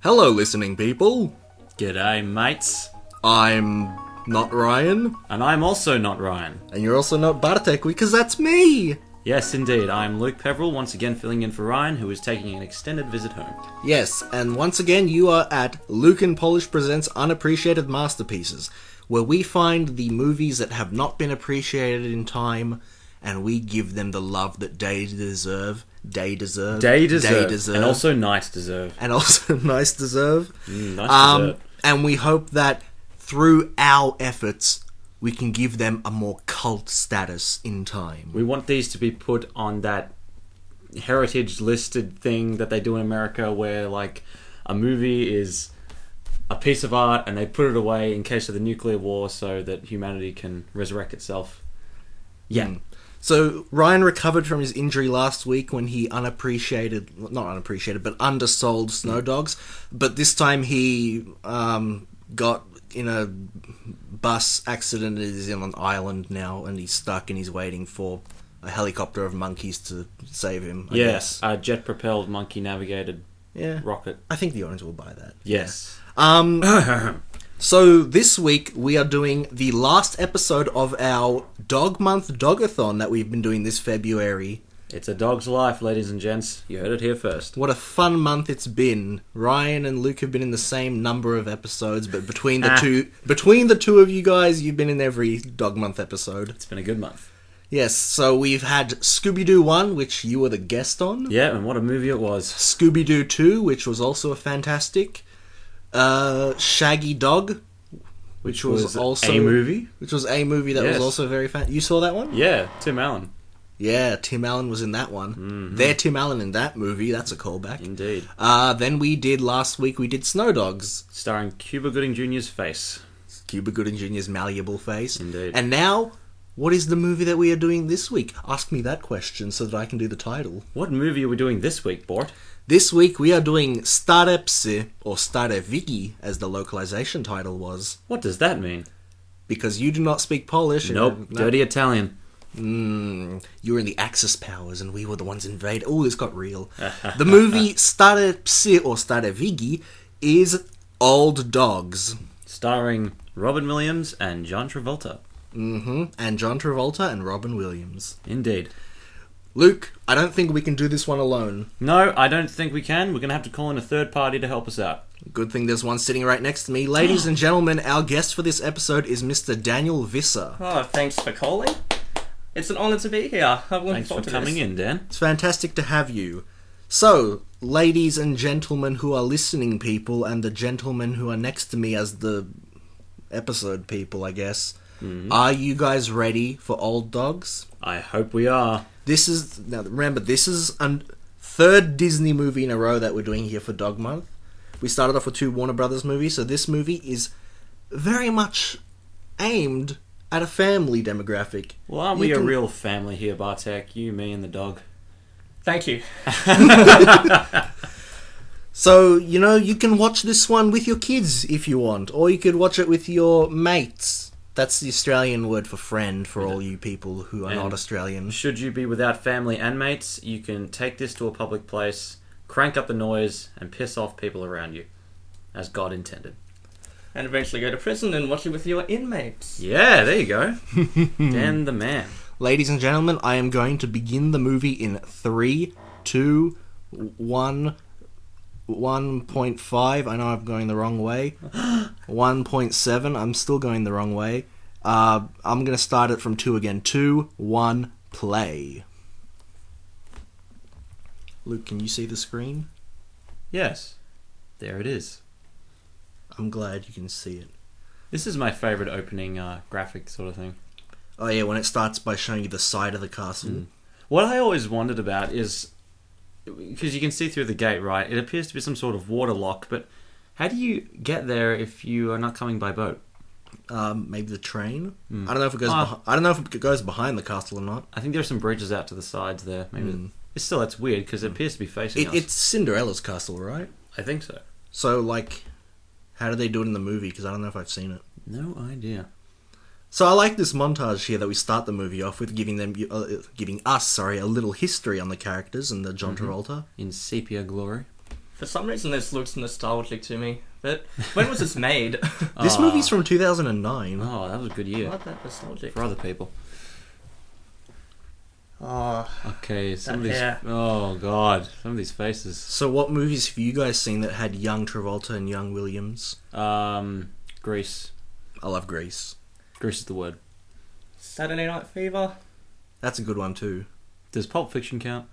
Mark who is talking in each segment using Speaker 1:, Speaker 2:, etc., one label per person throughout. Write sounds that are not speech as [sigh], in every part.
Speaker 1: Hello, listening people.
Speaker 2: G'day, mates.
Speaker 1: I'm not Ryan,
Speaker 2: And I'm also not Ryan.
Speaker 1: and you're also not Bartek because that's me.
Speaker 2: Yes, indeed, I'm Luke Peveril, once again filling in for Ryan, who is taking an extended visit home.
Speaker 1: Yes, and once again, you are at Luke and Polish Presents Unappreciated Masterpieces, where we find the movies that have not been appreciated in time, and we give them the love that they deserve. They deserve.
Speaker 2: Day deserve.
Speaker 1: They deserve.
Speaker 2: And also night deserve.
Speaker 1: and [laughs] also nice deserve. Um,
Speaker 2: Mm, nice deserve.
Speaker 1: And we hope that through our efforts, we can give them a more cult status in time.
Speaker 2: We want these to be put on that heritage listed thing that they do in America where, like, a movie is a piece of art and they put it away in case of the nuclear war so that humanity can resurrect itself. Yeah.
Speaker 1: Hmm, Mm. So Ryan recovered from his injury last week when he unappreciated, not unappreciated, but undersold Snow
Speaker 2: Mm.
Speaker 1: Dogs. But this time he um, got in a bus accident and is in an island now, and he's stuck and he's waiting for a helicopter of monkeys to save him. I
Speaker 2: Yes,
Speaker 1: guess.
Speaker 2: a jet propelled, monkey navigated
Speaker 1: yeah.
Speaker 2: rocket.
Speaker 1: I think the orange will buy that.
Speaker 2: Yes.
Speaker 1: So this week we are doing the last episode of our Dog Month Dogathon that we've been doing this February.
Speaker 2: It's a dog's life, ladies and gents. You heard it here first.
Speaker 1: What a fun month it's been. Ryan and Luke have been in the same number of episodes, but between the
Speaker 2: Ah.
Speaker 1: two between the two of you guys, you've been in every Dog Month episode.
Speaker 2: It's been a good month.
Speaker 1: Yes, so we've had Scooby Doo 1, which you were the guest on.
Speaker 2: Yeah, and what a movie it was.
Speaker 1: Scooby Doo 2, which was also a fantastic. Uh, Shaggy Dog, which was, also
Speaker 2: a movie.
Speaker 1: which was a movie that
Speaker 2: Yes.
Speaker 1: was also very fan. You saw that one?
Speaker 2: Yeah, Tim Allen.
Speaker 1: Yeah, Tim Allen was in that one.
Speaker 2: Mm-hmm.
Speaker 1: They're Tim Allen in that movie. That's a callback.
Speaker 2: Indeed.
Speaker 1: Uh, then we did last week. We did Snow Dogs,
Speaker 2: Starring Cuba Gooding Jr.'s face.
Speaker 1: Cuba Gooding Jr.'s malleable face.
Speaker 2: Indeed.
Speaker 1: And now, what is the movie that we are doing this week? Ask me that question so that I can do the title.
Speaker 2: What movie are we doing this week, Bort?
Speaker 1: This week we are doing Stare Psy or Stare Viki, as the localization title was,
Speaker 2: What does that mean?
Speaker 1: because you do not speak Polish. and-
Speaker 2: Nope,
Speaker 1: no,
Speaker 2: dirty Italian.
Speaker 1: Mm, you were in the Axis powers, and we were the ones invaded. Oh, this got real. the movie Stare Psy or Stare Vigi is Old Dogs.
Speaker 2: Starring Robin Williams and John Travolta.
Speaker 1: hmm And John Travolta and Robin Williams.
Speaker 2: Indeed.
Speaker 1: Luke, I don't think we can do this one alone.
Speaker 2: No, I don't think we can. We're going to have to call in a third party to help us out.
Speaker 1: Good thing there's one sitting right next to me. Ladies and gentlemen, our guest for this episode is Mr. Daniel Visser.
Speaker 3: Oh, thanks for calling. It's an honour to be here. I'm looking
Speaker 2: Thanks for
Speaker 3: forward to
Speaker 2: coming
Speaker 3: this.
Speaker 2: in, Dan.
Speaker 1: It's fantastic to have you. So, ladies and gentlemen who are listening people, and the gentlemen who are next to me as the episode people, I guess, are you guys ready for Old Dogs?
Speaker 2: I hope we are.
Speaker 1: This is now remember this is a third Disney movie in a row that we're doing here for Dog Month. We started off with two Warner Brothers movies, so this movie is very much aimed at a family demographic.
Speaker 2: Well, aren't
Speaker 1: You
Speaker 2: we
Speaker 1: can-
Speaker 2: a real family here, Bartek? You, me, and the dog.
Speaker 3: Thank you.
Speaker 1: So, you know, you can watch this one with your kids if you want, or you could watch it with your mates. That's the Australian word for friend for all you people who are
Speaker 2: And-
Speaker 1: not Australian.
Speaker 2: Should you be without family and mates, you can take this to a public place, crank up the noise, and piss off people around you, as God intended.
Speaker 3: And eventually go to prison and watch it with your inmates.
Speaker 2: Yeah, there
Speaker 1: [laughs]
Speaker 2: you go. Dan the man.
Speaker 1: Ladies and gentlemen, I am going to begin the movie in three, two, one, one point five. I know I'm going the wrong way. 1.7. I'm still going the wrong way. Uh, I'm going to start it from 2 again. 2, 1, play. Luke, can you see the screen?
Speaker 2: Yes, there it is.
Speaker 1: I'm glad you can see it.
Speaker 2: This is my favourite opening uh, graphic sort of thing.
Speaker 1: Oh, yeah, when it starts by showing you the side of the castle.
Speaker 2: What I always wondered about is because you can see through the gate, right? It appears to be some sort of water lock, but how do you get there if you are not coming by boat?
Speaker 1: Um, maybe the train. I don't know if it goes.
Speaker 2: Ah.
Speaker 1: behi- I don't know if it goes behind the castle or not.
Speaker 2: I think there are some bridges out to the sides there. Maybe it's still that's weird because it appears to be facing
Speaker 1: Hmm. It,
Speaker 2: us.
Speaker 1: it's Cinderella's castle, right?
Speaker 2: I think so.
Speaker 1: So, like, how do they do it in the movie? Because I don't know if I've seen it.
Speaker 2: No idea.
Speaker 1: So I like this montage here that we start the movie off with, giving them, uh, uh, giving us, sorry, a little history on the characters and the John Travolta.
Speaker 2: In sepia glory.
Speaker 3: For some reason, this looks nostalgic to me. But when was
Speaker 2: [laughs]
Speaker 3: this made?
Speaker 1: This
Speaker 2: Ah.
Speaker 1: movie's from 2009.
Speaker 2: Oh, that was a good year
Speaker 3: Not that nostalgic.
Speaker 2: for other people.
Speaker 3: Oh,
Speaker 2: Okay, some of
Speaker 3: That
Speaker 2: these.
Speaker 3: hair.
Speaker 2: Oh god, some of these faces.
Speaker 1: So, what movies have you guys seen that had young Travolta and young Williams?
Speaker 2: Um, Greece.
Speaker 1: I love Grease.
Speaker 2: Greece is the word.
Speaker 3: Saturday Night Fever.
Speaker 1: That's a good one too.
Speaker 2: Does Pulp Fiction count?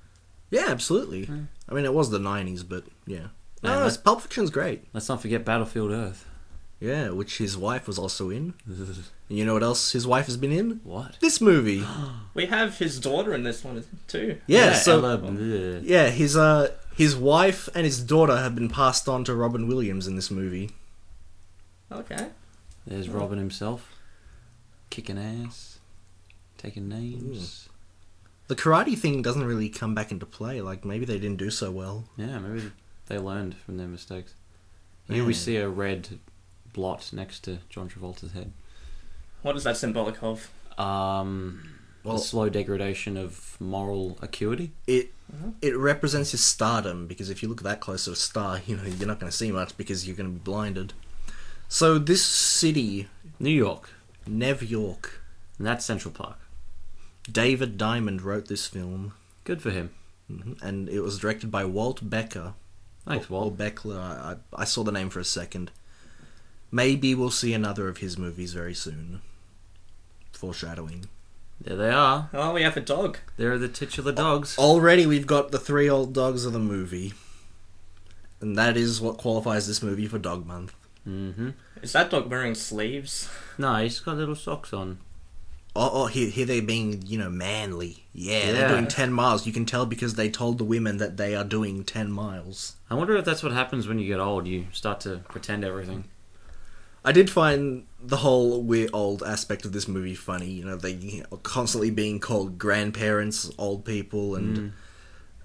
Speaker 1: Yeah, absolutely.
Speaker 2: Mm.
Speaker 1: I mean, it was the 90s, but yeah. No, no,
Speaker 2: Man,
Speaker 1: it's- Pulp Fiction's great.
Speaker 2: Let's not forget Battlefield Earth. [laughs]
Speaker 1: Yeah, which his wife was also in. And you know what else his wife has been in?
Speaker 2: what?
Speaker 1: This movie. [laughs]
Speaker 3: We have his daughter in this one too.
Speaker 1: Yeah, so
Speaker 2: Ella Bleh.
Speaker 1: yeah, his uh his wife and his daughter have been passed on to Robin Williams in this movie.
Speaker 3: Okay.
Speaker 2: There's Robin himself, kicking ass, taking names.
Speaker 1: The karate thing doesn't really come back into play. Like maybe they didn't do so well.
Speaker 2: Yeah, maybe they learned from their mistakes. Here we
Speaker 1: Yeah.
Speaker 2: see a red blot next to John Travolta's head.
Speaker 3: What is that symbolic of?
Speaker 2: Um,
Speaker 1: Well,
Speaker 2: the slow degradation of moral acuity.
Speaker 1: it it represents his stardom because if you look that close at a star, you know you're not going to see much because you're going to be blinded. So this city,
Speaker 2: New York,
Speaker 1: Nev York,
Speaker 2: and that's Central Park.
Speaker 1: David Diamond wrote this film,
Speaker 2: Good for him.
Speaker 1: mhm, and it was directed by Walt Becker.
Speaker 2: Thanks,
Speaker 1: Or
Speaker 2: Walt.
Speaker 1: Beckler. I, I I saw the name for a second. Maybe we'll see another of his movies very soon. Foreshadowing.
Speaker 2: There they are.
Speaker 3: Oh, we have a dog.
Speaker 2: There are the titular dogs.
Speaker 1: Already we've got the three old dogs of the movie. And that is what qualifies this movie for Dog Month.
Speaker 2: Mm-hmm.
Speaker 3: Is that dog wearing sleeves?
Speaker 2: No, he's got little socks on.
Speaker 1: Oh, oh here, here they're being, you know, manly. Yeah, they're
Speaker 2: Yeah.
Speaker 1: doing 10 miles. You can tell because they told the women that they are doing 10 miles.
Speaker 2: I wonder if that's what happens when you get old. You start to pretend everything.
Speaker 1: I did find the whole we're old aspect of this movie funny. You know, they are constantly being called grandparents, old people, and
Speaker 2: Mm.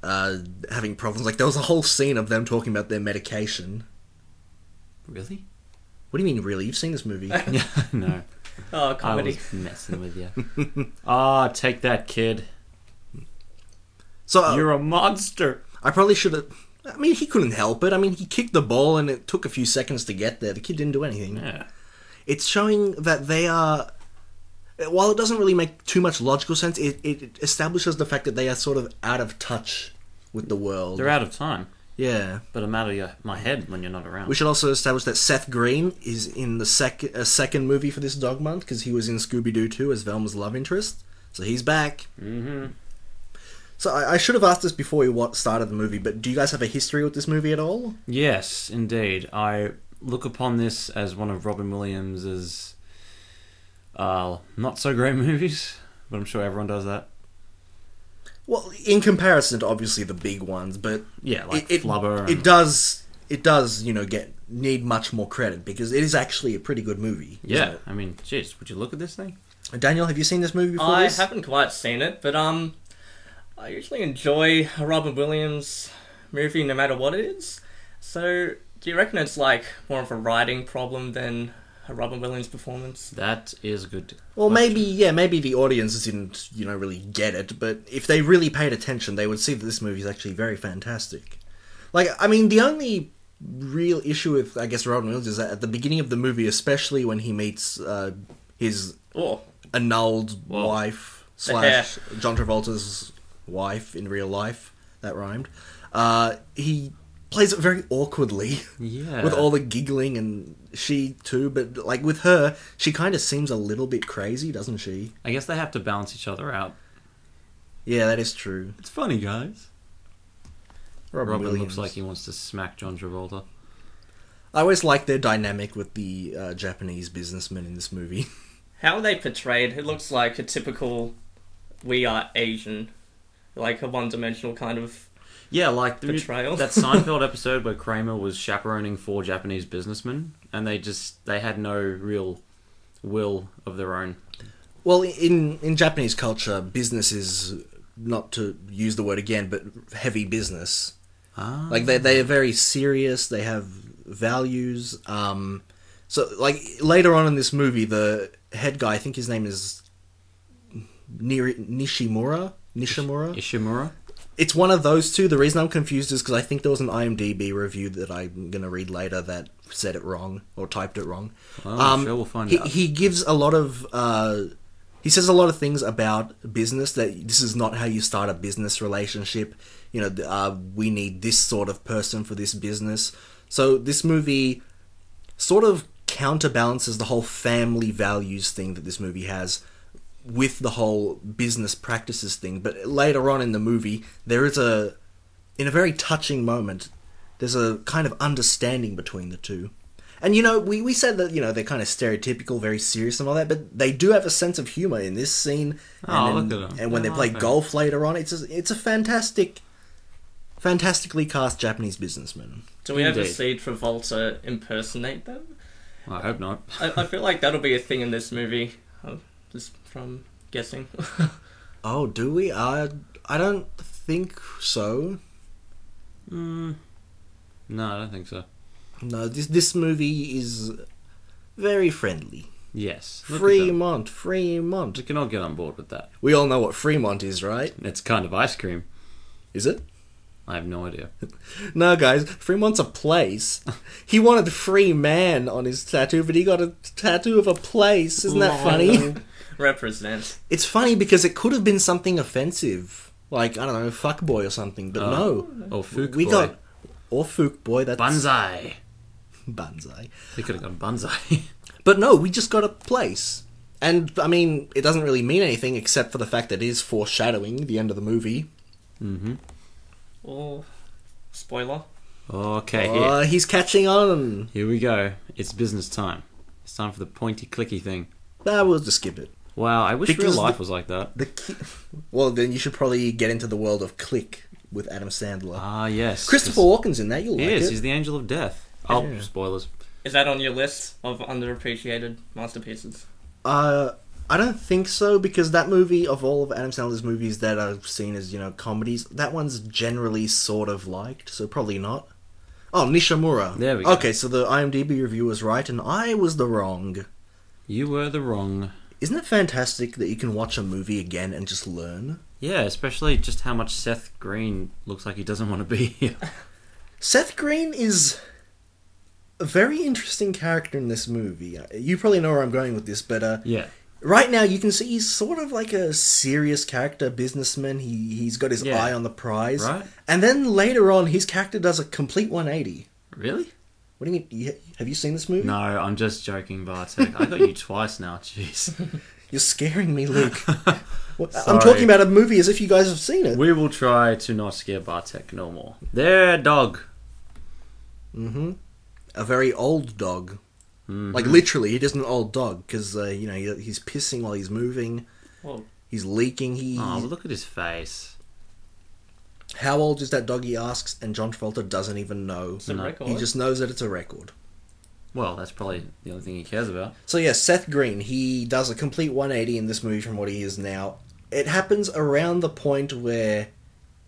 Speaker 1: uh, having problems. Like, there was a whole scene of them talking about their medication.
Speaker 2: Really? [laughs]
Speaker 1: What do you mean, really? You've seen this movie.
Speaker 2: Yeah. no.
Speaker 3: Oh,
Speaker 2: I
Speaker 3: comedy.
Speaker 2: was messing with you. [laughs] Ah, take that, kid.
Speaker 1: So, uh,
Speaker 2: You're a monster.
Speaker 1: I probably should have. I mean, he couldn't help it. I mean, he kicked the ball and it took a few seconds to get there. The kid didn't do anything.
Speaker 2: Yeah.
Speaker 1: It's showing that they are. While it doesn't really make too much logical sense, it, it establishes the fact that they are sort of out of touch with the world.
Speaker 2: They're out of time,
Speaker 1: Yeah.
Speaker 2: but I'm out of your, my head when you're not around.
Speaker 1: We should also establish that Seth Green is in the sec- uh, second movie for this dog month because he was in Scooby Doo 2 as Velma's love interest. So he's back.
Speaker 2: mm-hmm.
Speaker 1: So I, I should have asked this before we wa- started the movie, but do you guys have a history with this movie at all?
Speaker 2: Yes, indeed. I look upon this as one of Robin Williams's uh, not so great [laughs] movies, but I'm sure everyone does that.
Speaker 1: Well, in comparison to obviously the big ones, but
Speaker 2: Yeah, like
Speaker 1: it, it,
Speaker 2: Flubber.
Speaker 1: it
Speaker 2: and-
Speaker 1: does it does you know get need much more credit because it is actually a pretty good movie. isn't
Speaker 2: yeah, I mean, jeez, would you look at this thing?
Speaker 1: it? Daniel, have you seen this movie before?
Speaker 3: I
Speaker 1: this?
Speaker 3: haven't quite seen it, but um, I usually enjoy a Robin Williams movie no matter what it is. So, do you reckon it's like more of a writing problem than a Robin Williams performance?
Speaker 2: That is good.
Speaker 1: Well,
Speaker 2: question.
Speaker 1: maybe yeah, maybe the audience didn't you know really get it, but if they really paid attention, they would see that this movie is actually very fantastic. Like, I mean, the only real issue with I guess Robin Williams is that at the beginning of the movie, especially when he meets uh, his
Speaker 3: Or
Speaker 1: annulled
Speaker 2: Whoa. [laughs]
Speaker 1: wife slash John Travolta's wife in real life, that rhymed. Uh, he plays it very awkwardly [laughs]
Speaker 2: Yeah.
Speaker 1: with all the giggling and she too but like with her she kind of seems a little bit crazy doesn't she
Speaker 2: I guess they have to balance each other out.
Speaker 1: yeah that is true
Speaker 2: It's funny, guys.
Speaker 1: robin,
Speaker 2: Robin
Speaker 1: Williams.
Speaker 2: looks like he wants to smack John Travolta.
Speaker 1: i always like their dynamic with the uh, japanese businessman in this movie [laughs]
Speaker 3: how are they portrayed? It looks like a typical "We Are Asian," like a one-dimensional kind of.
Speaker 2: Yeah, like the,
Speaker 3: Betrayal.
Speaker 2: [laughs] that Seinfeld episode where Kramer was chaperoning four Japanese businessmen, and they just they had no real will of their own.
Speaker 1: well in in japanese culture business is not to use the word again but heavy business
Speaker 2: Ah,
Speaker 1: like they they are very serious they have values um so like later on in this movie the head guy i think his name is Niri- nishimura nishimura
Speaker 2: Ishimura.
Speaker 1: it's one of those two. The reason I'm confused is because I think there was an IMDb review that I'm going to read later that said it wrong or typed it wrong. Um,
Speaker 2: Well, Oh, sure, we'll find
Speaker 1: he,
Speaker 2: out.
Speaker 1: He gives a lot of. Uh, he says a lot of things about business that this is not how you start a business relationship. You know, th- uh, we need this sort of person for this business. So this movie sort of counterbalances the whole family values thing that this movie has with the whole business practices thing. But later on in the movie, there is a, in a very touching moment, there's a kind of understanding between the two. And you know, we, we said that, you know, they're kind of stereotypical, very serious and all that, but they do have a sense of humor in this scene.
Speaker 2: Oh,
Speaker 1: and, in-
Speaker 2: look at 'em.
Speaker 1: and when they
Speaker 2: They're
Speaker 1: play
Speaker 2: laughing.
Speaker 1: golf later on, it's a, it's a fantastic, fantastically cast Japanese businessman.
Speaker 3: Do we ever
Speaker 2: Indeed.
Speaker 3: see Travolta impersonate them?
Speaker 2: I hope not.
Speaker 3: I, I feel like that'll be a thing in this movie. uh, Just from guessing.
Speaker 1: Oh, do we? I I don't think so.
Speaker 2: Mm, no, I don't think so.
Speaker 1: No, this this movie is very friendly.
Speaker 2: Yes. Look at them.
Speaker 1: Fremont,
Speaker 2: We
Speaker 1: Fremont.
Speaker 2: can all get on board with that.
Speaker 1: We all know what Fremont is, right?
Speaker 2: It's kind of ice cream.
Speaker 1: Is it?
Speaker 2: I have no idea.
Speaker 1: No, guys, Fremont's a place. He wanted free man on his tattoo, but he got a tattoo of a place. Isn't [laughs] that funny?
Speaker 3: Represent.
Speaker 1: It's funny because it could have been something offensive, like I don't know, fuckboy or something.
Speaker 2: Oh.
Speaker 1: But no,
Speaker 2: Or Fook
Speaker 1: we
Speaker 2: boy.
Speaker 1: got or fook boy. That's
Speaker 2: Banzai.
Speaker 1: Banzai.
Speaker 2: They could have gone Banzai.
Speaker 1: But no, we just got a place. And I mean, it doesn't really mean anything except for the fact that it is foreshadowing the end of the movie.
Speaker 3: Or spoiler.
Speaker 2: [laughs] okay, here.
Speaker 1: Uh, he's catching on.
Speaker 2: Here we go. It's business time. It's time for the pointy clicky thing.
Speaker 1: Nah, we'll just skip it.
Speaker 2: Wow, I wish
Speaker 1: Because
Speaker 2: real life
Speaker 1: the-
Speaker 2: was like that.
Speaker 1: The ki- [laughs] well, then you should probably get into the world of Click with Adam Sandler.
Speaker 2: Ah, yes.
Speaker 1: Christopher Walken's in that. You'll
Speaker 2: He
Speaker 1: like
Speaker 2: is.
Speaker 1: it.
Speaker 2: He's the angel of death. Oh,
Speaker 1: Yeah.
Speaker 2: spoilers.
Speaker 3: Is that on your list of underappreciated masterpieces?
Speaker 1: Uh, I don't think so because that movie of all of Adam Sandler's movies that are seen as you know comedies, that one's generally sort of liked, so probably not. Oh, Nishimura.
Speaker 2: There we go.
Speaker 1: Okay, so the IMDb review was right, and I was the wrong.
Speaker 2: You were the wrong.
Speaker 1: Isn't it fantastic that you can watch a movie again and just learn?
Speaker 2: Yeah, especially just how much Seth Green looks like he doesn't want to be [laughs] here.
Speaker 1: Seth Green is a very interesting character in this movie. Uh, You probably know where I'm going with this, but uh,
Speaker 2: yeah.
Speaker 1: right now you can see he's sort of like a serious character businessman he he's got his
Speaker 2: Yeah.
Speaker 1: eye on the prize
Speaker 2: Right.
Speaker 1: and then later on his character does a complete 180
Speaker 2: Really?
Speaker 1: what do you mean you, have you seen this movie
Speaker 2: No, I'm just joking, Bartek. I
Speaker 1: [laughs]
Speaker 2: got you twice now. Jeez. [laughs]
Speaker 1: you're scaring me luke What- i'm
Speaker 2: Sorry.
Speaker 1: talking about a movie as if you guys have seen it
Speaker 2: We will try to not scare Bartek no more. There, dog.
Speaker 1: mm-hmm. a very old dog
Speaker 2: Mm.
Speaker 1: like literally it is an old dog because uh, you know he, he's pissing while he's moving
Speaker 3: Well,
Speaker 1: he's leaking he
Speaker 2: Oh, look at his face.
Speaker 1: how old is that dog he asks and john travolta doesn't even know
Speaker 3: it's a
Speaker 2: No,
Speaker 3: record.
Speaker 1: he just knows that it's a record
Speaker 2: Well, that's probably the only thing he cares about.
Speaker 1: So yeah, Seth Green, he does a complete 180 in this movie from what he is now. It happens around the point where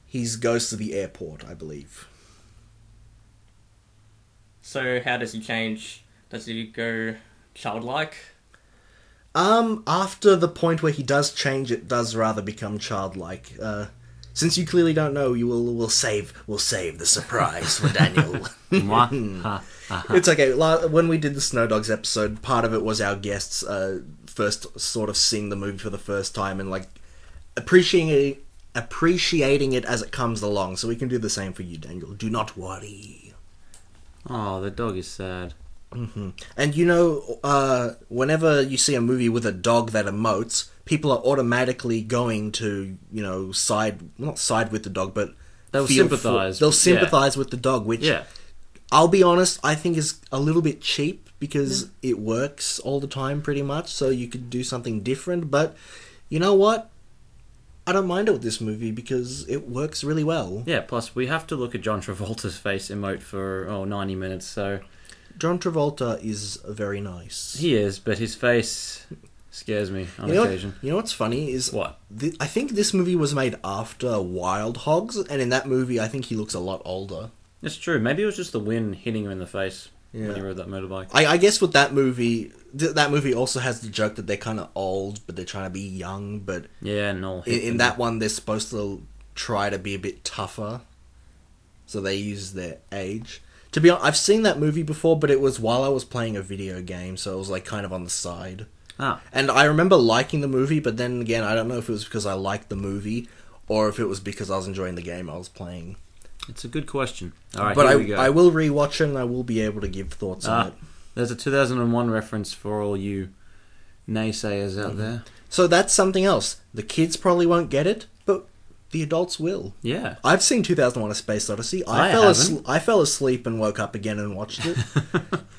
Speaker 1: he goes to the airport, I believe.
Speaker 3: So how does he change? Does he go childlike?
Speaker 1: Um, after the point where he does change, it does rather become childlike. Uh, since you clearly don't know, you will will save will save the surprise for Daniel. [laughs]
Speaker 2: Mwah. Ha. Ha.
Speaker 1: it's okay. La- When we did the Snow Dogs episode, part of it was our guests uh, first sort of seeing the movie for the first time and like appreciating it, appreciating it as it comes along. So we can do the same for you, Daniel. Do not worry.
Speaker 2: Oh, the dog is sad.
Speaker 1: And you know, uh, whenever you see a movie with a dog that emotes, people are automatically going to you know side not side with the dog, but
Speaker 2: They'll
Speaker 1: feel for-
Speaker 2: sympathise.
Speaker 1: they'll
Speaker 2: Yeah.
Speaker 1: sympathize with the dog, which
Speaker 2: Yeah.
Speaker 1: I'll be honest, I think is a little bit cheap because it works all the time pretty much, so you could do something different, but you know what? I don't mind it with this movie because it works really well.
Speaker 2: Yeah, plus we have to look at John Travolta's face emote for, oh, 90 minutes, so
Speaker 1: John Travolta is very nice.
Speaker 2: he is, but his face scares me on
Speaker 1: you, know what,
Speaker 2: occasion.
Speaker 1: you know what's funny is
Speaker 2: What?
Speaker 1: thi- I think this movie was made after Wild Hogs, and in that movie, I think he looks a lot older.
Speaker 2: It's true. Maybe it was just the wind hitting him in the face
Speaker 1: Yeah.
Speaker 2: when he rode that motorbike.
Speaker 1: I, I guess with that movie, th- that movie also has the joke that they're kind of old, but they're trying to be young, but
Speaker 2: Yeah, and all
Speaker 1: in,
Speaker 2: hit
Speaker 1: in
Speaker 2: him.
Speaker 1: that one they're supposed to try to be a bit tougher, so they use their age. To be honest, I've seen that movie before, but it was while I was playing a video game, so it was like kind of on the side.
Speaker 2: Ah,
Speaker 1: And I remember liking the movie, but then again, I don't know if it was because I liked the movie or if it was because I was enjoying the game I was playing.
Speaker 2: it's a good question. All right,
Speaker 1: but
Speaker 2: here
Speaker 1: I,
Speaker 2: we go.
Speaker 1: I will rewatch it and I will be able to give thoughts on
Speaker 2: ah,
Speaker 1: it.
Speaker 2: there's a 2001 reference for all you naysayers
Speaker 1: Mm-hmm.
Speaker 2: out there.
Speaker 1: So that's something else. The kids probably won't get it, but the adults will.
Speaker 2: Yeah.
Speaker 1: I've seen 2001: A Space Odyssey. I,
Speaker 2: I
Speaker 1: fell
Speaker 2: haven't.
Speaker 1: asleep. I fell asleep and woke up again and watched
Speaker 2: [laughs]
Speaker 1: it.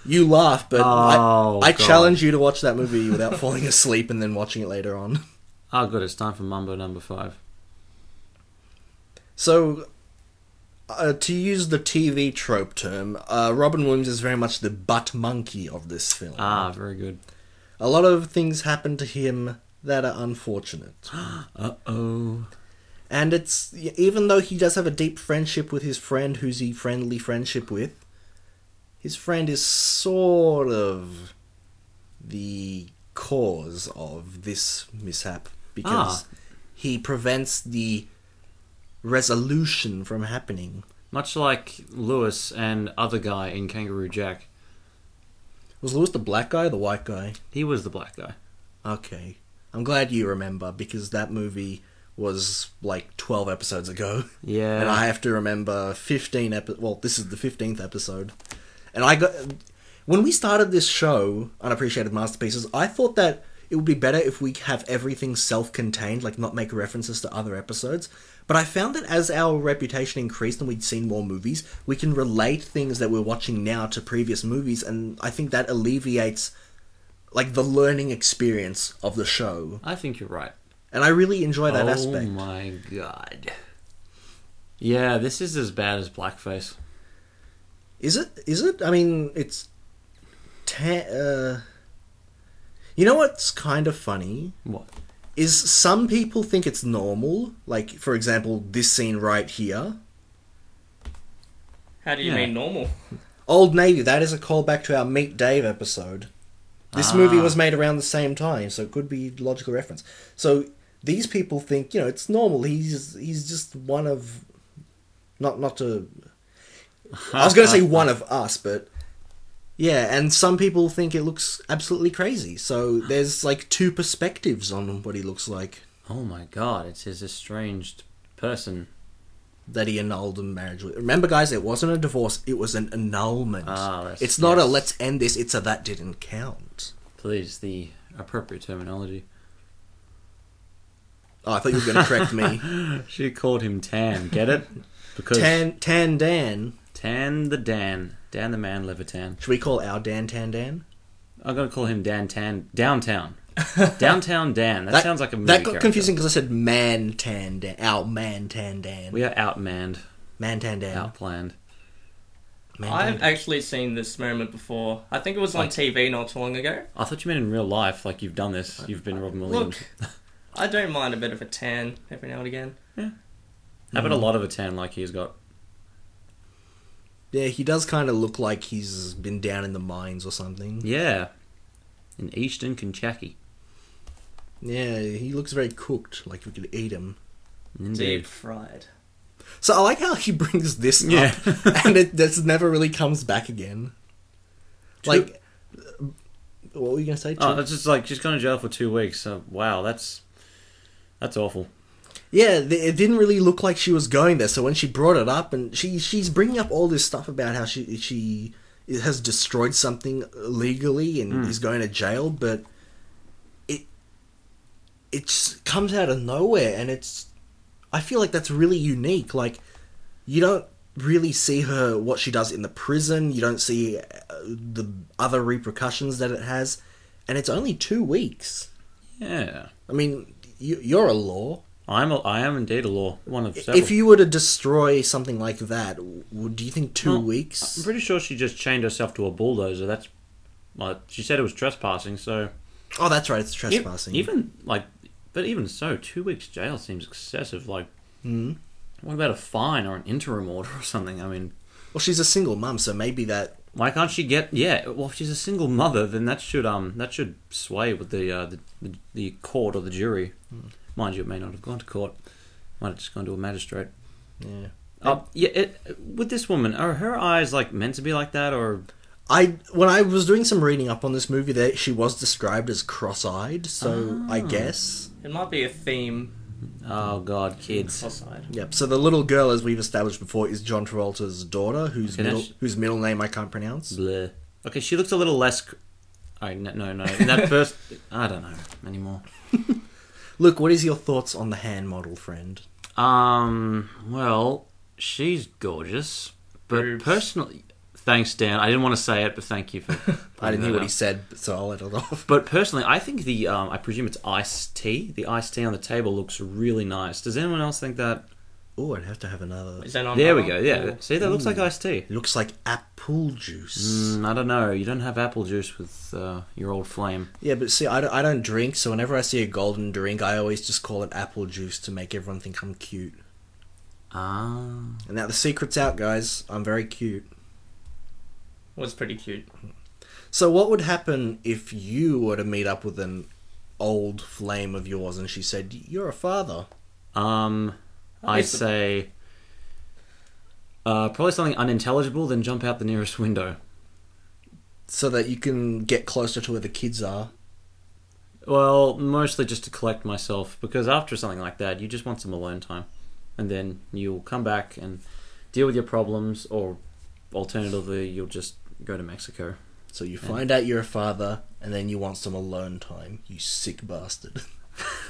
Speaker 1: you laugh, but
Speaker 2: Oh,
Speaker 1: I, I
Speaker 2: God.
Speaker 1: challenge you to watch that movie without [laughs] falling asleep and then watching it later on.
Speaker 2: Oh, good. It's time for Mumbo number five.
Speaker 1: So, uh, to use the TV trope term, uh, Robin Williams is very much the butt monkey of this film.
Speaker 2: Ah, very good.
Speaker 1: A lot of things happen to him that are unfortunate.
Speaker 2: Uh oh.
Speaker 1: And it's even though he does have a deep friendship with his friend, who's he friendly friendship with, his friend is sort of the cause of this mishap because he prevents the resolution from happening.
Speaker 2: Much like Lewis and other guy in Kangaroo Jack,
Speaker 1: Was Lewis the black guy or the white guy?
Speaker 2: he was the black guy.
Speaker 1: Okay. I'm glad you remember because that movie was like 12 episodes ago. [laughs]
Speaker 2: Yeah.
Speaker 1: and I have to remember 15 epi- well this is the 15th episode and I got when we started this show unappreciated masterpieces I thought that it would be better if we have everything self-contained like not make references to other episodes but I found that as our reputation increased and we'd seen more movies we can relate things that we're watching now to previous movies and I think that alleviates like the learning experience of the show
Speaker 2: I think you're right.
Speaker 1: and I really enjoy that
Speaker 2: oh
Speaker 1: aspect
Speaker 2: my god. Yeah, this is as bad as blackface.
Speaker 1: Is it? Is it? I mean, it's. Te- uh, you know what's kind of funny
Speaker 2: What?
Speaker 1: is some people think it's normal. Like, for example, this scene right here,
Speaker 3: How do you
Speaker 2: Yeah.
Speaker 3: mean normal?
Speaker 1: Old Navy. That is a callback to our Meet Dave episode. This movie
Speaker 2: Ah.
Speaker 1: was made around the same time, so it could be logical reference. So these people think you know it's normal. He's he's just one of, not not to I was
Speaker 2: Uh,
Speaker 1: going to say one of us, but yeah, and some people think it looks absolutely crazy. So there's like two perspectives on what he looks like
Speaker 2: [laughs] Oh my god, it's his estranged person.
Speaker 1: that he annulled in marriage with. Remember, guys, it wasn't a divorce; it was an annulment.
Speaker 2: Ah, that's-
Speaker 1: it's not a
Speaker 2: yes.
Speaker 1: let's end this; it's a that didn't count.
Speaker 2: Please, the appropriate terminology.
Speaker 1: Oh, I thought you were going to correct
Speaker 2: [laughs]
Speaker 1: me.
Speaker 2: She called him Tan, get
Speaker 1: [laughs]
Speaker 2: it? Because
Speaker 1: Tan Tan Dan.
Speaker 2: Tan the Dan. Dan the man, Levitan.
Speaker 1: Should we call our Dan Tan Dan?
Speaker 2: I'm going to call him Dan Tan. Downtown. Downtown Dan. That, sounds like a movie
Speaker 1: That got
Speaker 2: character.
Speaker 1: confusing because I said Man Tan Dan. Our Man Tan Dan.
Speaker 2: We are outmanned,
Speaker 1: man Tan Dan.
Speaker 2: outplanned.
Speaker 1: Man Tan
Speaker 3: I've
Speaker 1: Dan.
Speaker 3: actually seen this moment before. I think it was on TV not too long ago.
Speaker 2: I thought you meant in real life, like you've done this. You've been Robin Williams.
Speaker 3: Look,
Speaker 2: [laughs]
Speaker 3: I don't mind a bit of a tan every now and again.
Speaker 2: How about a lot of a tan like he's got?
Speaker 1: Yeah, he does kind of look like he's been down in the mines or something.
Speaker 2: Yeah. In Easton, Kentucky.
Speaker 1: Yeah, he looks very cooked, like we could eat him.
Speaker 2: Indeed.
Speaker 3: Deep fried.
Speaker 1: So I like how he [laughs] brings this
Speaker 2: Yeah.
Speaker 1: up, [laughs] and it this never really comes back again. Like, uh, what were you gonna say?
Speaker 2: Oh,
Speaker 1: Chip?
Speaker 2: that's just like she's gone to jail for two weeks. So, wow, that's that's awful.
Speaker 1: yeah, th- it didn't really look like she was going there. So when she brought it up, and she she's bringing up all this stuff about how she she has destroyed something legally and is going to jail, but it it just comes out of nowhere, and it's I feel like that's really unique. Like, you don't really see her what she does in the prison. You don't see uh, the other repercussions that it has, and it's only two weeks.
Speaker 2: Yeah,
Speaker 1: I mean, you, you're a law.
Speaker 2: I'm a, I am indeed a law one of several.
Speaker 1: If you were to destroy something like that, would do you think two
Speaker 2: Well, I'm
Speaker 1: weeks?
Speaker 2: pretty sure she just chained herself to a bulldozer. That's like she said it was trespassing. So
Speaker 1: Oh, that's right. It's
Speaker 2: e-
Speaker 1: trespassing.
Speaker 2: even like, but even so, two weeks jail seems excessive. Like,
Speaker 1: Mhm.
Speaker 2: what about a fine or an interim order or something? I mean,
Speaker 1: well, she's a single mum, so maybe that.
Speaker 2: why can't she get? Yeah, well, if she's a single mother, then that should um that should
Speaker 1: Hmm.
Speaker 2: sway with the uh, the, the the court or the jury. Mind you, it may not have gone to court. Might have just gone to a magistrate.
Speaker 1: Yeah.
Speaker 2: Uh, yeah, it, with this woman, are her eyes like meant to be like that, or
Speaker 1: I when I was doing some reading up on this movie, there she was described as cross-eyed, so
Speaker 2: Ah.
Speaker 1: I guess.
Speaker 3: It might be a theme.
Speaker 2: oh god, kids?
Speaker 3: Outside.
Speaker 1: Yep. So the little girl, as we've established before, is John Travolta's daughter, whose
Speaker 2: Okay,
Speaker 1: middle,
Speaker 2: that's-
Speaker 1: whose middle name I can't pronounce.
Speaker 2: Bleh. Okay, she looked a little less. c- I no no no.
Speaker 1: [laughs]
Speaker 2: In that first, I don't know anymore.
Speaker 1: Look, what is your thoughts on the hand model, friend?
Speaker 2: Um. Well, she's gorgeous, but
Speaker 3: Boobs.
Speaker 2: personally, thanks, Dan. I didn't want to say it, but
Speaker 1: [laughs]
Speaker 2: thank you for.
Speaker 1: I didn't hear what he
Speaker 2: said.
Speaker 1: said, so I'll let it [laughs] off.
Speaker 2: But personally, I think the um, I presume it's iced tea. The iced tea on the table looks really nice. Does anyone else think that?
Speaker 1: Oh, I'd have to have another.
Speaker 3: Is that on
Speaker 2: there we
Speaker 3: Bumble?
Speaker 2: go. Yeah.
Speaker 3: Or-
Speaker 2: See, that looks like iced tea.
Speaker 1: It looks like apple juice.
Speaker 2: Mm, I don't know. You don't have apple juice with uh, your old flame.
Speaker 1: Yeah, but see, I don't, I don't drink, so whenever I see a golden drink, I always just call it apple juice to make everyone think I'm cute.
Speaker 2: Ah.
Speaker 1: And now the secret's out, guys. I'm very cute.
Speaker 3: Was pretty cute.
Speaker 1: So, what would happen if you were to meet up with an old flame of yours and she said, You're a father?
Speaker 2: Um, I
Speaker 3: it's a-
Speaker 2: say uh, probably something unintelligible. Then jump out the nearest window.
Speaker 1: So that you can get closer to where the kids are.
Speaker 2: Well, mostly just to collect myself because after something like that, you just want some alone time, and then you'll come back and deal with your problems, or alternatively, you'll just go to Mexico.
Speaker 1: So, you find out you're a father, and then you want some alone time, you sick bastard.
Speaker 2: [laughs]
Speaker 1: [laughs]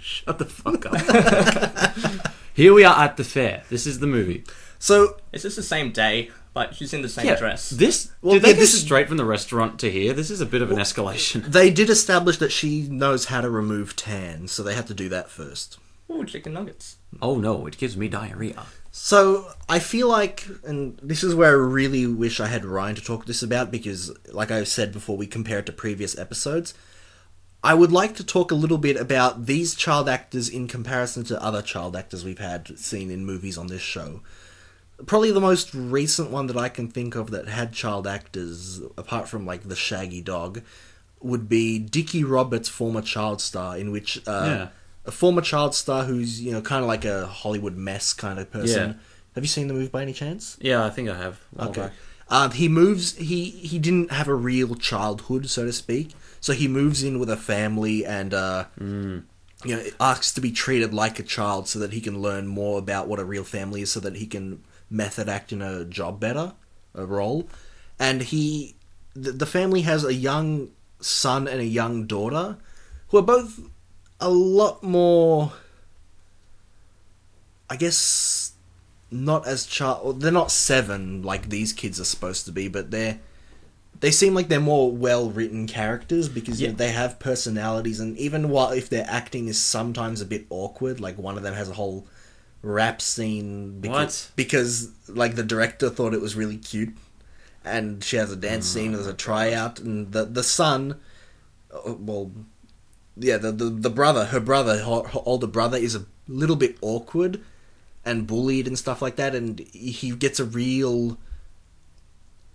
Speaker 2: Shut the fuck up. [laughs] Here we are at the fair. This is the movie.
Speaker 1: So,
Speaker 3: Is this the same day? But she's in the same dress.
Speaker 2: This.
Speaker 1: Well,
Speaker 2: did they
Speaker 1: yeah,
Speaker 2: go
Speaker 1: this is-
Speaker 2: straight from the restaurant to here? This is a bit of an escalation. [laughs]
Speaker 1: they did establish that she knows how to remove tan, so they had to do that first.
Speaker 3: Ooh, chicken nuggets.
Speaker 2: Oh no! It gives me diarrhea.
Speaker 1: So I feel like, and this is where I really wish I had Ryan to talk this about because, like I said before, we compare it to previous episodes. I would like to talk a little bit about these child actors in comparison to other child actors we've had seen in movies on this show. Probably the most recent one that I can think of that had child actors, apart from like the Shaggy Dog, would be Dickie Roberts' former child star, in which uh,
Speaker 2: Yeah.
Speaker 1: a former child star who's you know kind of like a Hollywood mess kind of person.
Speaker 2: Yeah.
Speaker 1: Have you seen the movie by any chance?
Speaker 2: Yeah, I think I have. a while back.
Speaker 1: Um, he moves. He he didn't have a real childhood, so to speak. So he moves in with a family and uh, you know asks to be treated like a child, so that he can learn more about what a real family is, so that he can method act in a job better, a role. And he, the, the family has a young son and a young daughter, who are both a lot more I guess not as child. They're not seven like these kids are supposed to be, but they're they seem like they're more well written characters because you know,
Speaker 2: Yeah.
Speaker 1: they have personalities, and even while if their acting is sometimes a bit awkward, like one of them has a whole rap scene because,
Speaker 2: What?
Speaker 1: because like the director thought it was really cute, and she has a dance
Speaker 2: Mm.
Speaker 1: scene as a tryout, and the the son, uh, well, yeah, the, the the brother, her brother, her, her older brother, is a little bit awkward and bullied and stuff like that, and he gets a real.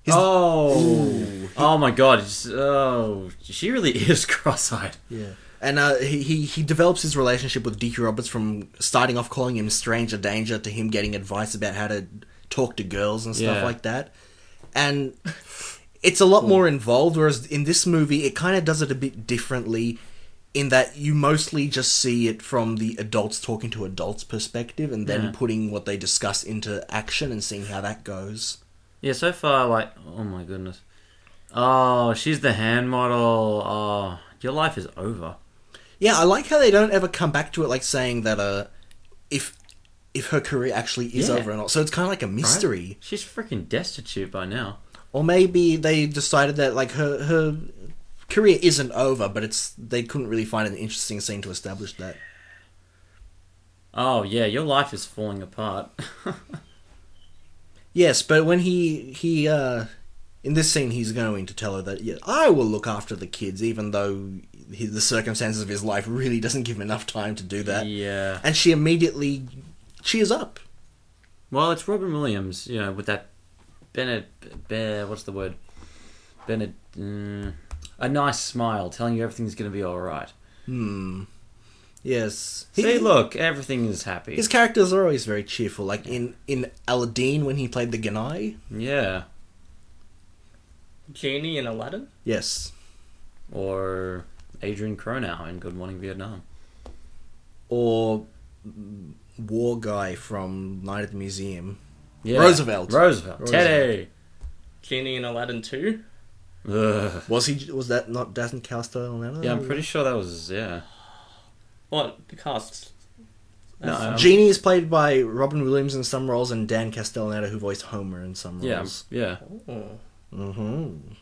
Speaker 1: His-
Speaker 2: oh, oh my God! it's- Oh, she really [laughs] is cross-eyed.
Speaker 1: Yeah. And uh, he, he he develops his relationship with Dickie Roberts from starting off calling him stranger danger to him getting advice about how to talk to girls and stuff
Speaker 2: Yeah.
Speaker 1: like that. And it's a lot more involved, whereas in this movie, it kind of does it a bit differently in that you mostly just see it from the adults talking to adults perspective and then
Speaker 2: Yeah.
Speaker 1: putting what they discuss into action and seeing how that goes.
Speaker 2: Yeah, so far, like, oh my goodness. Oh, she's the hand model. Oh, your life is over.
Speaker 1: Yeah, I like how they don't ever come back to it, like saying that uh, if if her career actually is
Speaker 2: Yeah.
Speaker 1: over or not. So it's kind of like a mystery,
Speaker 2: She's freaking destitute by now.
Speaker 1: or maybe they decided that like her her career isn't over, but it's they couldn't really find an interesting scene to establish that.
Speaker 2: Oh, yeah, your life is falling apart. [laughs]
Speaker 1: Yes, but when he he uh, in this scene, he's going to tell her that yeah, I will look after the kids, even though he, the circumstances of his life really doesn't give him enough time to do that.
Speaker 2: yeah.
Speaker 1: And she immediately cheers up.
Speaker 2: Well, it's Robin Williams, you know, with that Bennett. Be, what's the word? Bennett. Mm, a nice smile telling you everything's going to be alright.
Speaker 1: Hmm. Yes. He-
Speaker 2: See, look, everything is happy.
Speaker 1: His characters are always very cheerful, like in, in Aladdin when he played the Ganai.
Speaker 2: Yeah.
Speaker 3: Genie and Aladdin.
Speaker 1: Yes.
Speaker 2: Or Adrian Cronau in Good Morning Vietnam.
Speaker 1: Or mm, War Guy from Night at the Museum.
Speaker 2: Yeah.
Speaker 1: Roosevelt.
Speaker 2: Roosevelt.
Speaker 1: Roosevelt.
Speaker 2: Teddy.
Speaker 3: Genie and Aladdin two.
Speaker 2: Ugh.
Speaker 1: Was he? Was that not Dasn Calstar on that?
Speaker 2: Yeah, I'm pretty sure that was yeah.
Speaker 3: What the cast?
Speaker 2: No,
Speaker 3: That's-
Speaker 2: I'm-
Speaker 1: Genie is played by Robin Williams in some roles and Dan Castellaneta, who voiced Homer in some
Speaker 2: Yeah,
Speaker 1: roles.
Speaker 2: yeah.
Speaker 3: Oh.
Speaker 1: Mm-hmm.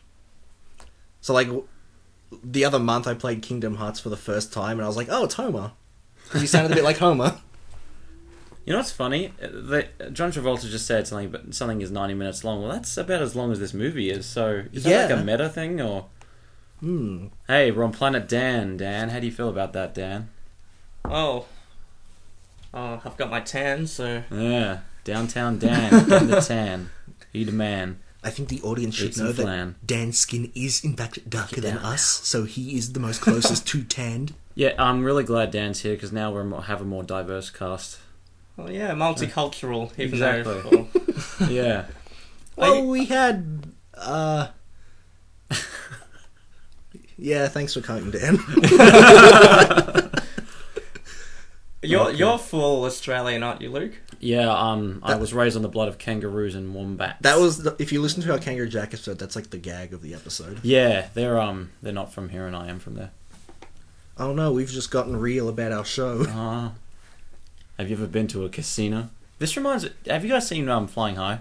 Speaker 1: So, like, w- the other month I played Kingdom Hearts for the first time, and I was like, oh, it's Homer. 'Cause he sounded a bit like
Speaker 2: [laughs]
Speaker 1: Homer.
Speaker 2: You know what's funny? Uh, The, John Travolta just said something, but something is 90 minutes long. Well, that's about as long as this movie is. So is that like
Speaker 1: Yeah.
Speaker 2: a meta thing or?
Speaker 1: Hmm.
Speaker 2: Hey, we're on Planet Dan. Dan, how do you feel about that, Dan?
Speaker 3: Oh. Oh, I've got my tan, so
Speaker 2: Yeah, downtown
Speaker 1: [laughs]
Speaker 2: Dan, in the tan. He the man.
Speaker 1: I think the audience should
Speaker 2: It's
Speaker 1: know
Speaker 2: a
Speaker 1: that
Speaker 2: plan.
Speaker 1: Dan's skin is, in fact, darker than us, so he is the most closest
Speaker 2: [laughs]
Speaker 1: to tanned.
Speaker 2: Yeah, I'm really glad Dan's here because now we're more, have a more
Speaker 1: [laughs]
Speaker 2: diverse cast.
Speaker 3: well, yeah, multicultural. Even
Speaker 2: Exactly. [laughs]
Speaker 3: though
Speaker 2: Yeah,
Speaker 1: Well, we had. uh... Yeah, thanks for coming, Dan. [laughs]
Speaker 3: you're you're full Australian, aren't you, Luke?
Speaker 2: yeah. Um, I
Speaker 1: That-
Speaker 2: was raised on the blood of kangaroos and wombats.
Speaker 1: That was the, if you listen to our Kangaroo Jack episode, that's like the gag of the episode.
Speaker 2: Yeah, they're um, they're not from here, and I am from there.
Speaker 1: Oh no, we've just gotten real about our show.
Speaker 2: Ah. have you ever been to a casino? This reminds. Have you guys seen um, Flying High?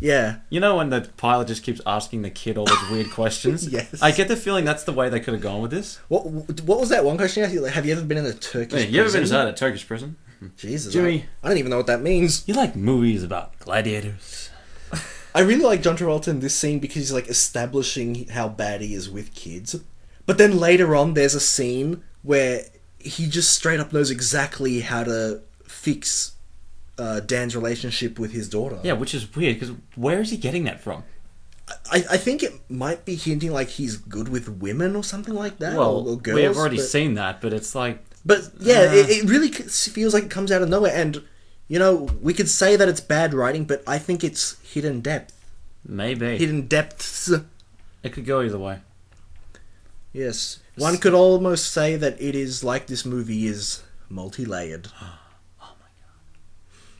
Speaker 1: Yeah,
Speaker 2: You know when the pilot just keeps asking the kid all
Speaker 1: [laughs]
Speaker 2: those weird questions.
Speaker 1: Yes.
Speaker 2: I get the feeling that's the way they could have gone with this.
Speaker 1: What what was that one question? you asked? Like, Have you ever been in a Turkish?
Speaker 2: Hey, you ever been
Speaker 1: prison?
Speaker 2: inside a Turkish prison?
Speaker 1: Jesus,
Speaker 2: Jimmy.
Speaker 1: I, I don't even know what that means.
Speaker 2: You like movies about gladiators?
Speaker 1: I really like John Travolta in this scene because he's like establishing how bad he is with kids, but then later on there's a scene where he just straight up knows exactly how to fix uh, Dan's relationship with his daughter.
Speaker 2: Yeah, which is weird because where is he getting that from?
Speaker 1: I, I think it might be hinting like he's good with women or something like that.
Speaker 2: Well,
Speaker 1: or, or girls,
Speaker 2: we have already
Speaker 1: but...
Speaker 2: seen that, but it's like
Speaker 1: But yeah,
Speaker 2: Uh.
Speaker 1: it, it really c- feels like it comes out of nowhere. And you know, we could say that it's bad writing, but I think it's hidden depth.
Speaker 2: maybe
Speaker 1: Hidden depths.
Speaker 2: it could go either way.
Speaker 1: Yes, one could almost say that it is like this movie is multi-layered.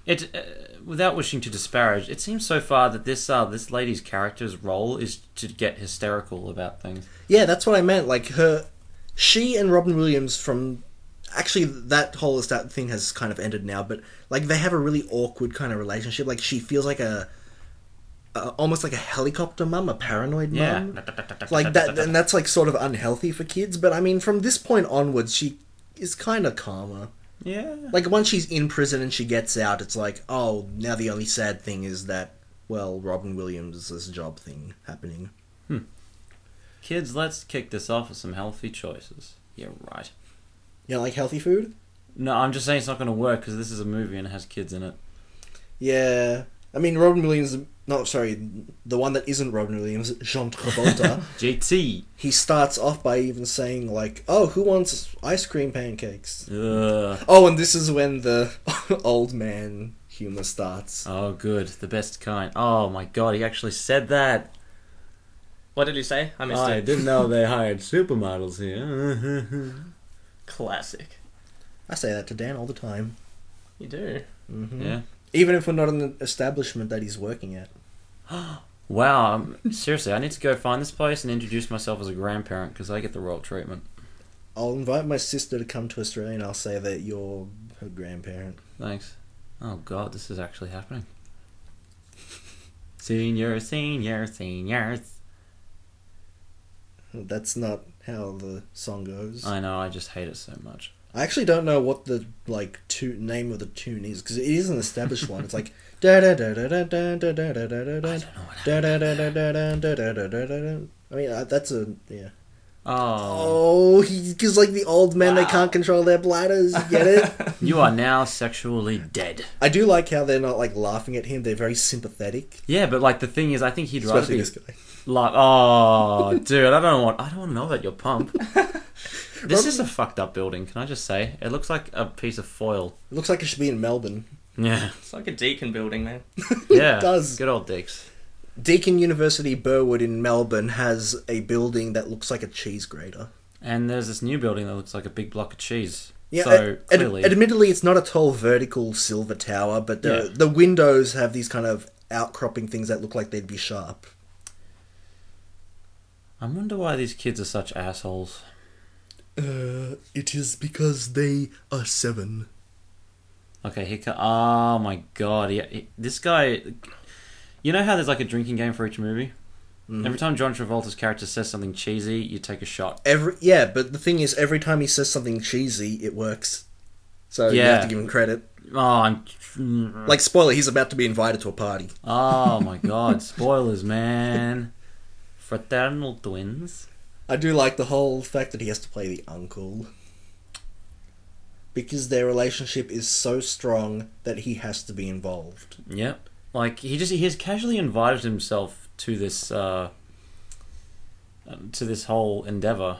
Speaker 2: It, uh, without wishing to disparage, it seems so far that this uh, this lady's character's role is to get hysterical about things.
Speaker 1: Yeah, that's what I meant. Like her, she and Robin Williams from. Actually, that whole that thing has kind of ended now, but like they have a really awkward kind of relationship. Like she feels like a, a almost like a helicopter mum, a paranoid
Speaker 2: Yeah,
Speaker 1: mum.
Speaker 3: [laughs]
Speaker 1: like that and that's like sort of unhealthy for kids but i mean from this point onwards she is kind of calmer
Speaker 2: yeah.
Speaker 1: like once she's in prison and she gets out it's like oh now the only sad thing is that well robin williams' job thing happening
Speaker 2: Kids, let's kick this off with some healthy choices. Yeah, right.
Speaker 1: you know like healthy food
Speaker 2: No, I'm just saying it's not going to work because this is a movie and it has kids
Speaker 3: [laughs]
Speaker 2: in it.
Speaker 1: yeah i mean robin williams no sorry the one that isn't robin williams jean [laughs] travolta
Speaker 2: JT.
Speaker 1: he starts off by even saying like oh who wants ice cream pancakes
Speaker 2: Ugh.
Speaker 1: oh and this is when the [laughs] old man humor starts
Speaker 2: Oh, good. The best kind. Oh my god, he actually said that.
Speaker 3: What did you say? I missed it. Mm.
Speaker 2: didn't know
Speaker 3: [laughs]
Speaker 2: they hired supermodels here.
Speaker 3: Classic.
Speaker 1: i say that to dan all the time
Speaker 3: You do.
Speaker 1: Mm-hmm.
Speaker 2: yeah.
Speaker 1: Even if we're not in the establishment that he's working at.
Speaker 2: Wow. um, seriously, I need to go find this place and introduce myself as a grandparent because I get the royal treatment.
Speaker 1: I'll invite my sister to come to Australia and I'll say that you're her grandparent.
Speaker 2: Thanks. Oh god, this is actually happening. Senior, senior, seniors.
Speaker 1: That's not how the song goes. I,
Speaker 2: I know. I just hate it so much.
Speaker 1: actually don't know what the like tu- name of the tune is because it is an established one. It's like da da da da da da da da da da da da
Speaker 2: don't know what
Speaker 1: da da da da da da da da da da da. I mean uh, that's a yeah.
Speaker 2: Oh,
Speaker 1: Oh, because like the old men, they
Speaker 2: Wow.
Speaker 1: can't control their bladders. You get it?
Speaker 2: [laughs] you are now sexually dead.
Speaker 1: I do like how they're not like laughing at him. They're very sympathetic,
Speaker 2: Yeah, but like the thing is, I think he'd rather
Speaker 1: especially
Speaker 2: be
Speaker 1: this guy. [laughs]
Speaker 2: like, oh, dude, I don't want, I don't want to know about your pump. This is a fucked up building, can I just say? It looks like a piece
Speaker 1: [laughs]
Speaker 2: of foil.
Speaker 1: It looks like it should be in Melbourne.
Speaker 2: Yeah.
Speaker 3: It's like a deacon building, man.
Speaker 2: Yeah.
Speaker 1: does.
Speaker 2: Good old dicks.
Speaker 1: Deakin University Burwood in Melbourne has a building that looks like a cheese grater.
Speaker 2: And there's this new building that looks like a big block of cheese.
Speaker 1: Yeah,
Speaker 2: so
Speaker 1: ad- ad-
Speaker 2: clearly
Speaker 1: admittedly, it's not a tall vertical silver tower, but the,
Speaker 2: Yeah.
Speaker 1: the windows have these kind of outcropping things that look like they'd be sharp.
Speaker 2: I wonder why these kids are such assholes.
Speaker 1: Uh, it is because they are seven.
Speaker 2: Okay, here co- Oh my god, yeah, he- this guy. You know how there's like a drinking game for each movie.
Speaker 1: Mm-hmm.
Speaker 2: Every time John Travolta's character says something cheesy, you take a shot.
Speaker 1: Every yeah, but the thing is, every time he says something cheesy, it works. So you
Speaker 2: Yeah.
Speaker 1: have to give him credit.
Speaker 2: Oh, I'm.
Speaker 1: Like spoiler, he's about to be invited to a party.
Speaker 2: Oh my
Speaker 1: [laughs]
Speaker 2: god, spoilers, man. Fraternal twins.
Speaker 1: I do like the whole fact that he has to play the uncle. Because their relationship is so strong that he has to be involved.
Speaker 2: Yep. Like he just he has casually invited himself to this uh um, to this whole endeavor.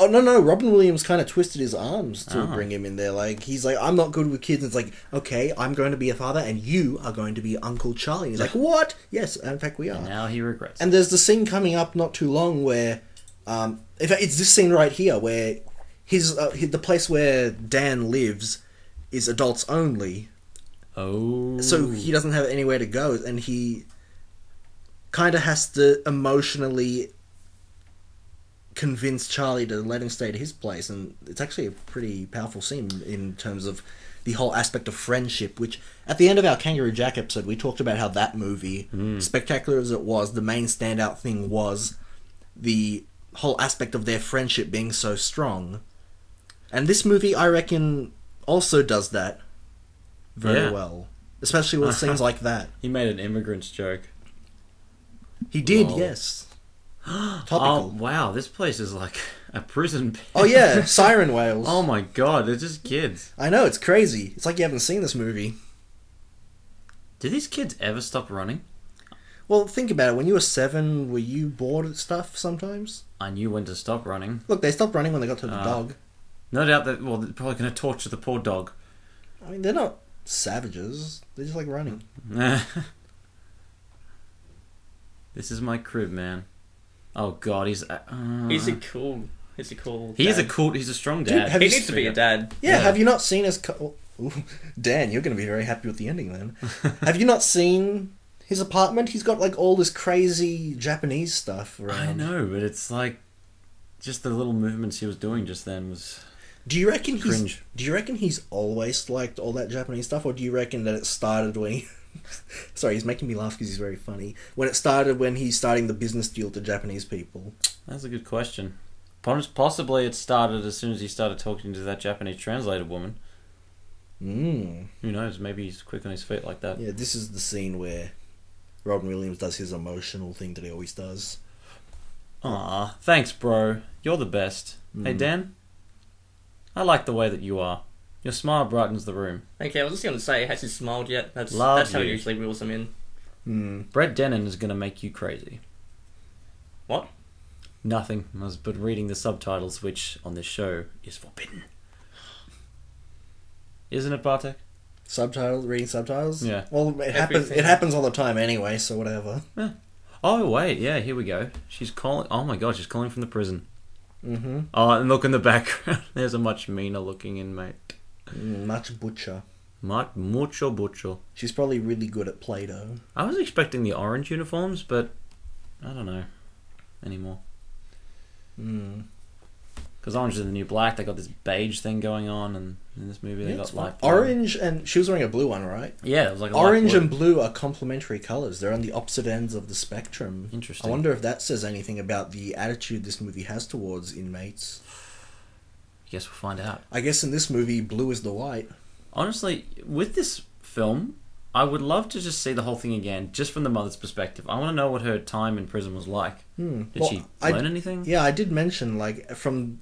Speaker 1: Oh no no, Robin Williams kind of twisted his arms to
Speaker 2: Ah.
Speaker 1: bring him in there. Like he's like, I'm not good with kids. And it's like, okay, I'm going to be a father, and you are going to be Uncle Charlie. And he's like, what? Yes, in fact, we are.
Speaker 2: And now he regrets.
Speaker 1: And there's the scene coming up not too long where, um, in fact, it's this scene right here where his, uh, hi- the place where Dan lives is adults only,
Speaker 2: oh.
Speaker 1: so he doesn't have anywhere to go, and he kind of has to emotionally convince Charlie to let him stay at his place, and it's actually a pretty powerful scene in terms of the whole aspect of friendship. Which at the end of our Kangaroo Jack episode, we talked about how that movie, spectacular as it was, the main standout thing was the whole aspect of their friendship being so strong, and this movie, I reckon, also does that very
Speaker 2: Yeah.
Speaker 1: well especially with
Speaker 2: [laughs]
Speaker 1: scenes like that.
Speaker 2: he made an immigrants joke.
Speaker 1: He did,
Speaker 2: Lol.
Speaker 1: yes.
Speaker 2: Oh
Speaker 1: Topical.
Speaker 2: wow, this place is like a prison. pen.
Speaker 1: Oh yeah, Siren Whales.
Speaker 2: [laughs] Oh my god, they're just kids.
Speaker 1: I know it's crazy. It's like you haven't seen this movie.
Speaker 2: Do these kids ever stop running?
Speaker 1: Well, think about it. When you were seven, were you bored at stuff sometimes?
Speaker 2: I knew when to stop running.
Speaker 1: Look, they stopped running when they got to the
Speaker 2: Ah.
Speaker 1: dog.
Speaker 2: No doubt that well, they're probably going to torture the poor dog. [laughs]
Speaker 1: I mean, they're not savages. They just like
Speaker 2: Mm.
Speaker 1: running.
Speaker 2: this is my crib, man. Oh god, he's a- uh,
Speaker 3: He's a cool. He's a cool.
Speaker 2: he is a
Speaker 3: dad.
Speaker 2: cool. He's a strong
Speaker 1: Dude,
Speaker 2: dad.
Speaker 1: have
Speaker 3: He
Speaker 1: you
Speaker 3: needs to be a dad.
Speaker 1: Yeah,
Speaker 2: Yeah.
Speaker 1: have you not seen his? Co- [laughs] Ooh, Dan, you're going to be very happy with the ending then. have you not seen his apartment? He's got like all this crazy Japanese stuff around.
Speaker 2: [laughs] I know, but it's like just the little movements he was doing just then was.
Speaker 1: Do you reckon he's?
Speaker 2: Cringe.
Speaker 1: Do you reckon he's always liked all that Japanese stuff, or do you reckon that it started when he? [laughs] Sorry, he's making me laugh because he's very funny. When it started, when he's starting the business deal to Japanese people.
Speaker 2: That's a good question. Pos- Possibly it started as soon as he started talking to that Japanese translator woman.
Speaker 1: Mm.
Speaker 2: Who knows? Maybe he's quick on his feet like that.
Speaker 1: Yeah, this is the scene where Robin Williams does his emotional thing that he always does.
Speaker 2: Aw, thanks, bro. You're the best. Hey, Dan. I like the way that you are. Your smile brightens the room.
Speaker 3: Okay, I was just gonna say, has he smiled yet? That's
Speaker 2: Love
Speaker 3: that's how he
Speaker 2: you.
Speaker 3: usually reels him in.
Speaker 1: Mm.
Speaker 2: Brett Denon is going to make you crazy.
Speaker 3: What?
Speaker 2: Nothing. I was but reading the subtitles, which on this show is forbidden. Isn't it, Bartek?
Speaker 1: Subtitles, reading subtitles.
Speaker 2: Yeah.
Speaker 1: Well, it happens.
Speaker 3: Everything.
Speaker 1: It happens all the time anyway. So whatever.
Speaker 2: Oh wait, yeah, here we go. She's calling. Oh my god, she's calling from the prison.
Speaker 1: Mm-hmm.
Speaker 2: Oh, and look in the background. [laughs] There's a much meaner looking inmate.
Speaker 1: Mm, Much butcher.
Speaker 2: Much mucho mucho.
Speaker 1: She's probably really good at Play-Doh.
Speaker 2: I was expecting the orange uniforms, but I don't know anymore.
Speaker 1: Mm.
Speaker 2: Because orange is the new black. They got this beige thing going on, and in this movie they
Speaker 1: Yeah, it's
Speaker 2: got
Speaker 1: fine.
Speaker 2: like
Speaker 1: orange, and she was wearing a blue one, right?
Speaker 2: Yeah, it was like a light
Speaker 1: Orange
Speaker 2: blue.
Speaker 1: and blue are complementary colors. They're on the opposite ends of the spectrum.
Speaker 2: Interesting.
Speaker 1: I wonder if that says anything about the attitude this movie has towards inmates.
Speaker 2: Guess we'll find out.
Speaker 1: I guess in this movie, blue is the white.
Speaker 2: Honestly, with this film, I would love to just see the whole thing again, just from the mother's perspective. I want to know what her time in prison was like.
Speaker 1: Hmm.
Speaker 2: Did
Speaker 1: Well,
Speaker 2: she
Speaker 1: I-
Speaker 2: learn anything?
Speaker 1: Yeah, I did mention like from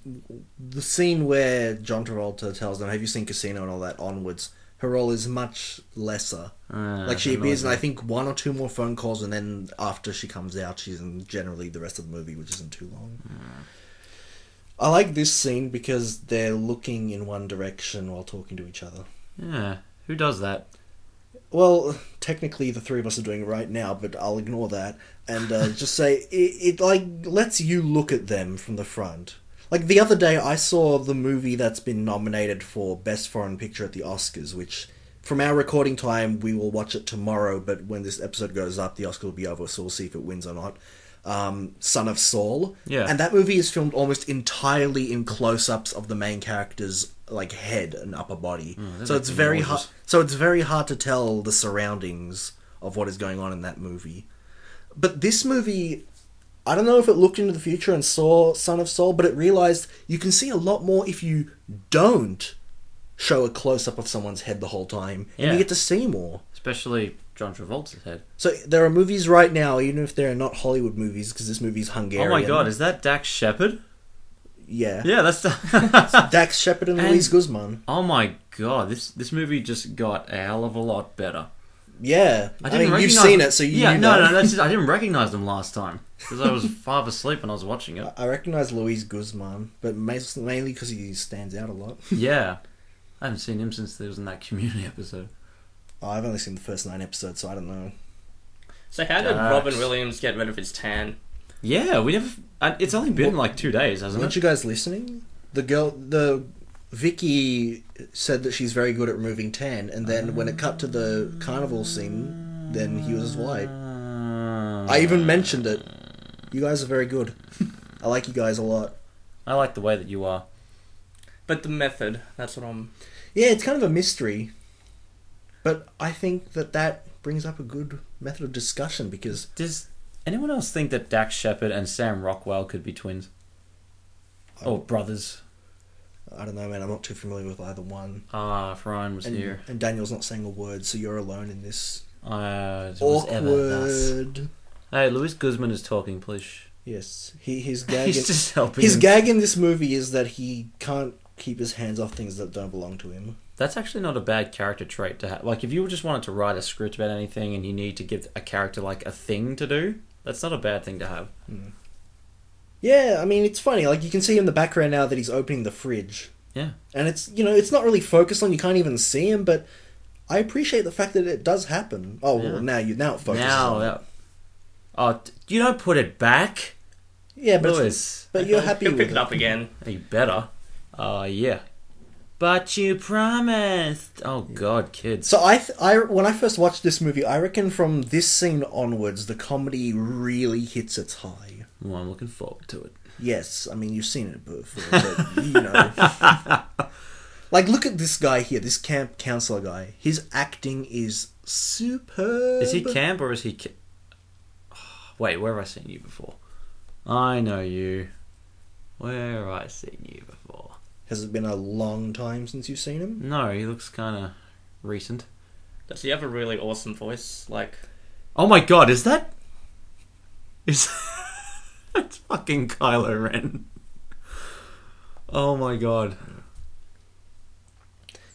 Speaker 1: the scene where John Travolta tells them, "Have you seen Casino?" and all that onwards. Her role is much lesser.
Speaker 2: Ah,
Speaker 1: like she
Speaker 2: that
Speaker 1: appears in I
Speaker 2: annoys
Speaker 1: think one or two more phone calls, and then after she comes out, she's in generally the rest of the movie, which isn't too long. I like this scene because they're looking in one direction while talking to each other.
Speaker 2: Yeah. Who does that?
Speaker 1: Well, technically, the three of us are doing it right now, but I'll ignore that and uh, just say [laughs] it, it. Like lets you look at them from the front. Like the other day, I saw the movie that's been nominated for best foreign picture at the Oscars, which. From our recording time, we will watch it tomorrow, but when this episode goes up, the Oscar will be over, so we'll see if it wins or not. Um, Son of Saul.
Speaker 2: Yeah.
Speaker 1: And that movie is filmed almost entirely in close ups of the main character's like head and upper body. so it's very
Speaker 2: noises.
Speaker 1: hard so it's very hard to tell the surroundings of what is going on in that movie. But this movie, I don't know if it looked into the future and saw Son of Saul, but it realized you can see a lot more if you don't show a close up of someone's head the whole time, and
Speaker 2: Yeah.
Speaker 1: you get to see more.
Speaker 2: Especially John Travolta's head.
Speaker 1: So there are movies right now, even if they're not Hollywood movies, because this movie's Hungarian.
Speaker 2: Oh my god, is that Dax Shepard?
Speaker 1: yeah.
Speaker 2: Yeah, that's. [laughs]
Speaker 1: Dax Shepard and,
Speaker 2: And-
Speaker 1: Luis Guzman.
Speaker 2: oh my god, this this movie just got a hell of a lot better.
Speaker 1: Yeah, I, mean you've
Speaker 2: recognize-
Speaker 1: seen it, so you
Speaker 2: yeah,
Speaker 1: knew
Speaker 2: no,
Speaker 1: that.
Speaker 2: no, that's just,
Speaker 1: [laughs]
Speaker 2: I didn't recognize them last time because I was half asleep when I was watching it.
Speaker 1: I recognize Luis Guzman, but mas- mainly because he stands out a lot.
Speaker 2: Yeah, I haven't seen him since there was in that Community [laughs] episode.
Speaker 1: Oh, I've only seen the first nine episodes, so I don't know.
Speaker 3: So how did
Speaker 2: Yikes.
Speaker 3: Robin Williams get rid of his tan?
Speaker 2: Yeah, we never. and It's only been like two days, hasn't
Speaker 1: Weren't
Speaker 2: it?
Speaker 1: you guys listening? The girl, the Vicky said that she's very good at removing tan, and then when it cut to the carnival scene, then he was white.
Speaker 2: Uh,
Speaker 1: I even mentioned it. You guys are very good. I like you guys a lot.
Speaker 2: I like the way that you are.
Speaker 3: But the method, that's what I'm...
Speaker 1: Yeah, it's kind of a mystery, but I think that that brings up a good method of discussion because
Speaker 2: Does anyone else think that Dax Shepard and Sam Rockwell could be twins or brothers?
Speaker 1: I don't know, man. I'm not too familiar with either one.
Speaker 2: Ah, if Ryan was
Speaker 1: And,
Speaker 2: here.
Speaker 1: and Daniel's not saying a word, so you're alone in this
Speaker 2: Uh, it was ever thus.
Speaker 1: awkward.
Speaker 2: Hey, Luis Guzman is talking, please. shh.
Speaker 1: Yes, he his gag.
Speaker 2: [laughs] He's just helping.
Speaker 1: his
Speaker 2: him.
Speaker 1: gag in this movie is that he can't keep his hands off things that don't belong to him.
Speaker 2: That's actually not a bad character trait to have. Like, if you just wanted to write a script about anything and you need to give a character, like, a thing to do, that's not a bad thing to have.
Speaker 1: Yeah, I mean it's funny. Like you can see in the background now that he's opening the fridge,
Speaker 2: Yeah.
Speaker 1: and it's you know it's not really focused on. You can't even see him, but I appreciate the fact that it does happen. Oh
Speaker 2: Yeah.
Speaker 1: well, now you now it focuses.
Speaker 2: now,
Speaker 1: on it.
Speaker 2: that. Oh, t- you don't put it back,
Speaker 1: yeah, but it's-
Speaker 2: Lewis.
Speaker 1: but
Speaker 3: [laughs]
Speaker 1: you're happy
Speaker 3: He'll
Speaker 1: with
Speaker 3: pick
Speaker 1: it.
Speaker 3: it up again.
Speaker 2: You better. Uh, yeah. But you promised. Oh, God, kids.
Speaker 1: So I, th- I when I first watched this movie, I reckon from this scene onwards, the comedy really hits its high.
Speaker 2: Well, I'm looking forward to it.
Speaker 1: Yes, I mean you've seen it before, but you
Speaker 2: [laughs]
Speaker 1: know. like, look at this guy here, this camp counselor guy. His acting is superb.
Speaker 2: Is he camp or is he. Ca- [sighs] Wait, where have I seen you before? I know you. Where have I seen you before?
Speaker 1: Has it been a long time since you've seen him?
Speaker 2: No, he looks kind of recent.
Speaker 3: Does he have a really awesome voice? Like,
Speaker 2: Oh my god, is that? Is [laughs] that's fucking Kylo Ren? Oh my god.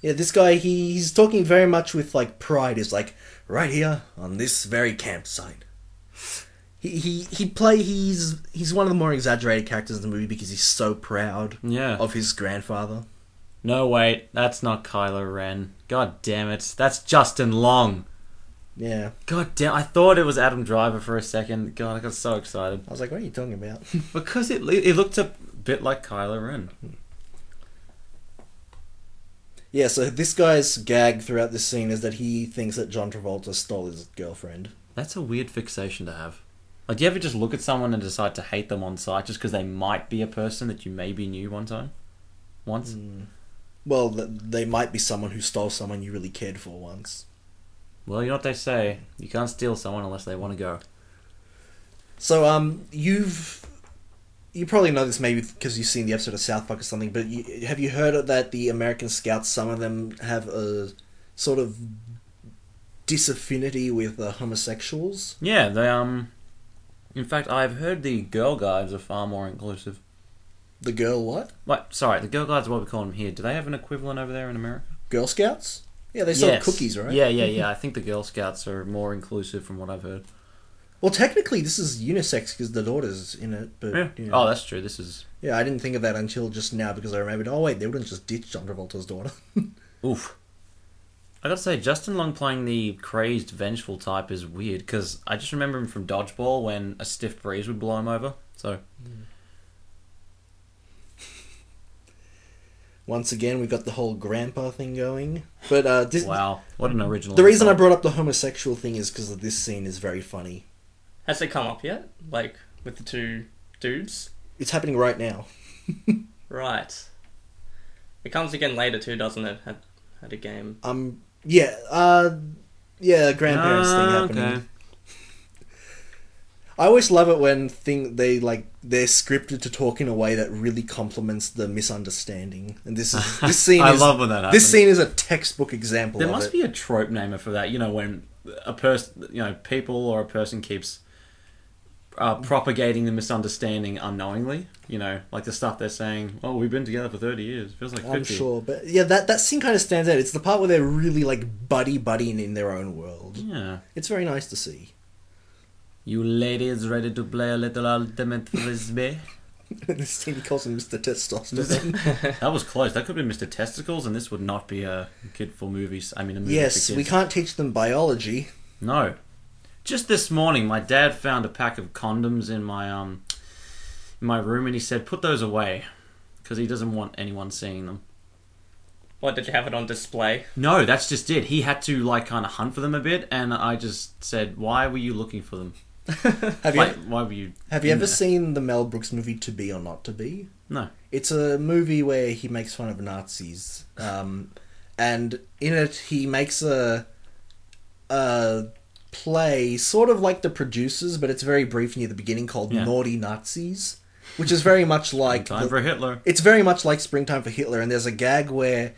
Speaker 1: Yeah, this guy he, he's talking very much with like pride. Is like right here on this very campsite. He he he play he's he's one of the more exaggerated characters in the movie because he's so proud
Speaker 2: Yeah.
Speaker 1: of his grandfather.
Speaker 2: No, wait, that's not Kylo Ren. God damn it, that's Justin Long.
Speaker 1: Yeah,
Speaker 2: God damn, I thought it was Adam Driver for a second. God, I got so excited
Speaker 1: I was like, what are you talking about? [laughs]
Speaker 2: because it it looked a bit like Kylo Ren.
Speaker 1: Yeah, so this guy's gag throughout this scene is that he thinks that John Travolta stole his girlfriend.
Speaker 2: That's a weird fixation to have. Like, do you ever just look at someone and decide to hate them on sight just because they might be a person that you maybe knew one time, once?
Speaker 1: Hmm. Well, th- they might be someone who stole someone you really cared for once.
Speaker 2: Well, you know what they say. You can't steal someone unless they want to go.
Speaker 1: So, um, you've. You probably know this maybe because you've seen the episode of South Park or something, but you, have you heard that the American Scouts, some of them have a sort of disaffinity with uh, homosexuals?
Speaker 2: Yeah, they um. In fact, I've heard the girl guides are far more inclusive.
Speaker 1: The girl what?
Speaker 2: Wait, sorry, the girl guides are what we call them here. Do they have an equivalent over there in America?
Speaker 1: Girl Scouts? Yeah, they sell cookies, right? [laughs]
Speaker 2: Yeah, yeah, yeah. I think the Girl Scouts are more inclusive from what I've heard.
Speaker 1: Well, technically, this is unisex because the daughter's in it. But
Speaker 2: Yeah.
Speaker 1: you know.
Speaker 2: Oh, that's true. This is
Speaker 1: Yeah, I didn't think of that until just now because I remembered. Oh wait, they wouldn't just ditch John Travolta's daughter. [laughs]
Speaker 2: oof. I gotta say, Justin Long playing the crazed, vengeful type is weird because I just remember him from Dodgeball when a stiff breeze would blow him over. So
Speaker 1: Once again, we've got the whole grandpa thing going. But uh, this,
Speaker 2: wow, what an original.
Speaker 1: the reason I
Speaker 2: insult.
Speaker 1: brought up the homosexual thing is because this scene is very funny.
Speaker 3: Has it come up yet? Like with the two dudes?
Speaker 1: It's happening right now.
Speaker 3: Right. It comes again later too, doesn't it? At, at a game.
Speaker 1: Um, yeah, uh, yeah, grandparents
Speaker 2: Ah,
Speaker 1: thing happening.
Speaker 2: okay.
Speaker 1: I always love it when thing they like they're scripted to talk in a way that really complements the misunderstanding. And this
Speaker 2: [laughs]
Speaker 1: is this scene.
Speaker 2: I
Speaker 1: is,
Speaker 2: love when that
Speaker 1: This
Speaker 2: happens.
Speaker 1: scene is a textbook example.
Speaker 2: There
Speaker 1: of
Speaker 2: must
Speaker 1: it.
Speaker 2: be a trope namer for that. You know, when a person, you know, people or a person keeps uh, propagating the misunderstanding unknowingly. You know, like the stuff they're saying. Oh, we've been together for thirty years. Feels like 50.
Speaker 1: I'm sure, but yeah, that that scene kind of stands out. It's the part where they're really like buddy buddying in their own world.
Speaker 2: Yeah.
Speaker 1: It's very nice to see. [laughs]
Speaker 2: You ladies ready to play a little ultimate frisbee?
Speaker 1: this scene he calls him Mr.
Speaker 2: [laughs]
Speaker 1: Testosterone.
Speaker 2: that was close. That could have been Mr. Testicles, and this would not be a kid for movies. I mean, a movie
Speaker 1: yes,
Speaker 2: for kids.
Speaker 1: we can't teach them biology. [laughs]
Speaker 2: No. Just this morning, my dad found a pack of condoms in my um, in my room, and he said, "Put those away," because he doesn't want anyone seeing them.
Speaker 3: What did you have it on display?
Speaker 2: No, that's just it. He had to like kind of hunt for them a bit, and I just said, "Why were you looking for them?
Speaker 1: Have
Speaker 2: Like,
Speaker 1: you
Speaker 2: why were you?"
Speaker 1: have you
Speaker 2: in
Speaker 1: ever
Speaker 2: there?"
Speaker 1: seen the Mel Brooks movie To Be or Not to Be?
Speaker 2: No.
Speaker 1: It's a movie where he makes fun of Nazis, um, and in it he makes a a play sort of like the producers, but it's very brief near the beginning called
Speaker 2: Yeah.
Speaker 1: Naughty Nazis, which is very much like
Speaker 2: Time
Speaker 1: the-
Speaker 2: for Hitler.
Speaker 1: it's very much like Springtime for Hitler, and there's a gag where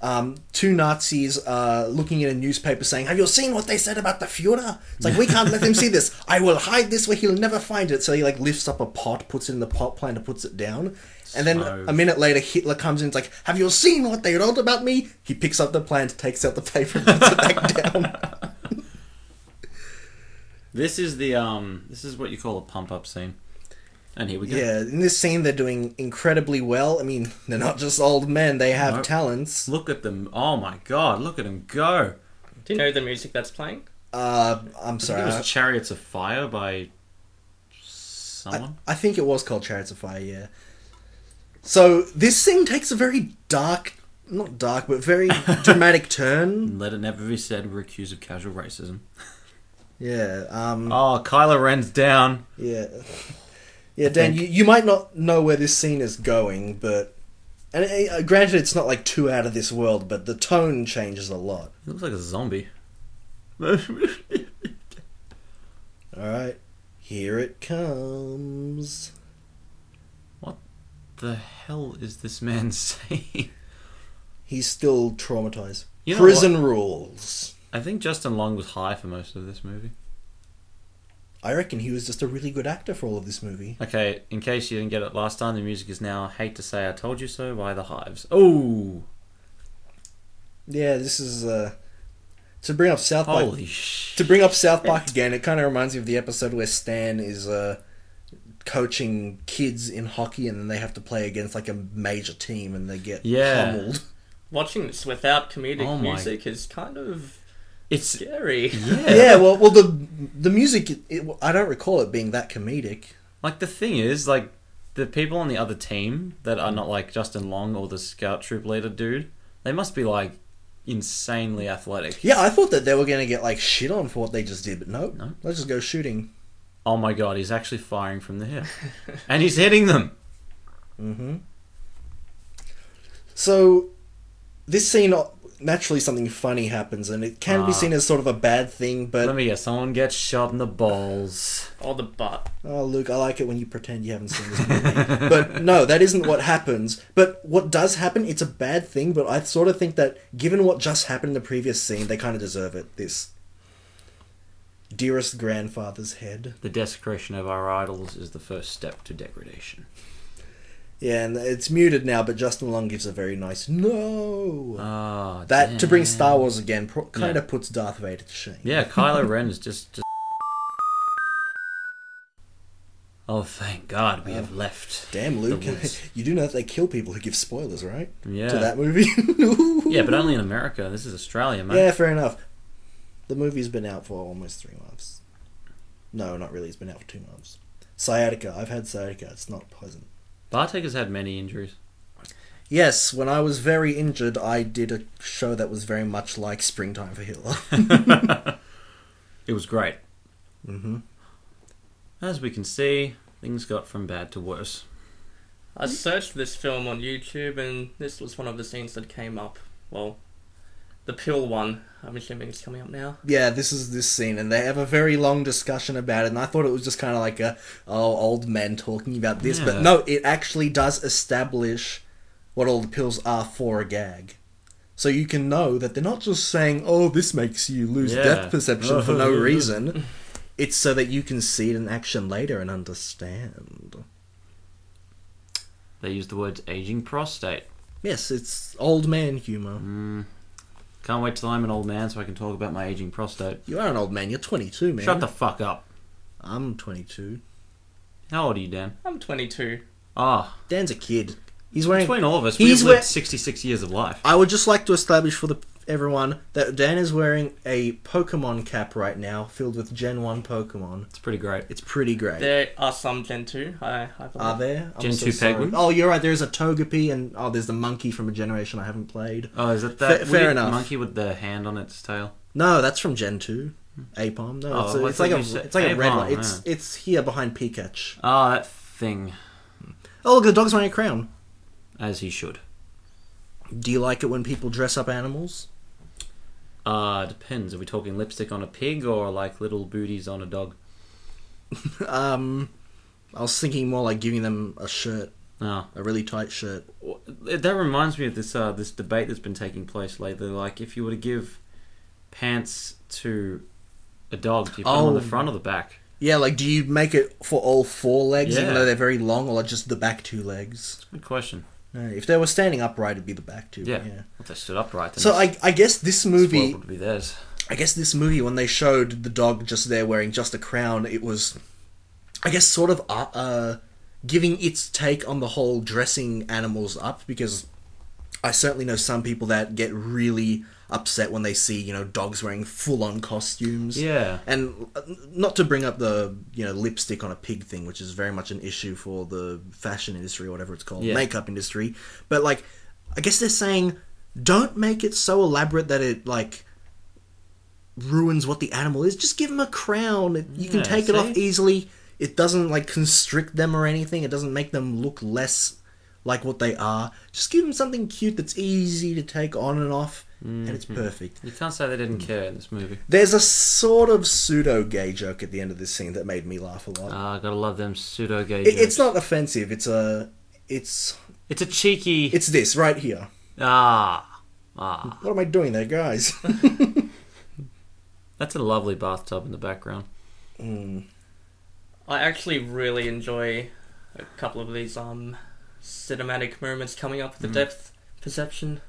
Speaker 1: um, two Nazis are looking at a newspaper saying, Have you seen what they said about the Fuhrer? It's like, We can't let him see this. I will hide this where he'll never find it. So he like lifts up a pot, puts it in the pot plant, and puts it down. And then
Speaker 2: So-
Speaker 1: a minute later, Hitler comes in and's like, Have you seen what they wrote about me? He picks up the plant, takes out the paper, and puts it back
Speaker 2: [laughs]
Speaker 1: down.
Speaker 2: This is the um. This is what you call a pump up scene. And here we go.
Speaker 1: Yeah, in this scene, they're doing incredibly well. I mean, they're not just old men, they have
Speaker 2: Nope.
Speaker 1: talents.
Speaker 2: Look at them. Oh my God! Look at them go.
Speaker 3: Do you know the music that's playing?
Speaker 1: Uh, I'm
Speaker 2: I
Speaker 1: sorry.
Speaker 2: think it
Speaker 1: I-
Speaker 2: was Chariots of Fire by
Speaker 1: I,
Speaker 2: someone.
Speaker 1: I think it was called Chariots of Fire, yeah. So this thing takes a very dark, not dark, but
Speaker 2: [laughs]
Speaker 1: very dramatic turn.
Speaker 2: Let it never be said we're accused of casual racism.
Speaker 1: Yeah, um,
Speaker 2: Oh, Kylo Ren's down.
Speaker 1: yeah, yeah. Dan,
Speaker 2: think-
Speaker 1: you, you might not know where this scene is going, but and uh, granted, it's not like too out of this world, but the tone changes a lot.
Speaker 2: He looks like a [laughs] zombie.
Speaker 1: All right, here it comes.
Speaker 2: the hell is this man [laughs] saying?
Speaker 1: He's still traumatized.
Speaker 2: You know
Speaker 1: Prison rules.
Speaker 2: I think Justin Long was high for most of this movie.
Speaker 1: I reckon he was just a really good actor for all of this movie.
Speaker 2: Okay, in case you didn't get it last time, the music is now Hate to Say I Told You So by The Hives. Oh,
Speaker 1: Yeah, this is uh to bring up South Park.
Speaker 2: holy sh!
Speaker 1: To bring up South Park again, it kind of reminds me of the episode where Stan is uh coaching kids in hockey, and then they have to play against like a major team, and they get
Speaker 2: Yeah.
Speaker 1: pummeled.
Speaker 3: Watching this without comedic
Speaker 2: Oh my-
Speaker 3: music is kind of
Speaker 2: It's.
Speaker 3: scary.
Speaker 2: [laughs] Yeah.
Speaker 3: [laughs]
Speaker 1: Yeah. well, well, the the music, it, it, I don't recall it being that comedic.
Speaker 2: Like, the thing is, like, the people on the other team that are not like Justin Long or the scout troop leader dude, they must be, like, insanely athletic.
Speaker 1: Yeah, I thought that they were gonna get like shit on for what they just did, but nope.
Speaker 2: No.
Speaker 1: Let's just go shooting.
Speaker 2: Oh my god, he's actually firing from the hip. and he's hitting them!
Speaker 1: Mm-hmm. So, this scene naturally something funny happens, and it can
Speaker 2: Ah.
Speaker 1: be seen as sort of a bad thing.
Speaker 2: Let
Speaker 1: But
Speaker 2: me guess, someone gets shot in the balls.
Speaker 3: Or the butt.
Speaker 1: oh, Luke, I like it when you pretend you haven't seen this movie. but no, that isn't what happens. But what does happen? It's a bad thing. But I sort of think that given what just happened in the previous scene, they kind of deserve it. This dearest grandfather's head.
Speaker 2: The desecration of our idols is the first step to degradation.
Speaker 1: Yeah, and it's muted now, but Justin Long gives a very nice no.
Speaker 2: Ah,
Speaker 1: that to bring
Speaker 2: damn.
Speaker 1: Star Wars again pro- kind
Speaker 2: Yeah.
Speaker 1: of puts Darth Vader to shame.
Speaker 2: Yeah, Kylo Ren is just, just Oh, thank God we have left.
Speaker 1: Uh, Damn, Luke,
Speaker 2: The woods.
Speaker 1: [laughs] you do know that they kill people who give spoilers, right?
Speaker 2: Yeah.
Speaker 1: To that movie. [laughs]
Speaker 2: Yeah, but only in America. This is Australia, mate.
Speaker 1: Mm-hmm. Yeah, fair enough. The movie's been out for almost three months. No, not really. It's been out for two months. Sciatica. I've had sciatica. It's not pleasant.
Speaker 2: Bartaker's had many injuries.
Speaker 1: Yes, when I was very injured, I did a show that was very much like Springtime for Hitler.
Speaker 2: It was great.
Speaker 1: mm-hmm.
Speaker 2: As we can see, things got from bad to worse.
Speaker 3: I searched this film on YouTube, and this was one of the scenes that came up. Well, the pill one. I'm assuming it's coming up now.
Speaker 1: Yeah, this is this scene, and they have a very long discussion about it. And I thought it was just kind of like a oh old man talking about this,
Speaker 2: Yeah.
Speaker 1: but no, it actually does establish what all the pills are for a gag. So you can know that they're not just saying oh this makes you lose
Speaker 2: Yeah.
Speaker 1: depth perception for no
Speaker 2: [laughs] Oh.
Speaker 1: reason. It's so that you can see it in action later and understand.
Speaker 2: They used the words aging prostate.
Speaker 1: Yes, it's old man humor.
Speaker 2: Mm. Can't wait till I'm an old man so I can talk about my aging prostate.
Speaker 1: You are an old man. You're 22, man.
Speaker 2: Shut the fuck up.
Speaker 1: I'm 22.
Speaker 2: How old are you, Dan?
Speaker 3: I'm 22.
Speaker 2: Ah,
Speaker 1: Dan's a kid. He's wearing
Speaker 2: between all of us, we've
Speaker 1: He's
Speaker 2: lived
Speaker 1: where-
Speaker 2: 66 years of life.
Speaker 1: I would just like to establish for the everyone that Dan is wearing a Pokemon cap right now, filled with Gen One Pokemon.
Speaker 2: It's pretty great.
Speaker 1: It's pretty great.
Speaker 3: There are some Gen 2. I, I believe.
Speaker 1: Are there I'm
Speaker 2: Gen
Speaker 1: so
Speaker 2: 2
Speaker 1: sorry.
Speaker 2: Penguin?
Speaker 1: Oh, you're right. There's a Togepi, and oh, there's the monkey from a generation I haven't played.
Speaker 2: Oh, is it that
Speaker 1: Fa- fair
Speaker 2: weird
Speaker 1: enough.
Speaker 2: monkey with the hand on its tail?
Speaker 1: No, that's from Gen Two. Apom. No,
Speaker 2: Oh,
Speaker 1: it's, a,
Speaker 2: I
Speaker 1: it's
Speaker 2: thought
Speaker 1: like a
Speaker 2: you said-
Speaker 1: it's like a red
Speaker 2: Apom,
Speaker 1: one. It's it's here behind Pikachu.
Speaker 2: Ah, that thing.
Speaker 1: Oh, look, the dog's wearing a crown.
Speaker 2: As he should.
Speaker 1: Do you like it when people dress up animals? [laughs]
Speaker 2: Ah, depends. Are we talking lipstick on a pig or like little booties on a dog?
Speaker 1: Um, I was thinking more like giving them a shirt,
Speaker 2: Ah,
Speaker 1: a really tight shirt.
Speaker 2: Well, That reminds me of this uh, this debate that's been taking place lately. Like, if you were to give pants to a dog, do you put them
Speaker 1: Oh.
Speaker 2: on the front or the back?
Speaker 1: Yeah, like do you make it for all four legs, even
Speaker 2: Yeah.
Speaker 1: though they're very long, or like just the back two legs?
Speaker 2: Good question.
Speaker 1: No, if they were standing upright, it'd be the back two.
Speaker 2: Yeah.
Speaker 1: Yeah. yeah.
Speaker 2: If they stood upright, then
Speaker 1: So
Speaker 2: this-
Speaker 1: I, I guess this
Speaker 2: this
Speaker 1: movie,
Speaker 2: world would be theirs.
Speaker 1: I guess this movie, when they showed the dog just there wearing just a crown, it was, I guess, sort of uh, uh, giving its take on the whole dressing animals up because I certainly know some people that get really upset when they see you know dogs wearing full on costumes.
Speaker 2: Yeah.
Speaker 1: And uh, not to bring up the you know lipstick on a pig thing, which is very much an issue for the fashion industry or whatever it's called,
Speaker 2: Yeah.
Speaker 1: makeup industry. But like, I guess they're saying don't make it so elaborate that it like ruins what the animal is. Just give them a crown. It- You can
Speaker 2: Yeah,
Speaker 1: take it off
Speaker 2: see?
Speaker 1: easily. It doesn't like constrict them or anything. It doesn't make them look less like what they are. Just give them something cute that's easy to take on and off, and
Speaker 2: Mm-hmm.
Speaker 1: it's perfect.
Speaker 2: You can't say they
Speaker 1: Hmm.
Speaker 2: didn't care in this movie.
Speaker 1: There's a sort of pseudo gay joke at the end of this scene that made me laugh a lot.
Speaker 2: Ah, gotta love them pseudo gay.
Speaker 1: Oh. It- it's not offensive. It's a, it's
Speaker 2: It's a cheeky.
Speaker 1: it's this right here.
Speaker 2: Ah, ah.
Speaker 1: What am I doing there,
Speaker 2: [laughs]
Speaker 1: guys?
Speaker 2: That's a lovely bathtub in the background.
Speaker 1: Hmm.
Speaker 3: I actually really enjoy a couple of these um cinematic moments coming up with
Speaker 2: Mm.
Speaker 3: the depth perception.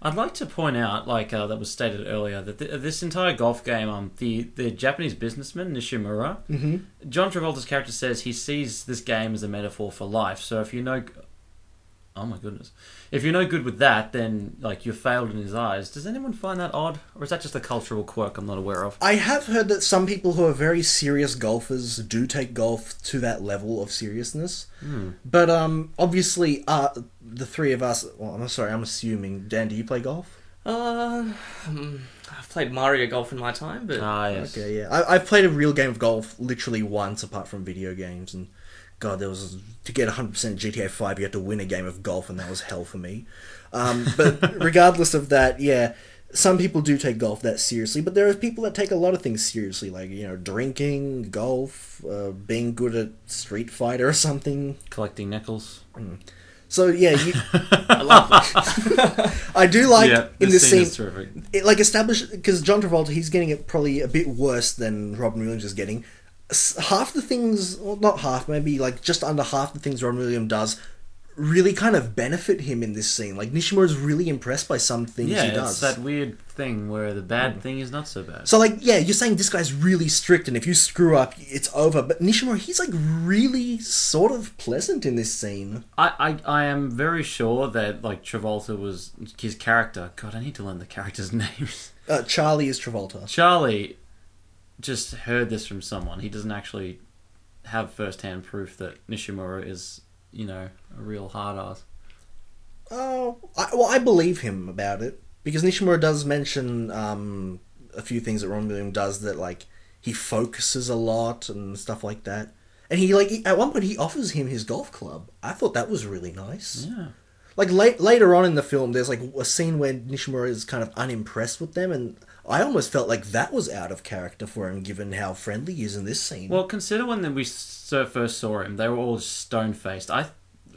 Speaker 2: I'd like to point out, like uh, that was stated earlier, that th- this entire golf game, um, the the Japanese businessman Nishimura,
Speaker 1: mm-hmm.
Speaker 2: John Travolta's character says he sees this game as a metaphor for life. So if you're no, oh my goodness, if you're no good with that, then like you failed in his eyes. Does anyone find that odd, or is that just a cultural quirk I'm not aware of?
Speaker 1: I have heard that some people who are very serious golfers do take golf to that level of seriousness. But um, obviously, uh, the three of us. Well, I'm sorry. I'm assuming. Dan, do you play golf?
Speaker 3: Uh, hmm, I've played Mario Golf in my time, but
Speaker 2: Ah yes.
Speaker 1: Okay, yeah. I, I've played a real game of golf literally once, apart from video games. And God, there was to get 100% GTA 5, you had to win a game of golf, and that was hell for me. Um,
Speaker 2: [laughs]
Speaker 1: but regardless of that, yeah, some people do take golf that seriously, but there are people that take a lot of things seriously, like you know, drinking, golf, uh, being good at Street Fighter or something.
Speaker 2: Collecting nickels.
Speaker 1: So yeah,
Speaker 2: [laughs]
Speaker 1: you,
Speaker 3: I love it.
Speaker 1: [laughs] I do like in this scene.
Speaker 2: is terrific.
Speaker 1: it like establish because John Travolta he's getting it probably a bit worse than Robin Williams is getting. S- Half the things, well, not half, maybe like just under half the things Robin Williams does really kind of benefit him in this scene. Like Nishimura's really impressed by some things
Speaker 2: yeah,
Speaker 1: he does. Mm.
Speaker 2: it's that weird thing where the bad thing is not so bad.
Speaker 1: So like, yeah, you're saying this guy's really strict, and if you screw up, it's over. But Nishimura, he's like really sort of pleasant in this scene.
Speaker 2: I, I, I am very sure that like Travolta was his character. God, I need to learn the characters' [laughs] names.
Speaker 1: Uh, Charlie is Travolta.
Speaker 2: Charlie just heard this from someone. He doesn't actually have first-hand proof that Nishimura is, you know, a real hard ass.
Speaker 1: Oh, I, well, I believe him about it because Nishimura does mention um, a few things that Ron William does that like he focuses a lot and stuff like that. And he like he- at one point he offers him his golf club. I thought that was really nice.
Speaker 2: Yeah.
Speaker 1: Like late, later on in the film, there's like a scene where Nishimura is kind of unimpressed with them, and I almost felt like that was out of character for him, given how friendly he is in this scene.
Speaker 2: Well, consider when then we s- first saw him, they were all stone faced. I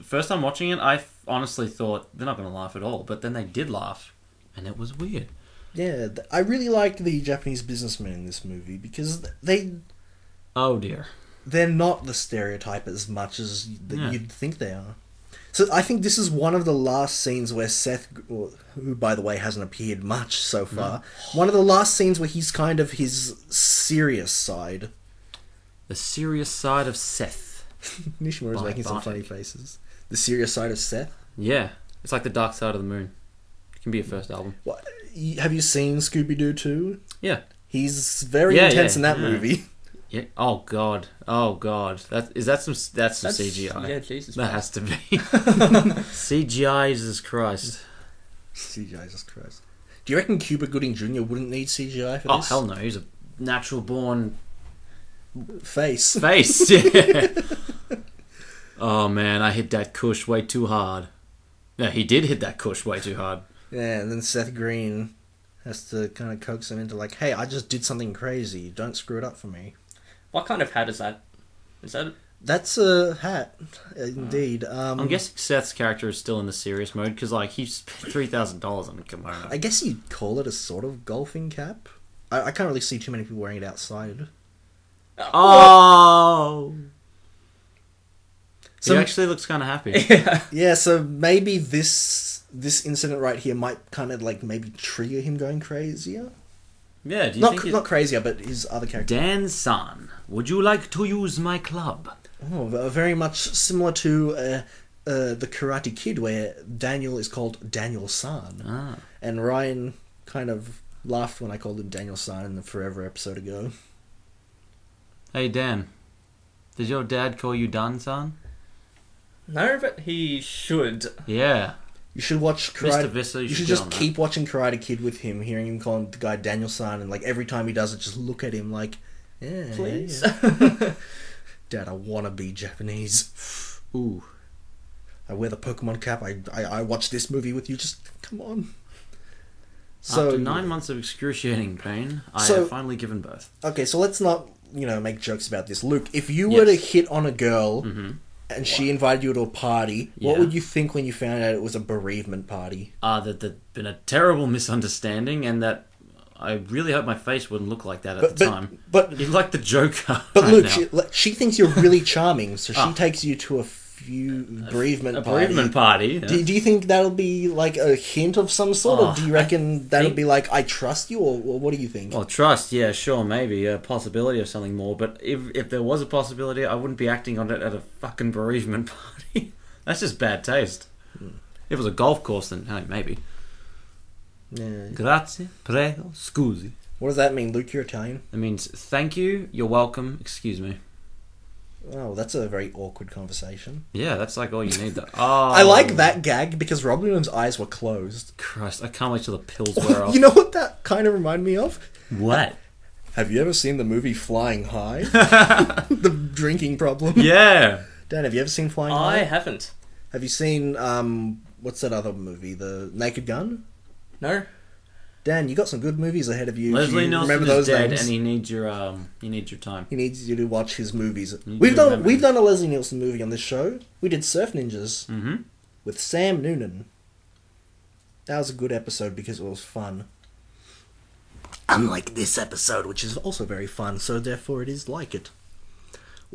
Speaker 2: first time watching it, I f- honestly thought they're not going to laugh at all, but then they did laugh, and it was weird.
Speaker 1: yeah, th- I really like the Japanese businessmen in this movie because they
Speaker 2: Oh dear.
Speaker 1: they're not the stereotype as much as that
Speaker 2: Yeah.
Speaker 1: you'd think they are. So I think this is one of the last scenes where Seth, who by the way hasn't appeared much so far, one of the last scenes where he's kind of his serious side. [laughs]
Speaker 2: The serious side of Seth.
Speaker 1: Nishimura is
Speaker 2: Bye,
Speaker 1: making some
Speaker 2: bye.
Speaker 1: funny faces. The serious side of Seth.
Speaker 2: Yeah, it's like the dark side of the moon. It can be a first album.
Speaker 1: What, y- have you seen Scooby Doo 2?
Speaker 2: Yeah.
Speaker 1: He's very
Speaker 2: Yeah,
Speaker 1: intense
Speaker 2: yeah,
Speaker 1: in that
Speaker 2: yeah.
Speaker 1: movie. [laughs]
Speaker 2: Yeah. Oh god. Oh god. That is that some s- that's some
Speaker 3: That's-
Speaker 2: CGI.
Speaker 3: yeah, Jesus
Speaker 2: That
Speaker 3: Christ.
Speaker 2: has to be CGI. Jesus Christ.
Speaker 1: CGI, Jesus Christ. Do you reckon Cuba Gooding Jr. wouldn't need CGI for
Speaker 2: Oh
Speaker 1: this?
Speaker 2: hell no. He's a natural born [laughs]
Speaker 1: Face.
Speaker 2: face. Yeah. oh man, I hit that cush way too hard. No, he did hit that cush way too hard.
Speaker 1: Yeah, and then Seth Green has to kind of coax him into like, hey, I just did something crazy. Don't screw it up for me.
Speaker 3: What kind of hat is that?
Speaker 2: [laughs]
Speaker 3: Is that [laughs]
Speaker 1: That's a hat, indeed. Um,
Speaker 2: Mm. I'm guessing Seth's character is still in the serious mode because like he spent three thousand dollars on a kimono.
Speaker 1: I guess you'd call it a sort of golfing cap. I, I can't really see too many people wearing it outside.
Speaker 2: Oh.
Speaker 1: So-
Speaker 2: he actually looks kind of happy.
Speaker 3: yeah.
Speaker 1: Yeah, so maybe this this incident right here might kind of like maybe trigger him going crazier.
Speaker 2: [laughs] Yeah. Do you
Speaker 1: Not
Speaker 2: think
Speaker 1: cr-
Speaker 2: it-
Speaker 1: not crazier, but his other character.
Speaker 2: Dan San, would you like to use my club?
Speaker 1: Oh, v- very much similar to uh, uh, the Karate Kid, where Daniel is called Daniel San.
Speaker 2: Ah.
Speaker 1: And Ryan kind of laughed when I called him Daniel San in the Forever episode ago.
Speaker 2: Hey Dan, did your dad call you Dan San?
Speaker 3: No, but he should.
Speaker 2: Yeah.
Speaker 1: You should watch
Speaker 2: Mr.
Speaker 1: Karate.
Speaker 2: Visser, you
Speaker 1: you
Speaker 2: should
Speaker 1: should
Speaker 2: get
Speaker 1: just
Speaker 2: on that.
Speaker 1: keep watching Karate Kid with him, hearing him call the guy Daniel San, and like every time he does it, just look at him like, yeah, yeah,
Speaker 3: Please.
Speaker 1: yeah. [laughs] Dad, I wanna be Japanese.
Speaker 2: Ooh.
Speaker 1: I wear the Pokemon cap. I I, I watch this movie with you. Just come on. So
Speaker 2: After nine months of excruciating pain, I
Speaker 1: So-
Speaker 2: have finally given birth.
Speaker 1: okay, so let's not you know make jokes about this. Luke, if you were to
Speaker 2: Yes. Mm-hmm.
Speaker 1: hit on a girl and she invited you to a party, what
Speaker 2: Yeah.
Speaker 1: would you think when you found out it was a bereavement party?
Speaker 2: Ah, that there'd been a terrible misunderstanding, and that I really hope my face wouldn't look like that at
Speaker 1: But
Speaker 2: the
Speaker 1: but
Speaker 2: time.
Speaker 1: but,
Speaker 2: He's like the Joker.
Speaker 1: but
Speaker 2: right
Speaker 1: Luke,
Speaker 2: now.
Speaker 1: she, le- she thinks you're
Speaker 2: [laughs]
Speaker 1: really charming, so she
Speaker 2: Ah.
Speaker 1: takes you to a few bereavement
Speaker 2: a bereavement party. yeah.
Speaker 1: Do, do you think that'll be like a hint of some sort,
Speaker 2: Oh,
Speaker 1: or do you reckon that'll
Speaker 2: think-
Speaker 1: be like I trust you, or, or what do you think?
Speaker 2: Well, trust, yeah, sure, maybe a possibility of something more. But if if there was a possibility, I wouldn't be acting on it at a fucking bereavement [laughs] party. That's just bad taste. If it was a golf course, then hey, maybe.
Speaker 1: yeah.
Speaker 2: Grazie, prego, scusi.
Speaker 1: What does that mean, Luke? You're Italian.
Speaker 2: That means thank you, you're welcome, excuse me.
Speaker 1: Oh, that's a very awkward conversation.
Speaker 2: Yeah, that's like all you need. Though. Oh,
Speaker 1: I like that gag because Robin Williams' eyes were closed.
Speaker 2: Christ, I can't wait till the pills wear
Speaker 1: [laughs]
Speaker 2: off.
Speaker 1: You know what that kind of reminded me of?
Speaker 2: what?
Speaker 1: Have you ever seen the movie Flying
Speaker 2: [laughs]
Speaker 1: High? the drinking problem.
Speaker 2: Yeah.
Speaker 1: Dan, have you ever seen Flying
Speaker 3: I
Speaker 1: High?
Speaker 3: haven't.
Speaker 1: Have you seen um what's that other movie? The Naked Gun?
Speaker 3: No.
Speaker 1: Dan, you got some good movies ahead of you. if
Speaker 2: Leslie
Speaker 1: you
Speaker 2: Nelson
Speaker 1: remember those
Speaker 2: is dead,
Speaker 1: names.
Speaker 2: and he needs your um, he needs your time.
Speaker 1: He needs you to watch his movies.
Speaker 2: need
Speaker 1: We've
Speaker 2: to
Speaker 1: done
Speaker 2: remember
Speaker 1: we've
Speaker 2: him.
Speaker 1: done a Leslie Nielsen movie on this show. We did Surf Ninjas
Speaker 2: Mm-hmm.
Speaker 1: with Sam Noonan. That was a good episode because it was fun. Unlike this episode, which is also very fun, so therefore it is like it.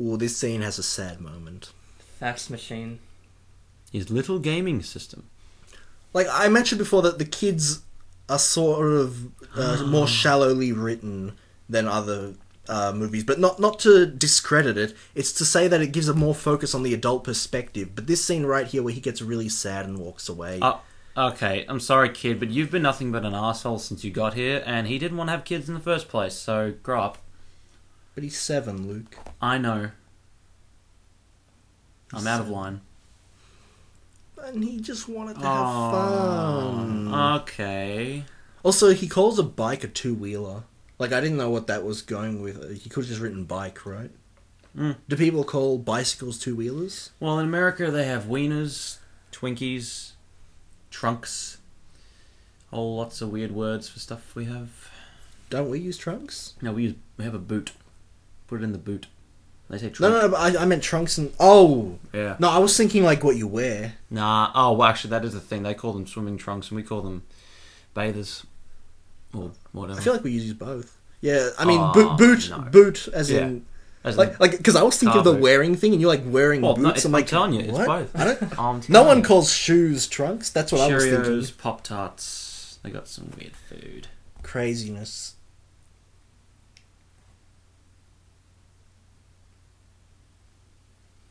Speaker 1: Oh, this scene has a sad moment.
Speaker 3: Fax machine.
Speaker 2: his little gaming system.
Speaker 1: Like I mentioned before, that the kids are sort of uh, more shallowly written than other uh, movies, but not not to discredit it. It's to say that it gives a more focus on the adult perspective. But this scene right here, where he gets really sad and walks away,
Speaker 2: Uh, okay, I'm sorry, kid, but you've been nothing but an asshole since you got here, and he didn't want to have kids in the first place, so grow up.
Speaker 1: but he's seven, Luke.
Speaker 2: I know. I'm out of line.
Speaker 1: And he just wanted to have fun.
Speaker 2: Aw, Okay.
Speaker 1: Also, he calls a bike a two wheeler. Like I didn't know what that was going with. He could have just written bike, right?
Speaker 2: Mm.
Speaker 1: Do people call bicycles two wheelers?
Speaker 2: Well, in America, they have wieners, Twinkies, trunks, all lots of weird words for stuff we have.
Speaker 1: Don't we use trunks?
Speaker 2: No, we use we have a boot. Put it in the boot. They say
Speaker 1: No,
Speaker 2: trunk.
Speaker 1: no, no. but I, I meant trunks and oh
Speaker 2: Yeah.
Speaker 1: no, I was thinking like what you wear.
Speaker 2: Nah. Oh, well, actually, that is the thing. They call them swimming trunks, and we call them bathers, or whatever.
Speaker 1: I feel like we use both. Yeah, I mean boot,
Speaker 2: Oh,
Speaker 1: boot,
Speaker 2: no.
Speaker 1: boot, as
Speaker 2: Yeah.
Speaker 1: in
Speaker 2: As in-
Speaker 1: like like because I was thinking of the
Speaker 2: Carbo.
Speaker 1: wearing thing, and you're like wearing
Speaker 2: well,
Speaker 1: boots.
Speaker 2: no, it's,
Speaker 1: I'm
Speaker 2: I'm
Speaker 1: like,
Speaker 2: telling you, it's
Speaker 1: what?
Speaker 2: both.
Speaker 1: I
Speaker 2: [laughs]
Speaker 1: don't.
Speaker 2: I'm
Speaker 1: No
Speaker 2: telling
Speaker 1: one
Speaker 2: you.
Speaker 1: calls shoes trunks. That's what I was thinking.
Speaker 2: Cheerios, Pop Tarts. They got some weird food.
Speaker 1: Craziness.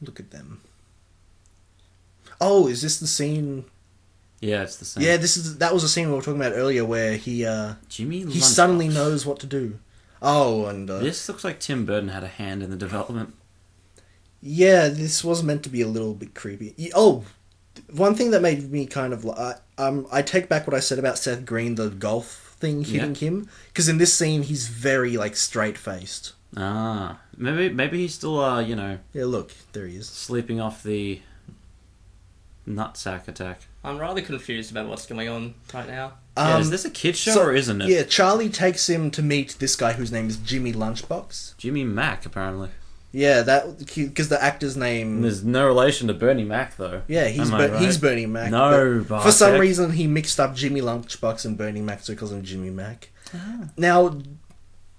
Speaker 1: Look at them. Oh, is this the scene?
Speaker 2: Yeah, it's the same.
Speaker 1: Yeah, this is that was the scene we were talking about earlier where he uh
Speaker 2: Jimmy.
Speaker 1: he
Speaker 2: Lunchbox.
Speaker 1: suddenly knows what to do. Oh, and uh,
Speaker 2: This looks like Tim Burton had a hand in the development.
Speaker 1: yeah, this was meant to be a little bit creepy. Y- Oh, one thing that made me kind of li- I, um I take back what I said about Seth Green the golf thing hitting him because in this scene he's very like straight faced.
Speaker 2: Ah, maybe maybe he's still uh you know
Speaker 1: Yeah, look, there he is.
Speaker 2: sleeping off the nutsack attack.
Speaker 3: I'm rather confused about what's going on right now.
Speaker 2: yeah,
Speaker 1: Um,
Speaker 2: is this a kid show
Speaker 1: so-
Speaker 2: or isn't it?
Speaker 1: Yeah, Charlie takes him to meet this guy whose name is Jimmy Lunchbox.
Speaker 2: Jimmy Mack apparently.
Speaker 1: Yeah, that because the actor's
Speaker 2: And
Speaker 1: name.
Speaker 2: there's no relation to Bernie Mac though.
Speaker 1: Yeah, he's
Speaker 2: Am I
Speaker 1: Ber-
Speaker 2: right?
Speaker 1: he's Bernie Mac.
Speaker 2: No,
Speaker 1: but for some
Speaker 2: Bartek.
Speaker 1: reason he mixed up Jimmy Lunchbox and Bernie Mac, so he calls him Jimmy Mac. Now,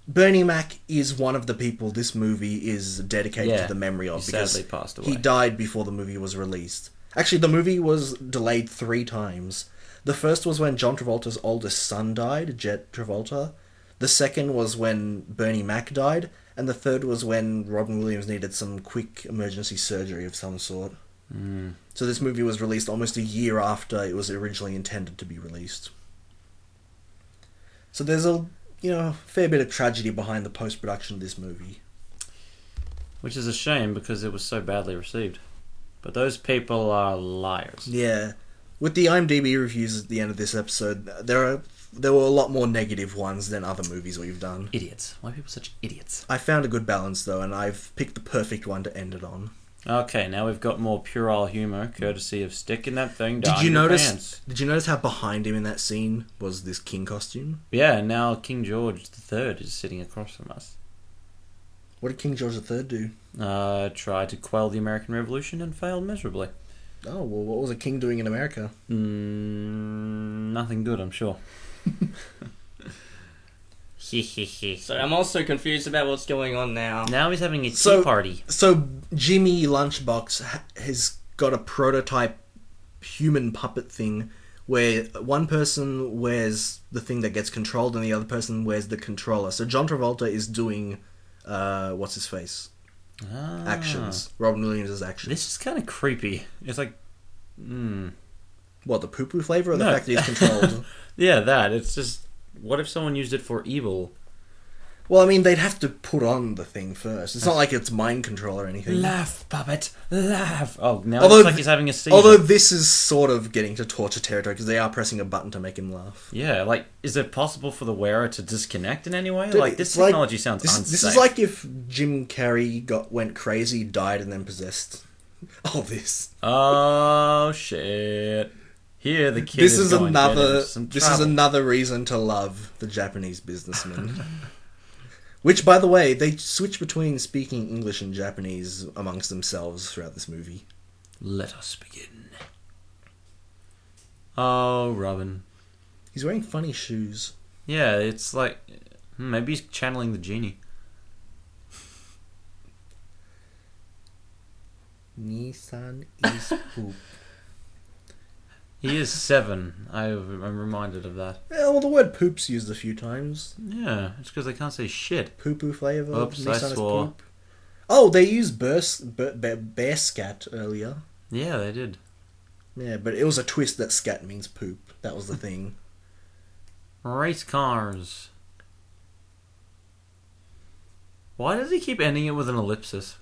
Speaker 1: Bernie Mac is one of the people this movie is dedicated
Speaker 2: Yeah,
Speaker 1: to the memory of
Speaker 2: he
Speaker 1: because
Speaker 2: sadly passed
Speaker 1: he
Speaker 2: away.
Speaker 1: died before the movie was released. Actually, the movie was delayed three times. The first was when John Travolta's oldest son died, Jet Travolta. The second was when Bernie Mac died, and the third was when Robin Williams needed some quick emergency surgery of some sort.
Speaker 2: Mm.
Speaker 1: So this movie was released almost a year after it was originally intended to be released. So there's a you know fair bit of tragedy behind the post production of this movie.
Speaker 2: Which is a shame because it was so badly received. But those people are liars.
Speaker 1: Yeah, with the IMDb reviews at the end of this episode, there are there were a lot more negative ones than other movies we've done.
Speaker 2: Idiots. Why are people such idiots?
Speaker 1: I found a good balance though, and I've picked the perfect one to end it on.
Speaker 2: Okay, now we've got more puerile humor, courtesy of sticking that thing down.
Speaker 1: Did you
Speaker 2: your
Speaker 1: notice?
Speaker 2: pants.
Speaker 1: Did you notice how behind him in that scene was this king costume?
Speaker 2: Yeah, now King George III is sitting across from us.
Speaker 1: What did King George III do?
Speaker 2: uh, tried to quell the American Revolution and failed miserably.
Speaker 1: Oh well, what was a king doing in America?
Speaker 2: Mm, nothing good,
Speaker 1: [laughs]
Speaker 2: I'm sure.
Speaker 3: So I'm also confused about what's going on now.
Speaker 2: now he's having a tea
Speaker 1: So-
Speaker 2: party.
Speaker 1: So Jimmy Lunchbox ha- has got a prototype human puppet thing where one person wears the thing that gets controlled and the other person wears the controller. So John Travolta is doing uh, what's his face
Speaker 2: Ah.
Speaker 1: actions. Robin Williams' actions.
Speaker 2: This is kind of creepy. It's like, mm,
Speaker 1: What the poo poo flavor or the
Speaker 2: No.
Speaker 1: fact that he's
Speaker 2: [laughs]
Speaker 1: controlled?
Speaker 2: yeah, that. It's just, what if someone used it for evil?
Speaker 1: well, I mean they'd have to put on the thing first. It's not like it's mind control or anything.
Speaker 2: Laugh, puppet, laugh. Oh, now
Speaker 1: Although
Speaker 2: it's like
Speaker 1: th-
Speaker 2: he's having a seizure.
Speaker 1: Although this is sort of getting to torture territory because they are pressing a button to make him laugh.
Speaker 2: yeah, like, is it possible for the wearer to disconnect in any way?
Speaker 1: Dude,
Speaker 2: like, this
Speaker 1: it's like-
Speaker 2: technology sounds
Speaker 1: this,
Speaker 2: unsafe.
Speaker 1: This is like if Jim Carrey got went crazy, died, and then possessed. [laughs] Oh, this.
Speaker 2: Oh shit! Here, the kid.
Speaker 1: this
Speaker 2: is,
Speaker 1: is
Speaker 2: going to get
Speaker 1: another.
Speaker 2: into some
Speaker 1: This is
Speaker 2: trouble.
Speaker 1: another reason to love the Japanese businessman. [laughs] Which, by the way, they switch between speaking English and Japanese amongst themselves throughout this movie.
Speaker 2: Let us begin. Oh, Robin.
Speaker 1: He's wearing funny shoes.
Speaker 2: Yeah, it's like hmm, maybe he's channeling the genie. [laughs]
Speaker 1: Nissan is poop.
Speaker 2: He is seven. I, I'm reminded of that.
Speaker 1: Yeah, well, the word poop's used a few times.
Speaker 2: Yeah, it's because they can't say shit.
Speaker 1: Poo poo flavor.
Speaker 2: Oops, I swore.
Speaker 1: Oh, they used bear, s- bear, bear, bear scat earlier.
Speaker 2: Yeah, they did.
Speaker 1: Yeah, but it was a twist that scat means poop. That was the thing.
Speaker 2: Race cars. Why does he keep ending it with an ellipsis?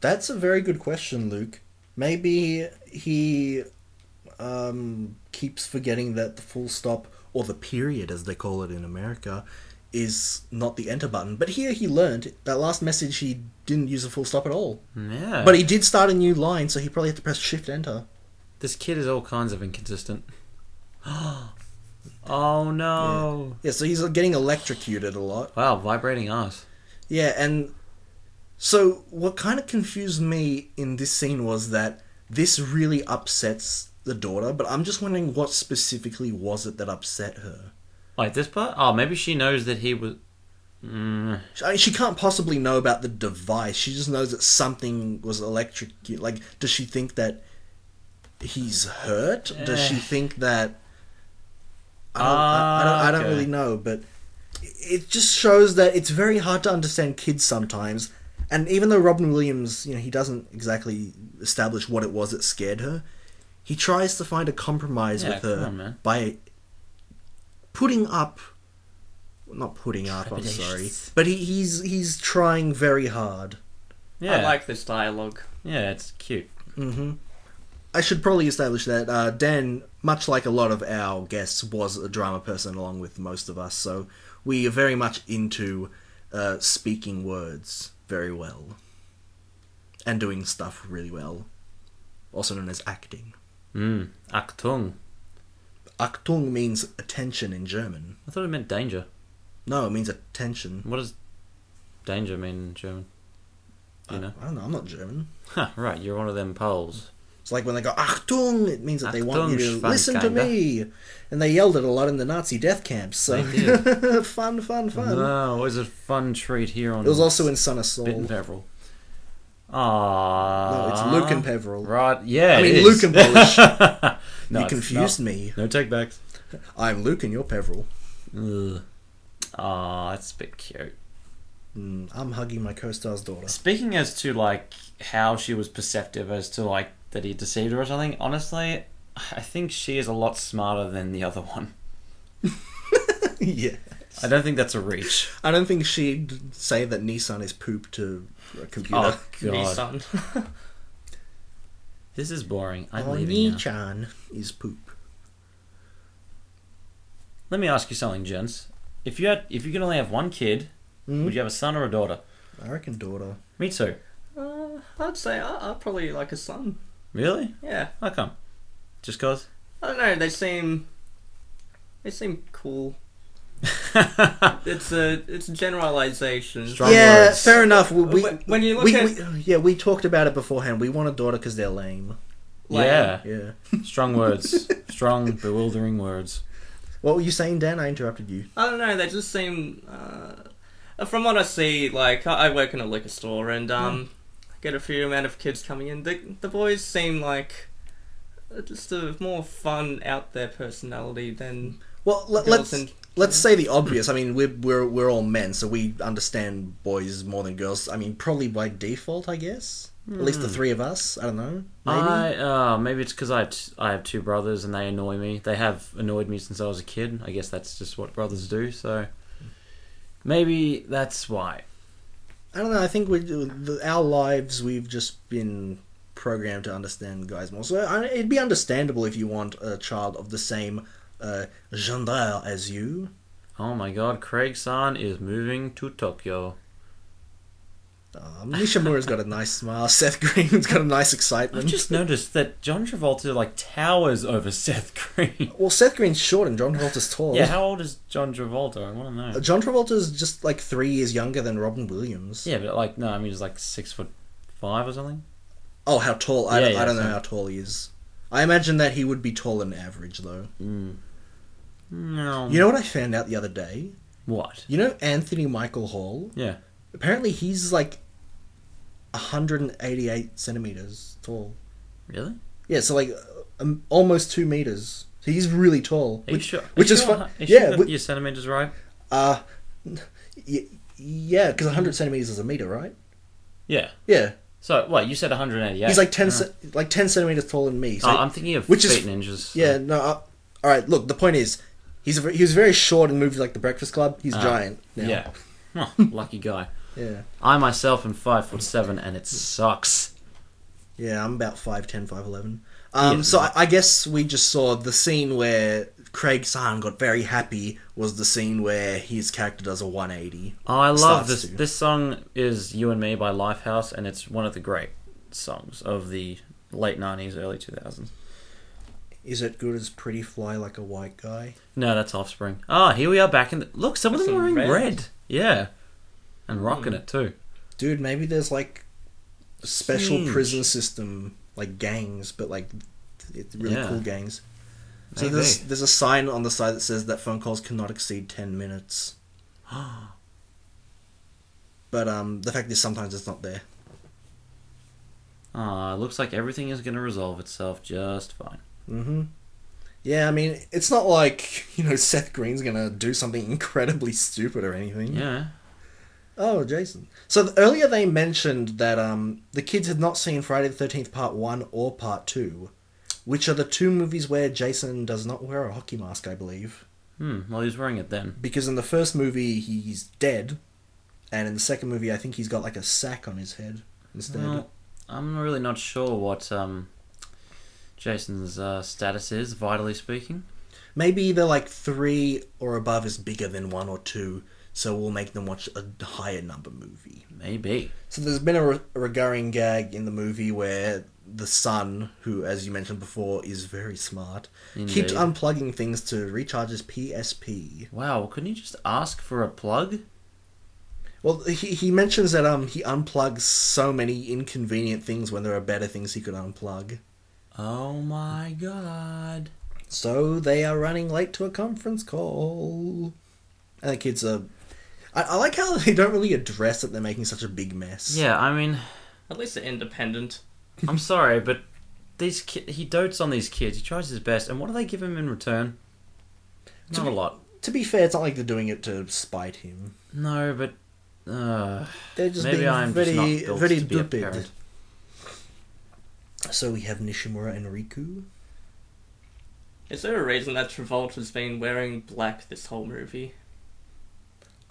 Speaker 1: That's a very good question, Luke. Maybe he um, keeps forgetting that the full stop, or the period as they call it in America, is not the enter button. But here he learned that last message he didn't use a full stop at all.
Speaker 2: Yeah.
Speaker 1: But he did start a new line, so he probably had to press shift enter.
Speaker 2: this kid is all kinds of inconsistent. [gasps] oh no.
Speaker 1: Yeah, so he's getting electrocuted a lot.
Speaker 2: Wow, vibrating ass.
Speaker 1: Yeah, and so what kind of confused me in this scene was that this really upsets the daughter, but I'm just wondering what specifically was it that upset her.
Speaker 2: Like this part? Oh, maybe she knows that he was. Mm,
Speaker 1: She- I mean, she can't possibly know about the device. She just knows that something was electric. Like, does she think that he's hurt? Does she
Speaker 2: Eh.
Speaker 1: think that? I don't, I, I don't, I don't
Speaker 2: Ah, Okay.
Speaker 1: really know, but it just shows that it's very hard to understand kids sometimes. And even though Robin Williams, you know, he doesn't exactly establish what it was that scared her, he tries to find a compromise
Speaker 2: Yeah,
Speaker 1: with her
Speaker 2: come on, man.
Speaker 1: by putting up not putting up, I'm sorry.
Speaker 2: Trepidations.
Speaker 1: But he, he's he's trying very hard.
Speaker 2: yeah.
Speaker 3: I like this dialogue.
Speaker 2: yeah, it's cute. Mm-hmm.
Speaker 1: hmm I should probably establish that uh, Dan, much like a lot of our guests, was a drama person along with most of us. So we are very much into uh, speaking words very well and doing stuff really well, also known as acting.
Speaker 2: Mm. Achtung.
Speaker 1: Achtung means attention in German.
Speaker 2: I thought it meant danger.
Speaker 1: No, it means attention.
Speaker 2: What does danger mean in German? You know?
Speaker 1: I don't know. I'm not German.
Speaker 2: Huh, [laughs] right, you're one of them Poles.
Speaker 1: It's like when they go Achtung, it means that they want you to
Speaker 2: Achtung,
Speaker 1: listen to me. And they yelled it a lot in the Nazi death camps. So
Speaker 2: They
Speaker 1: [laughs]
Speaker 2: did.
Speaker 1: fun, fun, fun.
Speaker 2: No, it was a fun treat here on.
Speaker 1: it was also in Son of Saul.
Speaker 2: Bit and Peveril. Aww.
Speaker 1: No, it's Luke and Peveril.
Speaker 2: Right, yeah.
Speaker 1: I
Speaker 2: it
Speaker 1: mean,
Speaker 2: is.
Speaker 1: Luke and
Speaker 2: [laughs]
Speaker 1: Polish.
Speaker 2: No,
Speaker 1: you
Speaker 2: it's
Speaker 1: confused
Speaker 2: not.
Speaker 1: me.
Speaker 2: No take backs.
Speaker 1: I'm Luke and you're Peveril.
Speaker 2: Ugh. Aw, that's a bit cute.
Speaker 1: Mm, I'm hugging my co-star's daughter. [laughs]
Speaker 2: Speaking as to like how she was perceptive as to like that he deceived her or something, honestly, I think she is a lot smarter than the other one.
Speaker 1: yeah.
Speaker 2: I don't think that's a reach.
Speaker 1: I don't think she'd say that Nissan is poop to a computer.
Speaker 2: Oh god,
Speaker 3: Nissan.
Speaker 2: this is boring. I'm leaving. now.
Speaker 1: Oni-chan is poop.
Speaker 2: Let me ask you something, gents. If you had, if you could only have one kid,
Speaker 1: Mm,
Speaker 2: would you have a son or a daughter?
Speaker 1: I reckon daughter.
Speaker 2: Me too.
Speaker 3: uh, I'd say I, I'd probably like a son.
Speaker 2: Really?
Speaker 3: Yeah.
Speaker 2: How come? Just [laughs] cause?
Speaker 3: I don't know. They seem. They seem cool. It's a it's a generalization.
Speaker 2: Strong
Speaker 1: yeah,
Speaker 2: words.
Speaker 1: fair enough. We, we,
Speaker 3: When- when you look
Speaker 1: we-
Speaker 3: at-
Speaker 1: we- yeah, we talked about it beforehand. We want a daughter because they're lame.
Speaker 3: Like-
Speaker 2: yeah.
Speaker 1: Yeah.
Speaker 2: Strong words. Strong, bewildering words.
Speaker 1: What were you saying, Dan? I interrupted you.
Speaker 3: I don't know. They just seem. Uh, from what I see, like I I work in a liquor store
Speaker 1: Hmm.
Speaker 3: and um, get a fair amount of kids coming in. The the boys seem like uh, just a more fun, out there personality than
Speaker 1: Well, let, let's
Speaker 3: girls and
Speaker 1: let's say the obvious. I mean, we're we're we're all men, so we understand boys more than girls. I mean, probably by default, I guess. At least the three of us. I don't know. Maybe.
Speaker 2: Hmm. I uh, maybe it's because I, t- I have two brothers and they annoy me. They have annoyed me since I was a kid. I guess that's just what brothers do. So maybe that's why.
Speaker 1: I don't know. I think we the, our lives we've just been programmed to understand guys more. So I, it'd be understandable if you want a child of the same uh, gender as you.
Speaker 2: Oh my God, Craig San is moving to Tokyo.
Speaker 1: Um, Nishimura's got a nice smile. [laughs] Seth Green's got a nice
Speaker 2: I
Speaker 1: excitement.
Speaker 2: [laughs] just noticed that John Travolta like towers over [laughs] Seth Green.
Speaker 1: Well, Seth Green's short and John Travolta's tall.
Speaker 2: yeah, how old is John Travolta? I want to know.
Speaker 1: John Travolta's just like three years younger than Robin Williams.
Speaker 2: Yeah, but like no, I mean he's like six foot five or something.
Speaker 1: Oh, how tall? I,
Speaker 2: Yeah,
Speaker 1: don't, I
Speaker 2: yeah,
Speaker 1: don't know
Speaker 2: so-
Speaker 1: how tall he is. I imagine that he would be taller than average, though.
Speaker 2: Mm. No.
Speaker 1: You know what I found out the other day?
Speaker 2: what?
Speaker 1: You know Anthony Michael Hall?
Speaker 2: Yeah.
Speaker 1: Apparently, he's like 188 centimeters tall.
Speaker 2: Really?
Speaker 1: Yeah, so like um, almost two meters. He's really tall,
Speaker 2: Are
Speaker 1: which,
Speaker 2: you sure?
Speaker 1: which
Speaker 2: are
Speaker 1: is
Speaker 2: you sure?
Speaker 1: fun.
Speaker 2: Are you sure
Speaker 1: Yeah,
Speaker 2: that
Speaker 1: wi-
Speaker 2: your centimeters right?
Speaker 1: uh, [laughs] y- yeah, because 100 centimeters is a meter, right?
Speaker 2: Yeah.
Speaker 1: Yeah,
Speaker 2: So what you said 188?
Speaker 1: he's like 10,
Speaker 2: Uh,
Speaker 1: ce- like 10 centimeters taller than me. So
Speaker 2: oh, I'm thinking of
Speaker 1: which
Speaker 2: feet
Speaker 1: is-
Speaker 2: and inches.
Speaker 1: Yeah, no. Uh, all right, look, the point is, he's a, ver- he was very short in movies like The Breakfast Club. He's
Speaker 2: Ah,
Speaker 1: giant now.
Speaker 2: Yeah.
Speaker 1: [laughs]
Speaker 2: Huh, lucky guy.
Speaker 1: yeah,
Speaker 2: I myself am five foot seven, and it sucks.
Speaker 1: yeah. I'm about 5'10", 5'11". Um,
Speaker 2: Yeah.
Speaker 1: So I, I guess we just saw the scene where Craig San got very happy was the scene where his character does a 180.
Speaker 2: Oh, I love
Speaker 1: Starts
Speaker 2: this.
Speaker 1: to.
Speaker 2: This song is "You and Me" by Lifehouse, and it's one of the great songs of the late '90s, early 2000s.
Speaker 1: Is it good as Pretty Fly Like a White Guy?
Speaker 2: No, that's Offspring. Ah, here we are back in. The, look, some of
Speaker 3: That's
Speaker 2: them are in red.
Speaker 3: some red.
Speaker 2: Yeah, and rocking
Speaker 1: Hmm.
Speaker 2: it too.
Speaker 1: Dude, maybe there's like a special
Speaker 2: Huge.
Speaker 1: prison system, like gangs, but like it- really
Speaker 2: Yeah.
Speaker 1: cool gangs. So
Speaker 2: Maybe.
Speaker 1: there's there's a sign on the side that says that phone calls cannot exceed ten minutes.
Speaker 2: [gasps]
Speaker 1: but um, the fact is sometimes it's not there.
Speaker 2: Ah, it looks like everything is going to resolve itself just fine.
Speaker 1: hmm Yeah, I mean it's not like [laughs] you know Seth Green's gonna do something incredibly stupid or anything.
Speaker 2: Yeah.
Speaker 1: Oh, Jason. So th- earlier they mentioned that um, the kids had not seen Friday the Thirteenth Part One or Part Two, which are the two movies where Jason does not wear a hockey mask, I believe.
Speaker 2: Hmm. Well, he was wearing it then.
Speaker 1: Because in the first movie he's dead, and in the second movie I think he's got like a sack on his head instead.
Speaker 2: Well, I'm really not sure what um, Jason's uh, status is, vitally speaking.
Speaker 1: Maybe they're like three or above is bigger than one or two, so we'll make them watch a higher number movie.
Speaker 2: Maybe.
Speaker 1: So there's been a, re- a recurring gag in the movie where the son, who, as you mentioned before, is very smart, keeps
Speaker 2: Indeed.
Speaker 1: unplugging things to recharge his PSP.
Speaker 2: Wow, well, couldn't you just ask for a plug?
Speaker 1: Well, he, he mentions that um he unplugs so many inconvenient things when there are better things he could unplug.
Speaker 2: Oh my god.
Speaker 1: So they are running late to a conference call, and the kids are. I, I like how [laughs] they don't really address that they're making such a big mess.
Speaker 2: Yeah, I mean,
Speaker 3: At least they're independent.
Speaker 2: I'm sorry, but these ki- he dotes on these kids. He tries his best, and what do they give him in return?
Speaker 1: To
Speaker 2: Not a
Speaker 1: be-
Speaker 2: lot.
Speaker 1: To be fair, it's not like they're doing it to spite him.
Speaker 2: No, but uh,
Speaker 1: They're just
Speaker 2: maybe
Speaker 1: being
Speaker 2: I'm
Speaker 1: very,
Speaker 2: just not built
Speaker 1: very
Speaker 2: to be a
Speaker 1: stupid.
Speaker 2: parent.
Speaker 1: So we have Nishimura and Riku.
Speaker 3: Is there a reason that Travolta's been wearing black this whole movie?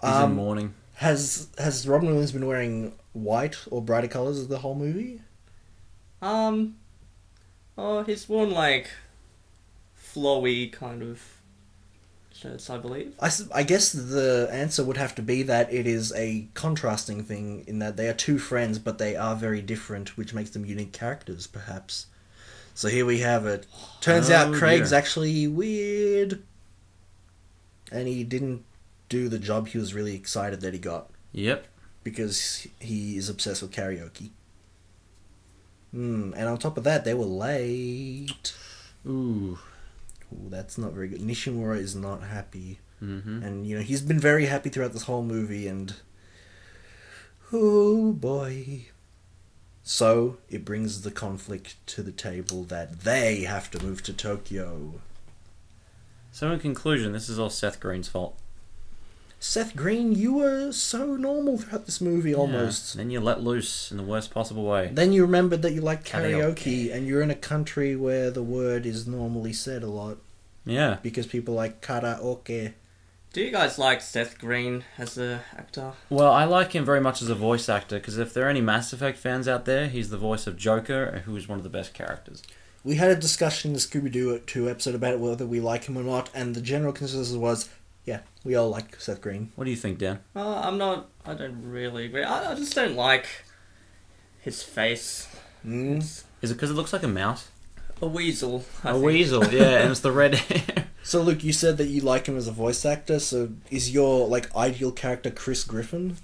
Speaker 2: He's
Speaker 1: Um,
Speaker 2: in mourning.
Speaker 1: has has Robin Williams been wearing white or brighter colors the whole movie?
Speaker 3: Um, oh, he's worn like flowy kind of shirts, I believe.
Speaker 1: I, s- I guess the answer would have to be that it is a contrasting thing in that they are two friends, but they are very different, which makes them unique characters, perhaps. So here we have it. Turns out
Speaker 2: Oh,
Speaker 1: Craig's
Speaker 2: dear.
Speaker 1: actually weird, and he didn't do the job he was really excited that he got.
Speaker 2: Yep.
Speaker 1: because he is obsessed with karaoke. Hmm, and on top of that, they were late.
Speaker 2: Ooh.
Speaker 1: Ooh, that's not very good. Nishimura is not happy,
Speaker 2: Mm-hmm.
Speaker 1: and you know he's been very happy throughout this whole movie, and oh boy. So it brings the conflict to the table that they have to move to Tokyo.
Speaker 2: So in conclusion, this is all Seth Green's fault.
Speaker 1: Seth Green, you were so normal throughout this movie, almost.
Speaker 2: Yeah. Then you let loose in the worst possible way.
Speaker 1: Then you remembered that you like karaoke,
Speaker 2: Karaoke.
Speaker 1: and you're in a country where the word is normally said a lot
Speaker 2: Yeah.
Speaker 1: because people like karaoke.
Speaker 3: Do you guys like Seth Green as a actor?
Speaker 2: Well, I like him very much as a voice actor because if there are any Mass Effect fans out there, he's the voice of Joker, uh, who is one of the best characters.
Speaker 1: We had a discussion in the Scooby Doo 2 episode about whether we like him or not, and the general consensus was yeah, we all like Seth Green.
Speaker 2: What do you think, Dan?
Speaker 3: Uh, I'm not. I don't really agree. I, I just don't like his face.
Speaker 1: Mm.
Speaker 3: It's
Speaker 2: Is it because it looks like a mouse?
Speaker 3: a weasel. I
Speaker 2: A
Speaker 3: think.
Speaker 2: weasel, yeah, and it's the [laughs] red hair.
Speaker 1: So, Luke, you said that you like him as a voice actor, so is your like ideal character Chris Griffin?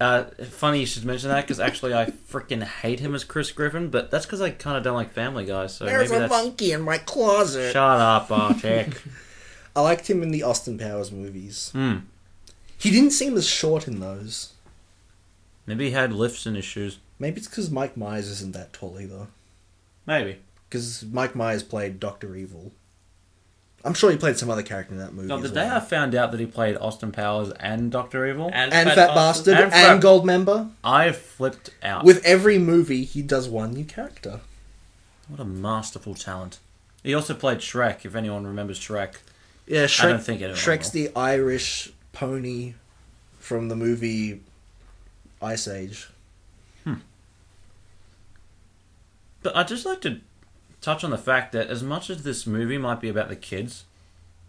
Speaker 2: Uh, funny you should mention that because actually I freaking hate him as Chris Griffin, but that's because I kind of don't like Family Guys, so maybe that's.
Speaker 1: monkey in my closet.
Speaker 2: Shut up, Archie.
Speaker 1: I liked him in the Austin Powers movies.
Speaker 2: [laughs] Hmm.
Speaker 1: He didn't seem as short in those.
Speaker 2: Maybe he had lifts in his shoes.
Speaker 1: Maybe it's because Mike Myers isn't that tall either.
Speaker 2: Maybe.
Speaker 1: because Mike Myers played Doctor Evil. I'm sure he played some other character in that movie.
Speaker 2: No, the
Speaker 1: as
Speaker 2: day
Speaker 1: well.
Speaker 2: I found out that he played Austin Powers and Doctor Evil,
Speaker 3: [laughs]
Speaker 1: and Fat Bastard
Speaker 2: And
Speaker 1: and,
Speaker 2: Fat- Ah.
Speaker 1: Gold Member.
Speaker 2: I flipped out.
Speaker 1: With every movie, he does one new character.
Speaker 2: what a masterful talent! He also played Shrek. If anyone remembers Shrek,
Speaker 1: Yeah, Shrek,
Speaker 2: don't think anyone
Speaker 1: Shrek's
Speaker 2: will.
Speaker 1: the Irish pony from the movie Ice Age.
Speaker 2: But I'd just like to touch on the fact that as much as this movie might be about the kids,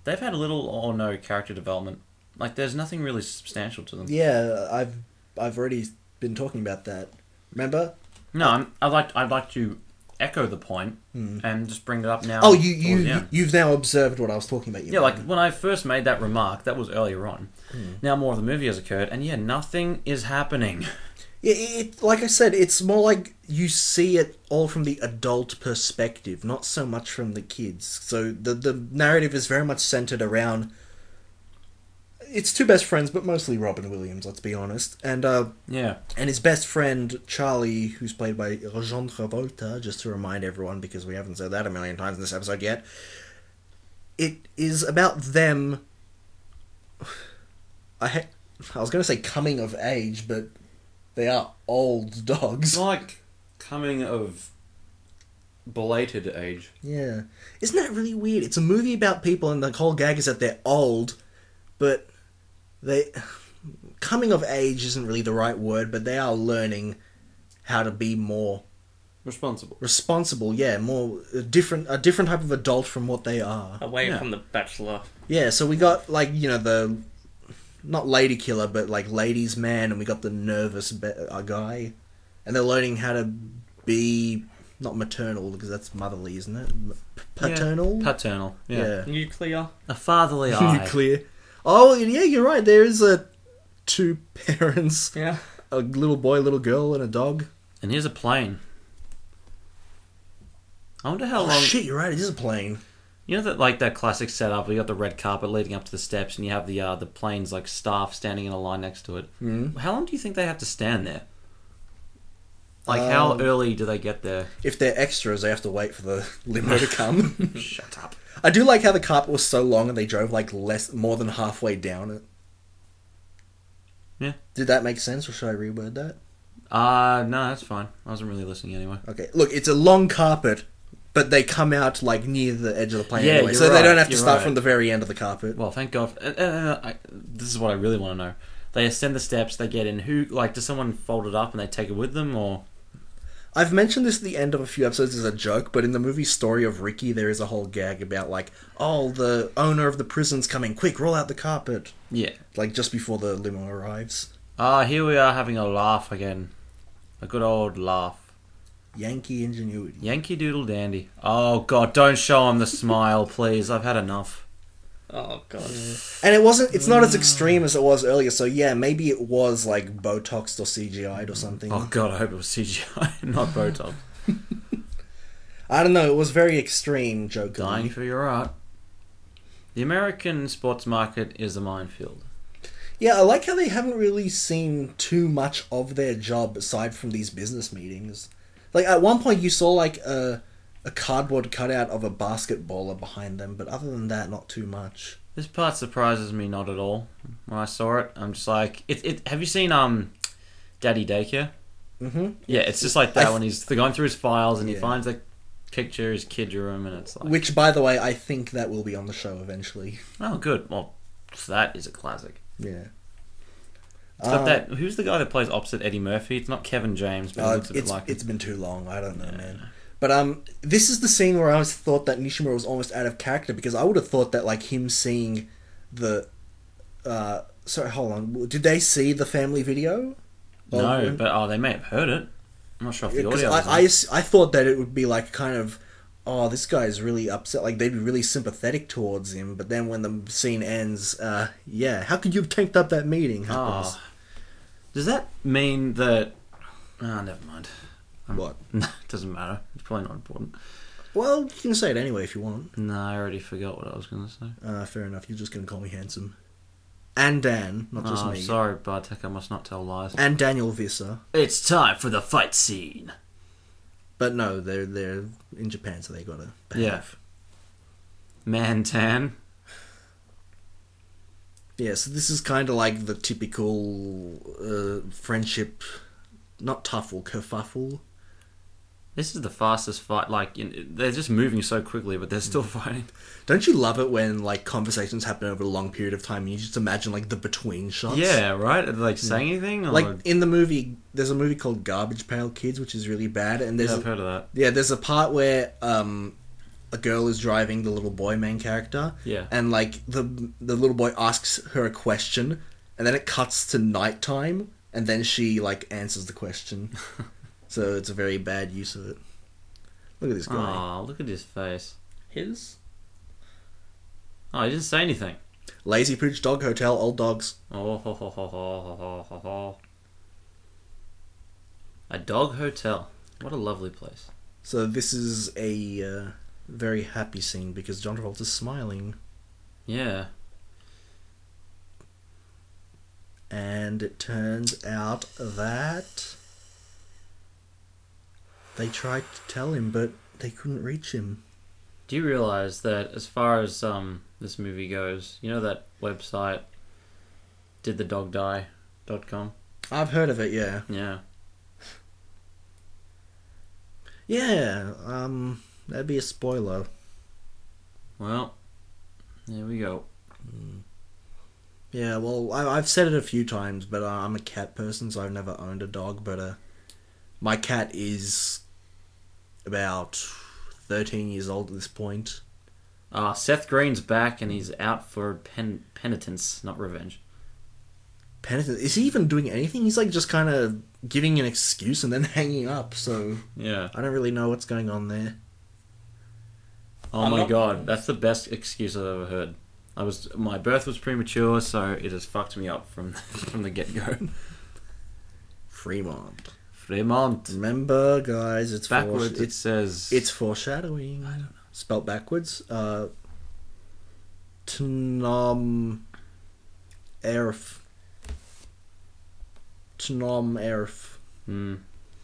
Speaker 2: they've had little or no character development. Like, there's nothing really substantial to them.
Speaker 1: Yeah, I've I've already been talking about that. Remember?
Speaker 2: No, I'm, I'd like I'd like to echo the point and just bring it up now.
Speaker 1: Hmm. Oh, you you
Speaker 2: towards the end.
Speaker 1: you've now observed what I was talking about. You
Speaker 2: yeah, like when I first made that remark, that was earlier on. Now more of the movie has occurred, and yeah, nothing is happening.
Speaker 1: Yeah, it, it- like I said, it's more like you see it all from the adult perspective, not so much from the kids. So the the narrative is very much centered around it's two best friends, but mostly Robin Williams. Let's be honest, and uh,
Speaker 2: [laughs] Yeah,
Speaker 1: and his best friend Charlie, who's played by Jean Travolta, just to remind everyone because we haven't said that a million times in this episode yet. It is about them. [sighs] I ha- I was going to say coming of age, but they are old dogs.
Speaker 2: it's like coming of belated age.
Speaker 1: Yeah, isn't that really weird? It's a movie about people, and the whole gag is that they're old, but they [sighs] coming of age isn't really the right word, but they are learning how to be more
Speaker 2: Responsible.
Speaker 1: responsible, yeah, more a different a different type of adult from what they are.
Speaker 3: Away
Speaker 2: Yeah.
Speaker 3: from the Bachelor.
Speaker 1: Yeah, so we got like you know the not lady killer, but like ladies man, and we got the nervous be- uh, guy, and they're learning how to be not maternal because that's motherly, isn't it? M- Paternal,
Speaker 2: Paternal.
Speaker 1: yeah,
Speaker 2: Yeah.
Speaker 3: Nuclear.
Speaker 2: A fatherly
Speaker 1: [laughs]
Speaker 2: eye.
Speaker 1: nuclear. Oh yeah, you're right. There is a two [laughs] parents,
Speaker 3: Yeah.
Speaker 1: a little boy, little girl, and a dog.
Speaker 2: And here's a plane. I wonder how
Speaker 1: Oh
Speaker 2: long.
Speaker 1: shit, you're right. It is a plane.
Speaker 2: You know that like that classic setup. where You got the red carpet leading up to the steps, and you have the uh, the planes like staff standing in a line next to it. Mm. How long do you think they have to stand there? Like how
Speaker 1: Um,
Speaker 2: early do they get there?
Speaker 1: If they're extras, they have to wait for the [laughs] limo to come.
Speaker 2: Shut up.
Speaker 1: I do like how the carpet was so long and they drove like less more than halfway down it.
Speaker 2: Yeah.
Speaker 1: Did that make sense or should I reword that?
Speaker 2: Uh no, that's fine. I wasn't really listening anyway.
Speaker 1: Okay. Look, it's a long carpet, but they come out like near the edge of the plane
Speaker 2: Yeah,
Speaker 1: anyway.
Speaker 2: you're
Speaker 1: So
Speaker 2: right,
Speaker 1: they don't have to
Speaker 2: you're
Speaker 1: start
Speaker 2: right.
Speaker 1: from the very end of the carpet.
Speaker 2: Well, thank God. uh, uh, uh, I, this is what I really want to know. They ascend the steps. They get in. Who like does someone fold it up and they take it with them or?
Speaker 1: I've mentioned this at the end of a few episodes as a joke, but in the movie Story of Ricky there is a whole gag about like, oh, the owner of the prison's coming, quick, roll out the carpet.
Speaker 2: Yeah.
Speaker 1: Like just before the limo arrives.
Speaker 2: Ah, here we are having a laugh again. A good old laugh.
Speaker 1: Yankee ingenuity.
Speaker 2: Yankee Doodle Dandy. Oh God, don't show him the [laughs] smile, please. I've had enough.
Speaker 3: Oh god.
Speaker 2: Mm.
Speaker 1: And it wasn't. It's
Speaker 2: Hmm.
Speaker 1: not as extreme as it was earlier. So yeah, maybe it was like Botoxed or CGI'd or something.
Speaker 2: Oh God, I [laughs] hope it was CGI, not Botox.
Speaker 1: I don't know. It was very extreme, Joker.
Speaker 2: Dying for your art. The American sports market is a minefield.
Speaker 1: Yeah, I like how they haven't really seen too much of their job aside from these business meetings. Like at one point, you saw like a a cardboard cutout of a basketballer behind them, but other than that, not too much.
Speaker 2: This part surprises me not at all. When I saw it, I'm just like, it. it have you seen um, Daddy Daycare?
Speaker 1: hmm
Speaker 2: Yeah, it's just like that
Speaker 1: I-
Speaker 2: when he's going through his files and he
Speaker 1: Yeah.
Speaker 2: finds the picture his kid drew him, and it's like,
Speaker 1: Which, by the way, I think that will be on the show eventually. [laughs]
Speaker 2: oh good, well, that is a classic.
Speaker 1: Yeah.
Speaker 2: It's got
Speaker 1: Uh,
Speaker 2: that. Who's the guy that plays opposite Eddie Murphy? It's not Kevin James, but
Speaker 1: Uh,
Speaker 2: it looks a bit
Speaker 1: it's,
Speaker 2: like him.
Speaker 1: it's been too long. I don't know, man. But um, this is the scene where I was thought that Nishimura was almost out of character because I would have thought that like him seeing the, uh, sorry, hold on, did they see the family video?
Speaker 2: No,
Speaker 1: Of-
Speaker 2: but oh, they may have heard it. I'm not sure if the
Speaker 1: Yeah, 'cause
Speaker 2: audio. was
Speaker 1: I, I
Speaker 2: on.
Speaker 1: s- I thought that it would be like kind of, oh, this guy is really upset. Like they'd be really sympathetic towards him. But then when the scene ends, uh, yeah, how could you have tanked up that meeting? Happens.
Speaker 2: Oh. Does that mean that? Ah, never mind.
Speaker 1: What?
Speaker 2: it [laughs] doesn't matter. It's probably not important.
Speaker 1: Well, you can say it anyway if you want.
Speaker 2: No, I already forgot what I was going to say.
Speaker 1: Uh, fair enough. You're just gonna call me handsome, and Dan, not just
Speaker 2: Oh,
Speaker 1: me,
Speaker 2: sorry, Bartek. I must not tell lies.
Speaker 1: and Daniel Visser.
Speaker 2: It's time for the fight scene.
Speaker 1: But no, they're they're in Japan, so they gotta behave.
Speaker 2: Man Tan.
Speaker 1: Yeah. so this is kind of like the typical uh, friendship, not tuffle, kerfuffle.
Speaker 2: This is the fastest fight. Like you- they're just moving so quickly, but they're still [laughs] fighting.
Speaker 1: Don't you love it when like conversations happen over a long period of time and you just imagine like the between shots?
Speaker 2: Yeah, right. Are they, like saying anything? Or,
Speaker 1: Like
Speaker 2: yeah,
Speaker 1: in the movie, there's a movie called Garbage Pail Kids, which is really bad, and there's
Speaker 2: I've
Speaker 1: a,
Speaker 2: heard of that.
Speaker 1: yeah, there's a part where um, a girl is driving the little boy main character,
Speaker 2: Yeah.
Speaker 1: and like the the little boy asks her a question, and then it cuts to nighttime, and then she like answers the question, so it's a very bad use of it. Look at this guy.
Speaker 2: Oh, look at his face.
Speaker 3: His?
Speaker 2: Oh, he didn't say anything.
Speaker 1: Lazy Pooch Dog Hotel, old dogs.
Speaker 2: Oh, ho, ho, ho, ho, ho, ho, ho, ho. A dog hotel. What a lovely place.
Speaker 1: So this is a uh, very happy scene because John Travolta's smiling,
Speaker 2: Yeah.
Speaker 1: and it turns out that they tried to tell him, but they couldn't reach him.
Speaker 2: Do you realize that as far as um this movie goes, you know that website did the dog die dot com?
Speaker 1: I've heard of it, yeah,
Speaker 2: Yeah.
Speaker 1: yeah. Um, that'd be a spoiler.
Speaker 2: Well, there we go.
Speaker 1: Yeah, well, I, I've said it a few times, but I- I'm a cat person, so I've never owned a dog. But uh, my cat is about 13 years old at this point.
Speaker 2: Ah, Seth Green's back and he's out for pen- penitence, not revenge.
Speaker 1: penitent. Is he even doing anything? He's like just kind of giving an excuse and then [laughs] hanging up. So
Speaker 2: Yeah.
Speaker 1: I don't really know what's going on there.
Speaker 2: Oh
Speaker 3: I'm
Speaker 2: my
Speaker 3: not-
Speaker 2: god, that's the best excuse I've ever heard. I was my birth was premature, so it has fucked me up from [laughs] from the get go. [laughs]
Speaker 1: Fremont.
Speaker 2: Fremont.
Speaker 1: Remember, guys, it's
Speaker 2: Backwards,
Speaker 1: foresh-
Speaker 2: it says
Speaker 1: it's foreshadowing. I don't know. Spelt backwards. Uh, Tnom Erf. Tnom Erf.
Speaker 2: Mm.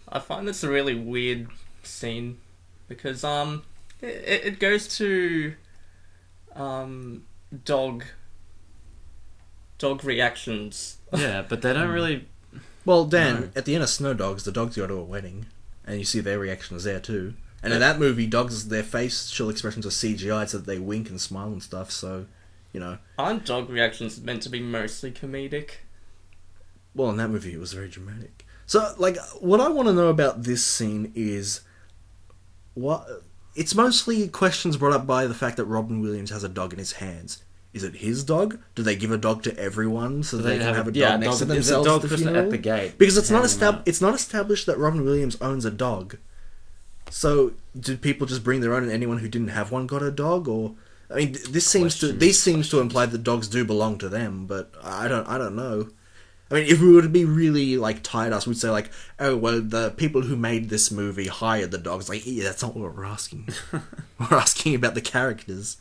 Speaker 3: I find this a really weird scene because um it, it it goes to um dog dog reactions.
Speaker 2: Yeah, but they don't really.
Speaker 1: Well, Dan, at the end of Snow Dogs, the dogs go to a wedding, and you see their reactions there too. And in that movie, dogs, their facial expressions are CGI, so that they wink and smile and stuff. So, you know,
Speaker 3: Aren't dog reactions meant to be mostly comedic?
Speaker 1: well, in that movie, it was very dramatic. So, like, what I want to know about this scene is what it's mostly questions brought up by the fact that Robin Williams has a dog in his hands. Is it his dog? Do they give a dog to everyone so that they, can have, a dog
Speaker 2: yeah,
Speaker 1: next to
Speaker 2: dog- is a
Speaker 1: themselves
Speaker 2: dog
Speaker 1: at the
Speaker 2: just at
Speaker 1: funeral?
Speaker 2: the gate, uh,
Speaker 1: because it's not
Speaker 2: hanging
Speaker 1: estab-
Speaker 2: out.
Speaker 1: it's not established that Robin Williams owns a dog. So did people just bring their own, and anyone who didn't have one got a dog? Or I mean, th- this seems to
Speaker 2: Questions,
Speaker 1: these seems to imply that dogs do belong to them, but I don't I don't know. I mean, if we were to be really like tied us, we'd say like, oh well, the people who made this movie hired the dogs. Like, yeah, that's not what we're asking. [laughs] we're asking about the characters.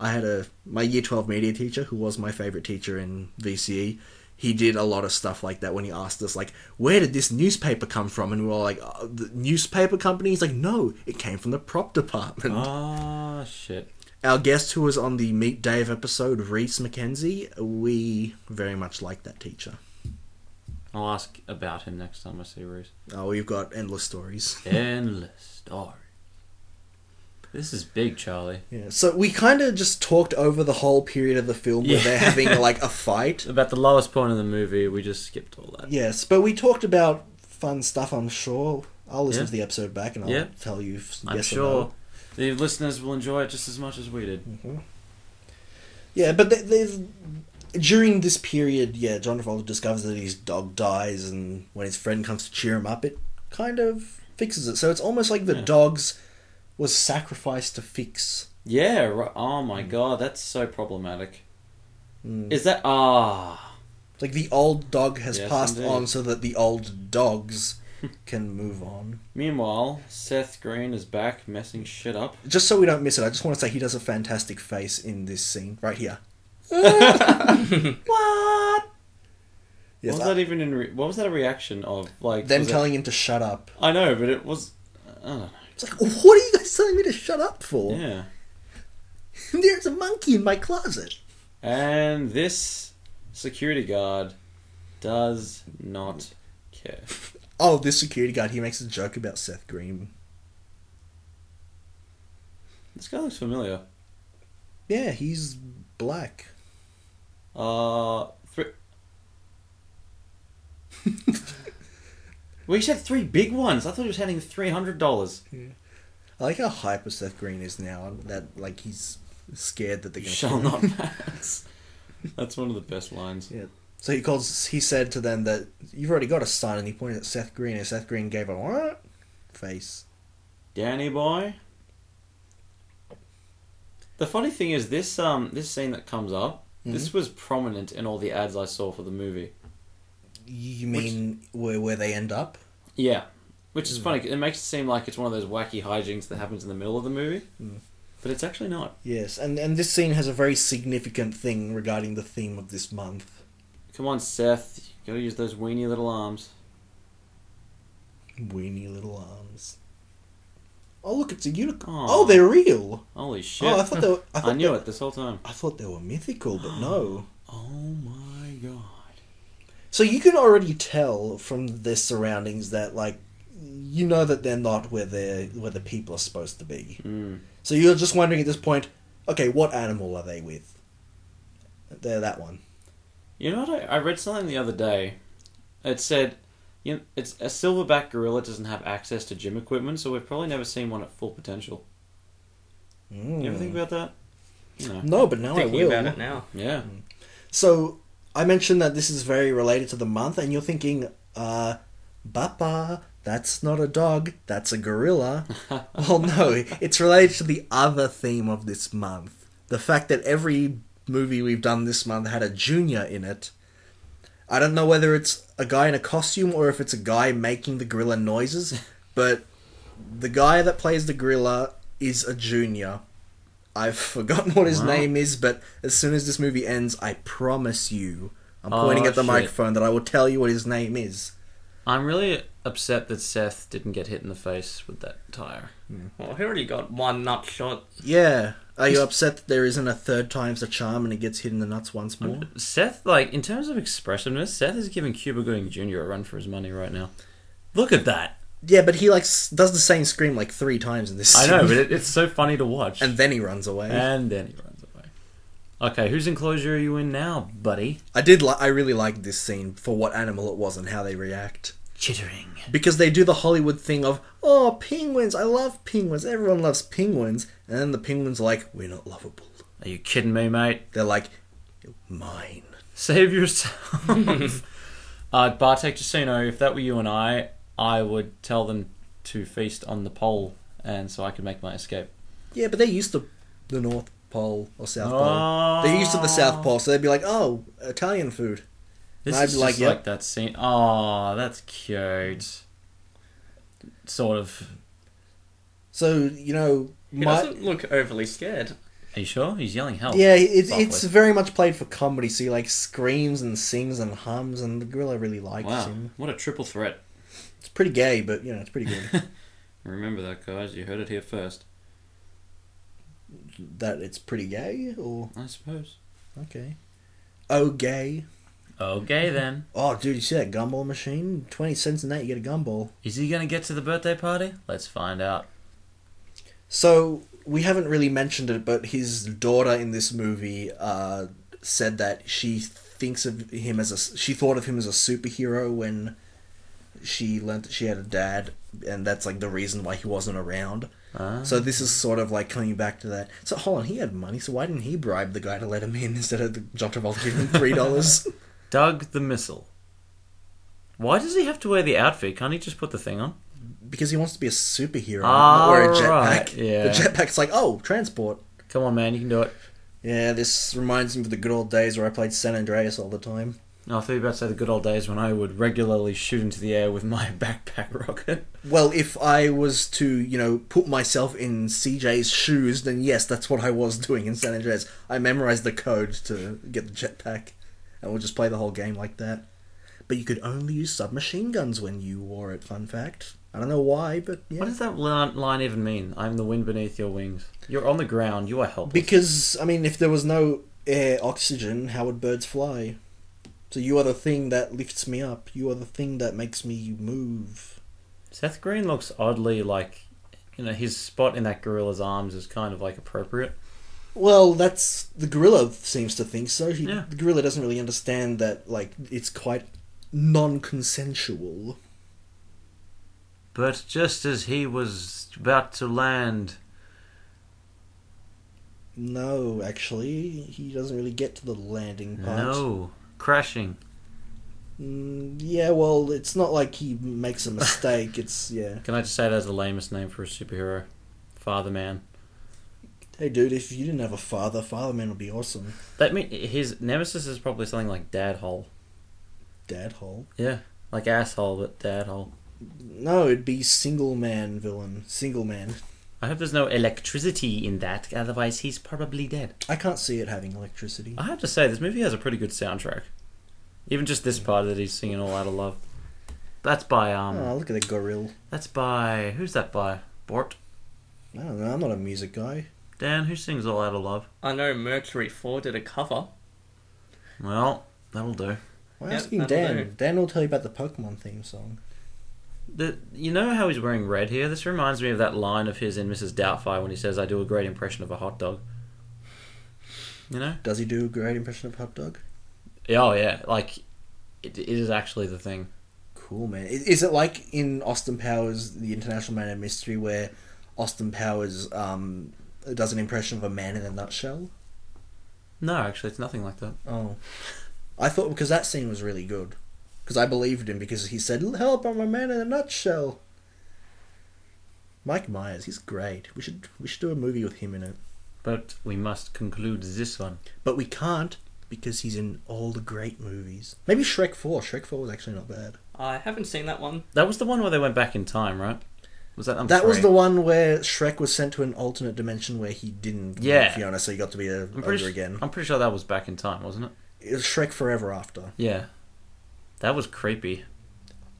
Speaker 1: I had a my year twelve media teacher who was my favorite teacher in VCE. He did a lot of stuff like that when he asked us like, where did this newspaper come from? And we were all like, oh, the newspaper company. He's like, no, it came from the prop department.
Speaker 2: Ah, shit.
Speaker 1: Our guest who was on the Meet Dave episode, Reese McKenzie, we very much like that teacher.
Speaker 2: I'll ask about him next time I see Reese.
Speaker 1: Oh, we've got endless stories.
Speaker 2: Endless story. This is big, Charlie.
Speaker 1: Yeah. So we kind of just talked over the whole period of the film where
Speaker 2: Yeah.
Speaker 1: they're having
Speaker 2: [laughs]
Speaker 1: like a fight.
Speaker 2: About the lowest point of the movie, we just skipped all that.
Speaker 1: Yes, but we talked about fun stuff. I'm sure. I'll listen
Speaker 2: Yeah.
Speaker 1: to the episode back and I'll
Speaker 2: Yeah.
Speaker 1: tell you. If
Speaker 2: I'm
Speaker 1: yes Or
Speaker 2: sure
Speaker 1: no.
Speaker 2: the listeners will enjoy it just as much as we did.
Speaker 1: Mm-hmm. Yeah, but they, they've during this period, yeah, John Travolta discovers that his dog dies, and when his friend comes to cheer him up, it kind of fixes it. So it's almost like the
Speaker 2: Yeah.
Speaker 1: dog's was sacrificed to fix.
Speaker 2: Yeah. Right. Oh my god, that's so problematic.
Speaker 1: Mm.
Speaker 2: Is that ah?
Speaker 1: Like the old dog has
Speaker 2: Yes,
Speaker 1: passed
Speaker 2: indeed.
Speaker 1: on, so that the old
Speaker 2: [laughs]
Speaker 1: dogs can move on.
Speaker 2: Meanwhile, Seth Green is back messing
Speaker 1: [laughs]
Speaker 2: shit up. [laughs]
Speaker 1: just so we don't miss it, I just want to say he does a fantastic face in this scene right here.
Speaker 2: What?
Speaker 1: Yes,
Speaker 2: what was
Speaker 1: I-
Speaker 2: that even in? Re- what was that a reaction of? Like
Speaker 1: them
Speaker 2: was it-
Speaker 1: telling him to shut up.
Speaker 2: I know, but it was. I don't know.
Speaker 1: It's like, what are you guys telling me to shut up for?
Speaker 2: Yeah.
Speaker 1: There's a monkey in my closet.
Speaker 2: And this security guard does not care.
Speaker 1: Oh, this security guard, he makes a joke about Seth Green.
Speaker 2: This guy looks familiar.
Speaker 1: Yeah, he's black.
Speaker 2: Uh, three. [laughs] we said three big ones. I thought he was handing three hundred dollars.
Speaker 1: I like how hyper Seth Green is now. That like he's scared that they're going to
Speaker 2: Shall [laughs] not pass. That's one of the best lines.
Speaker 1: Yeah. So he calls. He said to them that you've already got a son, and he pointed at Seth Green, and Seth Green gave a what face.
Speaker 2: Danny boy. The funny thing is this um this scene that comes up.
Speaker 1: Mm-hmm.
Speaker 2: This was prominent in all the ads I saw for the movie.
Speaker 1: You mean where where they end up?
Speaker 2: Yeah, which
Speaker 1: Mm.
Speaker 2: is funny. 'cause It makes it seem like it's one of those wacky hijinks that happens in the middle of the movie,
Speaker 1: Mm.
Speaker 2: but it's actually not.
Speaker 1: Yes, and and this scene has a very significant thing regarding the theme of this month.
Speaker 2: Come on, Seth, you gotta use those weeny little arms.
Speaker 1: Weenie little arms. Oh look, it's a unicorn.
Speaker 2: Aw.
Speaker 1: Oh, they're real.
Speaker 2: Holy shit!
Speaker 1: Oh, I thought they were. I,
Speaker 2: [laughs] I,
Speaker 1: thought
Speaker 2: knew
Speaker 1: they,
Speaker 2: it this whole time.
Speaker 1: I thought they were mythical, but
Speaker 2: [gasps]
Speaker 1: no.
Speaker 2: Oh my god!
Speaker 1: So you can already tell from their surroundings that like you know that they're not where they are where the people are supposed to be.
Speaker 2: Mm.
Speaker 1: So you're just wondering at this point, okay, what animal are they with? They're that one.
Speaker 2: You know what? I, I read something the other day. It said, "You know, it's a silverback gorilla doesn't have access to gym equipment, so we've probably never seen one at full potential." You ever
Speaker 1: Hmm.
Speaker 2: think about that? No.
Speaker 1: Mm. no, but now I
Speaker 3: Thinking
Speaker 1: will.
Speaker 3: about it now.
Speaker 2: Yeah.
Speaker 1: So I mentioned that this is very related to the month, and you're thinking, uh, Bappa, that's not a dog, that's a gorilla.
Speaker 2: Hmm.
Speaker 1: [laughs] well, no, it's related to the other theme of this month. The fact that every movie we've done this month had a junior in it. I don't know whether it's a guy in a costume or if it's a guy making the gorilla
Speaker 2: [laughs]
Speaker 1: noises, but the guy that plays the gorilla is a junior. I've [laughs] forgotten what his
Speaker 2: Wow.
Speaker 1: name is, but as soon as this movie ends, I promise you, I'm
Speaker 2: Oh,
Speaker 1: pointing at the
Speaker 2: shit.
Speaker 1: microphone, that I will tell you what his name is.
Speaker 2: [laughs] I'm really upset that Seth didn't get hit in the face with that tire.
Speaker 3: Well, he already got one nut shot.
Speaker 1: Yeah. Are you upset that there isn't a third time's the charm and he gets hit in the nuts once more?
Speaker 2: Seth, like in terms of expressiveness, Seth is giving Cuba Gooding Jr. a run for his money right now. Look at that.
Speaker 1: Yeah, but he like s- does the same scream like three times in this.
Speaker 2: I know,
Speaker 1: scene.
Speaker 2: but it, it's so funny to
Speaker 1: [laughs]
Speaker 2: watch.
Speaker 1: and then he runs away.
Speaker 2: And then he runs away. Okay, whose enclosure are you in now, buddy?
Speaker 1: I did. Li- I really liked this scene for what animal it was and how they react
Speaker 2: Chittering.
Speaker 1: because they do the Hollywood thing of oh penguins. I love penguins. Everyone loves penguins, and then the penguins are like we're not lovable.
Speaker 2: Are you kidding me, mate?
Speaker 1: They're like mine.
Speaker 2: Save yourself. [laughs] uh, Bartek Jacino, if that were you and I, I would tell them to feast on the pole, and so I could make my escape.
Speaker 1: Yeah, but they're used to the North Pole or South Pole.
Speaker 2: Oh.
Speaker 1: They're used to the South Pole, so they'd be like, "Oh, Italian food."
Speaker 2: This
Speaker 1: I'd
Speaker 2: is
Speaker 1: be like,
Speaker 2: just
Speaker 1: yep.
Speaker 2: like that scene. Oh, that's cute. Sort of.
Speaker 1: So you know,
Speaker 3: He
Speaker 1: my
Speaker 3: doesn't Oh, look overly scared.
Speaker 2: Are you sure? He's yelling help.
Speaker 1: yeah, it,
Speaker 2: softly.
Speaker 1: it's very much played for comedy. So he like screams and sings and hums, and the gorilla really likes
Speaker 2: Wow,
Speaker 1: him.
Speaker 2: what a triple threat.
Speaker 1: It's pretty gay, but you know, it's pretty
Speaker 3: [laughs]
Speaker 1: good.
Speaker 2: Remember that, guys. You heard it here first.
Speaker 1: that it's pretty gay or
Speaker 2: I suppose.
Speaker 1: okay oh gay
Speaker 2: Okay, then.
Speaker 1: oh dude you see that gumball machine 20 cents in that you get a gumball
Speaker 2: Is he going to get to the birthday party? Let's find out.
Speaker 1: so we haven't really mentioned it but his daughter in this movie uh, said that she thinks of him as a she thought of him as a superhero when she learnt that she had a dad and that's like the reason why he wasn't around
Speaker 2: Ah.
Speaker 1: so this is sort of like coming back to that so hold on he had money so why didn't he bribe the guy to let him in [laughs] instead of the john travolta giving him three
Speaker 2: [laughs]
Speaker 1: dollars
Speaker 2: Doug the Missile. Why does he have to wear the outfit? Can't he just put the thing on?
Speaker 1: because he wants to be a superhero,
Speaker 2: Ah,
Speaker 1: not wear a jetpack.
Speaker 2: right, yeah.
Speaker 1: The jetpack's like, oh, transport.
Speaker 2: Come on, man, you can do it.
Speaker 1: Yeah, this reminds me of the good old days where I played San Andreas all the time.
Speaker 2: No, I thought you were about to say the good old days when I would regularly shoot into the air with my [laughs] backpack rocket.
Speaker 1: Well, if I was to, you know, put myself in CJ's shoes, then yes, that's what I was doing in San Andreas. I memorized the code to get the jetpack, and we'll just play the whole game like that. But you could only use submachine guns when you wore it, fun fact. I don't know why, but yeah.
Speaker 2: What does that li- line even mean? I'm the wind beneath your wings. You're on the ground. You are helpless.
Speaker 1: Because I mean, if there was no air oxygen, how would birds fly? So you are the thing that lifts me up. You are the thing that makes me move.
Speaker 2: Seth Green looks oddly like, you know, his spot in that gorilla's arms is kind of like appropriate.
Speaker 1: Well, that's the gorilla seems to think so. He,
Speaker 2: Yeah.
Speaker 1: The gorilla doesn't really understand that like it's quite non-consensual.
Speaker 2: But just as he was about to land,
Speaker 1: No, actually, he doesn't really get to the landing part.
Speaker 2: no, crashing.
Speaker 1: Mm, yeah, well, it's not like he makes a
Speaker 2: [laughs]
Speaker 1: mistake. it's yeah.
Speaker 2: Can I just say that's the lamest name for a superhero? Father Man.
Speaker 1: Hey, dude, if you didn't have a father, Father Man would be awesome.
Speaker 2: That mean his nemesis is probably something like Dad Hole.
Speaker 1: Dad hole.
Speaker 2: Yeah, like asshole, but Dad Hole.
Speaker 1: No, it'd be single man villain. Single man.
Speaker 2: I hope there's no electricity in that, otherwise he's probably dead.
Speaker 1: I can't see it having electricity.
Speaker 2: I have to say, this movie has a pretty good soundtrack. Even just this part that he's singing "All Out of Love." That's by um.
Speaker 1: oh, look at the gorilla.
Speaker 2: That's by who's that by? Bort.
Speaker 1: I don't know. I'm not a music guy.
Speaker 2: Dan, who sings "All Out of Love"?
Speaker 3: I know Mercury 4 did a cover.
Speaker 2: Well, that'll do.
Speaker 1: Why
Speaker 3: Yep,
Speaker 1: asking
Speaker 3: that'll
Speaker 1: Dan?
Speaker 3: do.
Speaker 1: Dan will tell you about the Pokemon theme song.
Speaker 2: The, you know how he's wearing red here? This reminds me of that line of his in Mrs. Doubtfire when he says, I do a great impression of a hot dog. You know?
Speaker 1: Does he do a great impression of hot dog?
Speaker 2: Yeah, Oh, yeah. Like, it, it is actually the thing.
Speaker 1: Cool, man. I- Is it like in Austin Powers, The International Man of Mystery, where Austin Powers um, does an impression of a man in a nutshell?
Speaker 2: No, actually, it's nothing like that.
Speaker 1: Oh. I thought because that scene was really good. Because I believed him because he said, "Help! I'm a man in a nutshell." Mike Myers, he's great. We should we should do a movie with him in it,
Speaker 2: But we must conclude this one.
Speaker 1: but we can't because he's in all the great movies. Maybe Shrek Four. Shrek Four was actually not bad.
Speaker 3: I haven't seen that one.
Speaker 2: That was the one where they went back in time, right? Was that number
Speaker 1: that was
Speaker 2: three?
Speaker 1: the one where Shrek was sent to an alternate dimension where he didn't. meet
Speaker 2: Yeah.
Speaker 1: Fiona, so he got to be a
Speaker 2: I'm
Speaker 1: ogre
Speaker 2: pretty, su-
Speaker 1: again.
Speaker 2: I'm pretty sure that was back in time, wasn't it?
Speaker 1: It was Shrek Forever After.
Speaker 2: Yeah. That
Speaker 1: [laughs]
Speaker 2: was creepy.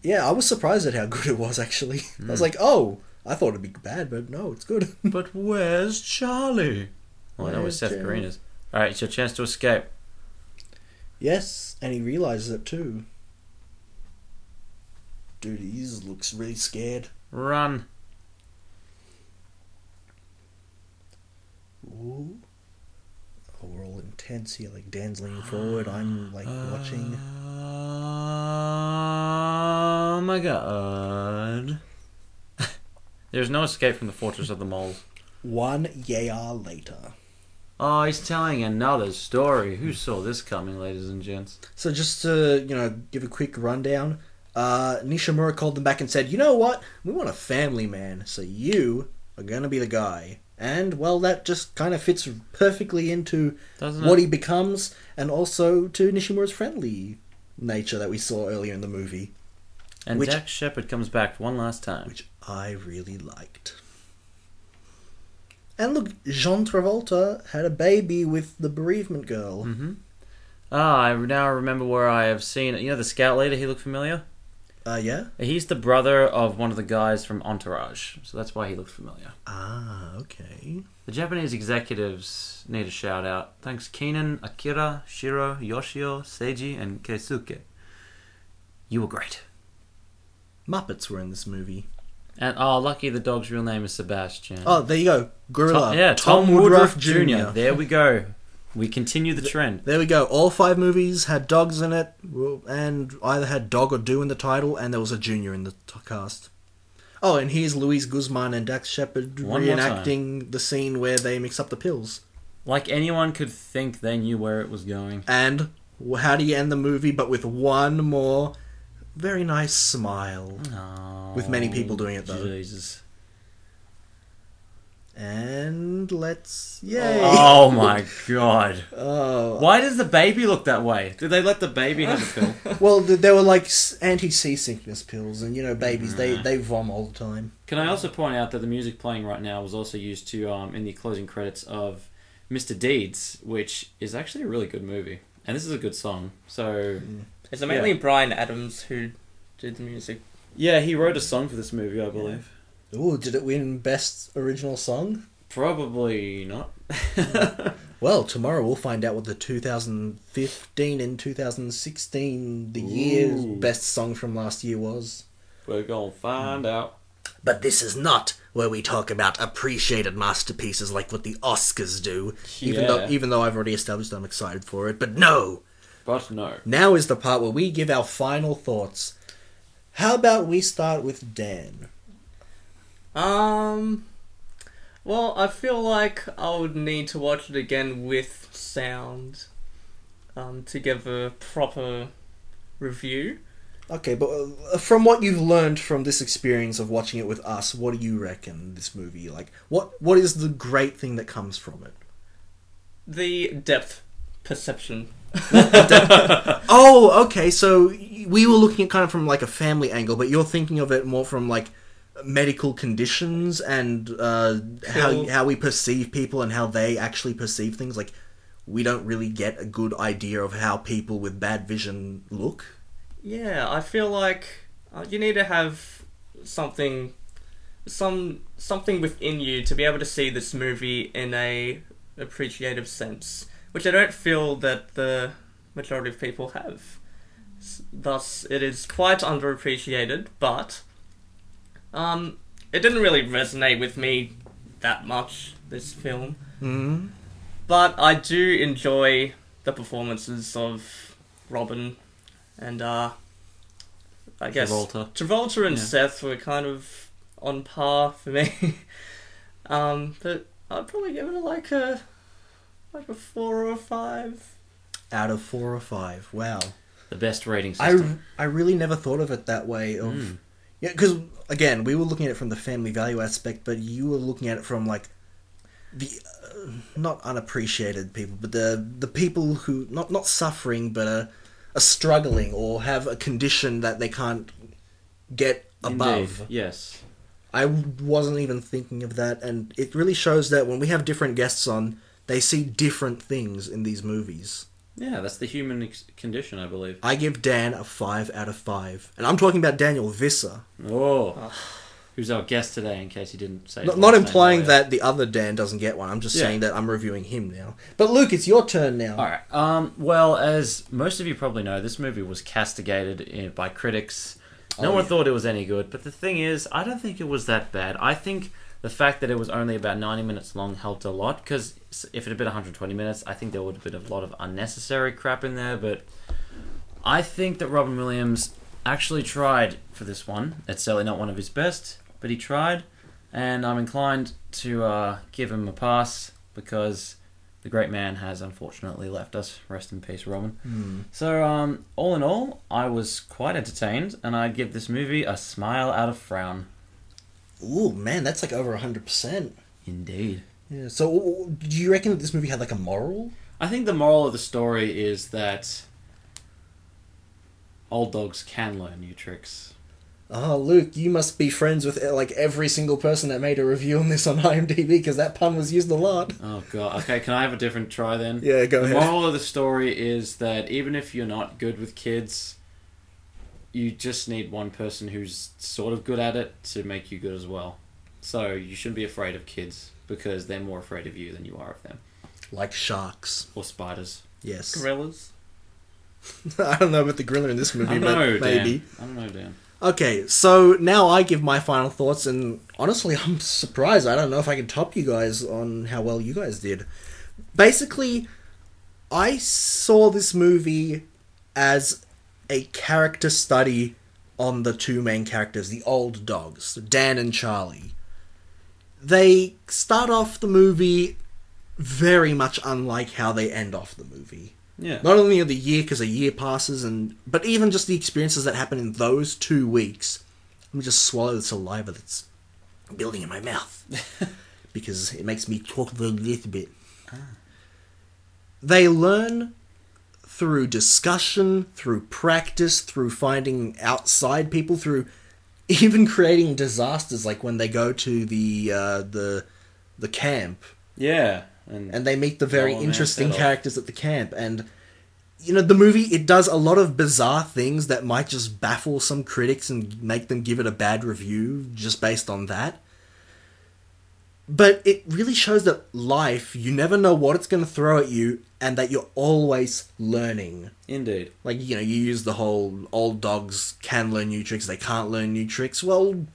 Speaker 1: Yeah, I was surprised at how good it was. Actually, [laughs] I was
Speaker 2: Hmm.
Speaker 1: like, "Oh, I thought it'd be bad, but no, it's good." [laughs]
Speaker 2: But where's Charlie? Well, I know where
Speaker 1: Where's
Speaker 2: Seth
Speaker 1: Charlie?
Speaker 2: Green is. Alright, it's your chance to escape.
Speaker 1: Yes, and he realizes it too. Dude, he just looks really scared.
Speaker 2: Run.
Speaker 1: Ooh. Oh, we're all intense here. Like, Dan's leaning forward. I'm, like, watching.
Speaker 2: Uh. Oh my god. [laughs] There's no escape from the fortress of the moles.
Speaker 1: One year later.
Speaker 2: Oh, he's telling another story. Who saw this coming, ladies and gents?
Speaker 1: So, just to, you know, give a quick rundown, uh, Nishimura called them back and said, You know what? We want a family man, so you are going to be the guy. And, well, that just kind of fits perfectly into
Speaker 2: Doesn't
Speaker 1: what
Speaker 2: it?
Speaker 1: he becomes, and also to Nishimura's friendly nature that we saw earlier in the movie,
Speaker 2: and
Speaker 1: which-
Speaker 2: Jack Shepard comes back one last time.
Speaker 1: which I really liked. And look, Jean Travolta had a baby with the bereavement girl.
Speaker 2: Mm-hmm. Ah, I now remember where I have seen You know the scout leader, he looked familiar?
Speaker 1: Uh, yeah?
Speaker 2: He's the brother of one of the guys from Entourage, so that's why he looked familiar.
Speaker 1: Ah, okay.
Speaker 2: The Japanese executives need a shout out. Thanks Keenan, Akira, Shiro, Yoshio, Seiji, and Keisuke. You were great.
Speaker 1: Muppets were in this movie.
Speaker 2: And oh, lucky the dog's real name is Sebastian.
Speaker 1: Oh, there you go.
Speaker 2: To-
Speaker 1: Gorilla.
Speaker 2: yeah, Tom, Woodruff, Jr. There we go. We continue the trend.
Speaker 1: There we go. All five movies had dogs in it, well, and either had dog or do in the title, and there was a junior in the t- cast. Oh, and here's Luis Guzman and Dax Shepard
Speaker 2: One more time.
Speaker 1: reenacting the scene where they mix up the pills.
Speaker 2: Like anyone could think they knew where it was going.
Speaker 1: And wh- how do you end the movie? But with one more very nice smile.
Speaker 2: Oh,
Speaker 1: With many people doing it, though.
Speaker 2: Jesus.
Speaker 1: And let's. Yay!
Speaker 2: Oh my god.
Speaker 1: [laughs] Oh.
Speaker 2: Why does the baby look that way? Did they let the baby have
Speaker 1: [laughs]
Speaker 2: a pill?
Speaker 1: Well, th- there were like anti seasickness pills, and you know, babies, they, they vom all the time.
Speaker 2: Can I also point out that the music playing right now was also used to um, in the closing credits of Mr. Deeds, which is actually a really good movie,
Speaker 1: Mm.
Speaker 2: and this is a good song. So
Speaker 3: It's mainly Brian Adams who did the music
Speaker 2: Yeah, he wrote a song for this movie, I believe.
Speaker 1: Ooh, did it win Best Original Song?
Speaker 2: Probably not.
Speaker 1: Well, tomorrow we'll find out what the 2015 and 2016, the year's
Speaker 2: Ooh.
Speaker 1: best song from last year was.
Speaker 2: We're gonna find out.
Speaker 1: But this is not where we talk about appreciated masterpieces like what the Oscars do. Even though
Speaker 2: Yeah.
Speaker 1: even though I've already established I'm excited for it, but no.
Speaker 2: But no.
Speaker 1: Now is the part where we give our final thoughts. How about we start with Dan?
Speaker 3: Um, well, I feel like I would need to watch it again with sound, um, to give a proper review.
Speaker 1: Okay, but uh, from what you've learned from this experience of watching it with us, what do you reckon this movie like what what is the great thing that comes from it?
Speaker 3: The depth perception.
Speaker 1: Oh, okay. So we were looking at kind of from like a family angle, but you're thinking of it more from like medical conditions and uh, how
Speaker 3: Cool.
Speaker 1: how we perceive people and how they actually perceive things. Like we don't really get a good idea of how people with bad vision look.
Speaker 3: Yeah, I feel like uh, you need to have something, some something within you to be able to see this movie in a appreciative sense, which I don't feel that the majority of people have. S- Thus, it is quite underappreciated, but um, it didn't really resonate with me that much. This film,
Speaker 1: Mm.
Speaker 3: but I do enjoy the performances of Robin and uh I guess
Speaker 2: Travolta.
Speaker 3: Travolta and
Speaker 2: Yeah.
Speaker 3: Seth were kind of on par for me. [laughs] um but I'd probably give it a, like a like a four or a five.
Speaker 1: Out of four or five. Wow.
Speaker 2: The best rating
Speaker 1: I,
Speaker 2: system.
Speaker 1: I really never thought of it that way. Of
Speaker 2: Mm.
Speaker 1: yeah, because again, we were looking at it from the family value aspect, but you were looking at it from like the uh, not unappreciated people, but the the people who not not suffering, but are, are struggling or have a condition that they can't get above.
Speaker 2: Indeed, Yes.
Speaker 1: I wasn't even thinking of that, and it really shows that when we have different guests on, they see different things in these movies.
Speaker 2: Yeah, that's the human ex- condition, I believe.
Speaker 1: I give Dan a five out of five, and I'm talking about Daniel Visser.
Speaker 2: Oh. Who's our guest today, in case you didn't say his
Speaker 1: Ah. Not, not
Speaker 2: last name
Speaker 1: implying
Speaker 2: earlier.
Speaker 1: that the other Dan doesn't get one. I'm just
Speaker 2: Yeah.
Speaker 1: saying that I'm reviewing him now. But Luke, it's your turn now.
Speaker 2: All right. Um, well, as most of you probably know, this movie was castigated in, by critics. No
Speaker 1: Oh,
Speaker 2: one
Speaker 1: yeah.
Speaker 2: thought it was any good, but the thing is, I don't think it was that bad. I think the fact that it was only about 90 minutes long helped a lot because if it had been 120 minutes, I think there would have been a lot of unnecessary crap in there. But I think that Robin Williams actually tried for this one. It's certainly not one of his best, but he tried, and I'm inclined to uh, give him a pass because the great man has unfortunately left us. Rest in peace, Robin. So, um, all in all, I was quite entertained, and I'd give this movie a smile out of frown.
Speaker 1: Ooh, man, that's like over 100%.
Speaker 2: Indeed.
Speaker 1: Yeah. So, w- w- do you reckon that this movie had like a moral?
Speaker 2: I think the moral of the story is that old dogs can learn new tricks.
Speaker 1: Oh, Luke, you must be friends with uh, like every single person that made a review on this on [laughs] IMDb because that pun was used a lot.
Speaker 2: Oh god. Okay, can I have a different try then?
Speaker 1: Yeah, go
Speaker 2: the
Speaker 1: ahead.
Speaker 2: moral of the story is that even if you're not good with kids, you just need one person who's sort of good at it to make you good as well. So you shouldn't be afraid of kids because they're more afraid of you than you are of them
Speaker 1: Like sharks.
Speaker 2: or spiders.
Speaker 1: Yes.
Speaker 3: Gorillas.
Speaker 1: [laughs] I don't know about the gorilla in this
Speaker 2: I
Speaker 1: movie,
Speaker 2: don't
Speaker 1: but
Speaker 2: know,
Speaker 1: maybe.
Speaker 2: Dan. I don't know, Dan.
Speaker 1: Okay, so now I give my final thoughts, and honestly, [laughs] I'm surprised. I don't know if I can top you guys on how well you guys did. Basically, I saw this movie as a character study on the two main characters, the old dogs, Dan and Charlie. They start off the movie very much unlike how they end off the movie
Speaker 2: Yeah.
Speaker 1: not only of the year because a year passes and but even just the experiences that happen in those two weeks let me just swallow the saliva that's building in my mouth because it makes me talk a little bit they learn through discussion through practice through finding outside people through even creating disasters like when they go to the uh, the the camp
Speaker 2: Yeah. And,
Speaker 1: and they meet the very
Speaker 2: Oh, man,
Speaker 1: interesting
Speaker 2: settle.
Speaker 1: characters at the camp and you know the movie it does a lot of bizarre things that might just baffle some critics and make them give it a bad review just based on that but it really shows that life you never know what it's going to throw at you and that you're always learning
Speaker 2: Indeed.
Speaker 1: like you know you use the whole old dogs can learn new tricks they can't learn new tricks well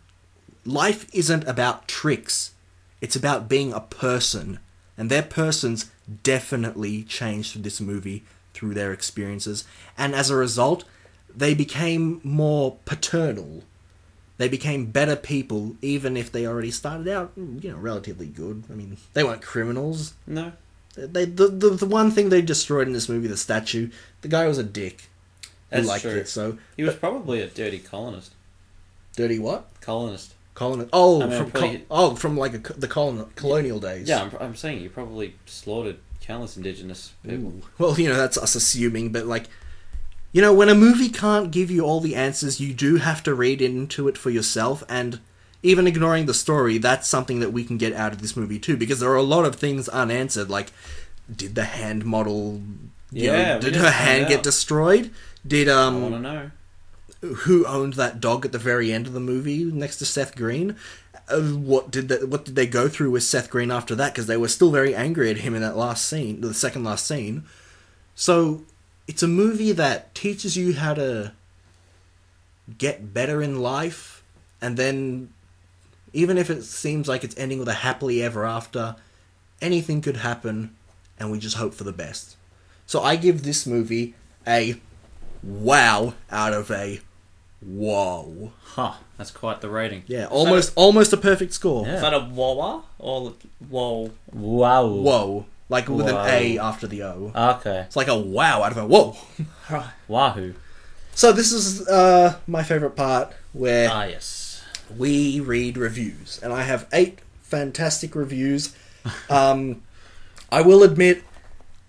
Speaker 1: life isn't about tricks it's about being a person and their persons definitely changed through this movie through their experiences and as a result they became more paternal they became better people even if they already started out you know relatively good i mean they weren't criminals
Speaker 2: No.
Speaker 1: they the, the, the one thing they destroyed in this movie the statue the guy was a dick who
Speaker 2: That's
Speaker 1: liked
Speaker 2: true.
Speaker 1: it so
Speaker 2: He was probably a dirty colonist.
Speaker 1: dirty what
Speaker 2: Colonist.
Speaker 1: colon oh
Speaker 2: I mean,
Speaker 1: from
Speaker 2: probably-
Speaker 1: col- oh from like a, co- the colon- colonial days
Speaker 2: Yeah, I'm, I'm saying he probably slaughtered countless indigenous people.
Speaker 1: Ooh. well you know that's us assuming but like you know when a movie can't give you all the answers you do have to read into it for yourself and even ignoring the story that's something that we can get out of this movie too because there are a lot of things unanswered like did the hand model you know,
Speaker 2: Yeah, we
Speaker 1: did
Speaker 2: didn't
Speaker 1: her
Speaker 2: find
Speaker 1: hand get
Speaker 2: out.
Speaker 1: destroyed did um
Speaker 2: I want to know.
Speaker 1: who owned that dog at the very end of the movie next to Seth Green. Uh, what did that? What did they go through with Seth Green after that? Because they were still very angry at him in that last scene, the second last scene. So it's a movie that teaches you how to get better in life, and then even if it seems like it's ending with a happily ever after, anything could happen, and we just hope for the best. So I give this movie a wow out of a whoa.
Speaker 2: Huh, that's quite the rating.
Speaker 1: Yeah, almost almost a perfect score.
Speaker 2: Yeah.
Speaker 3: Is that a wawa or whoa?
Speaker 2: Wow.
Speaker 1: Whoa, like with
Speaker 2: Whoa.
Speaker 1: an A after the O.
Speaker 2: Okay.
Speaker 1: It's like a wow out of a whoa.
Speaker 2: Wahoo.
Speaker 1: So this is uh, my favorite part where
Speaker 2: Ah, yes.
Speaker 1: we read reviews, and I have eight fantastic
Speaker 2: [laughs]
Speaker 1: reviews. Um, I will admit,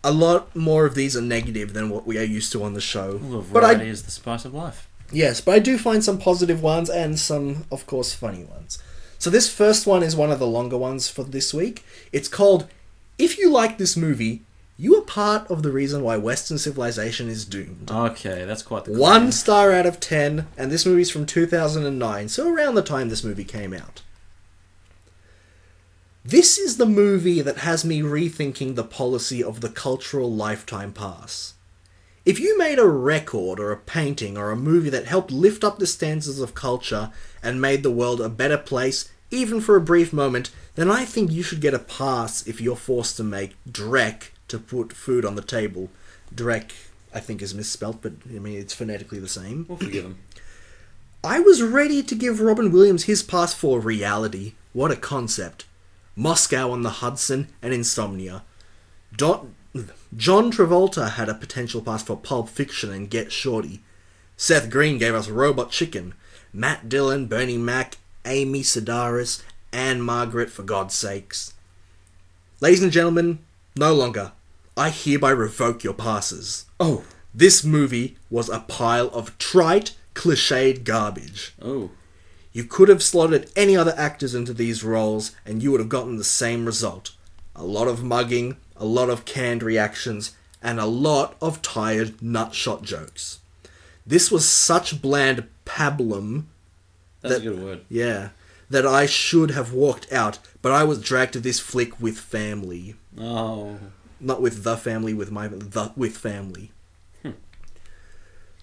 Speaker 1: a lot more of these are negative than what we are used to on the show.
Speaker 2: Well,
Speaker 1: But I
Speaker 2: variety is the spice of life.
Speaker 1: Yes, but I do find some positive ones and some, of course, funny ones. So this first one is one of the longer ones for this week. It's called If You Like This Movie, You Are Part of the Reason Why Western Civilization is Doomed.
Speaker 2: Okay, that's quite the.
Speaker 1: One star out of ten, and this movie's from 2009, so around the time this movie came out. This is the movie that has me rethinking the policy of the cultural lifetime pass. If you made a record or a painting or a movie that helped lift up the stanzas of culture and made the world a better place, even for a brief moment, then I think you should get a pass if you're forced to make Drek to put food on the table. Drek, I think, is misspelt, but I mean, it's phonetically the same.
Speaker 2: We'll forgive him.
Speaker 1: I was ready to give Robin Williams his pass for reality. What a concept. Moscow on the Hudson and Insomnia. Don- John Travolta had a potential pass for Pulp Fiction and Get Shorty. Seth Green gave us Robot Chicken. Matt Dillon, Bernie Mac, Amy Sedaris, Anne Margaret, for God's sakes. Ladies and gentlemen, no longer. I hereby revoke your passes.
Speaker 2: Oh.
Speaker 1: This movie was a pile of trite, cliched garbage.
Speaker 2: Oh.
Speaker 1: You could have slotted any other actors into these roles and you would have gotten the same result. A lot of mugging, a lot of canned reactions, and a lot of tired nutshot jokes. This was such bland pablum,
Speaker 2: That's
Speaker 1: That-
Speaker 2: a good word.
Speaker 1: yeah, that I should have walked out, but I was dragged to this flick with family
Speaker 2: [laughs] Oh.
Speaker 1: not with the family, with my the with family.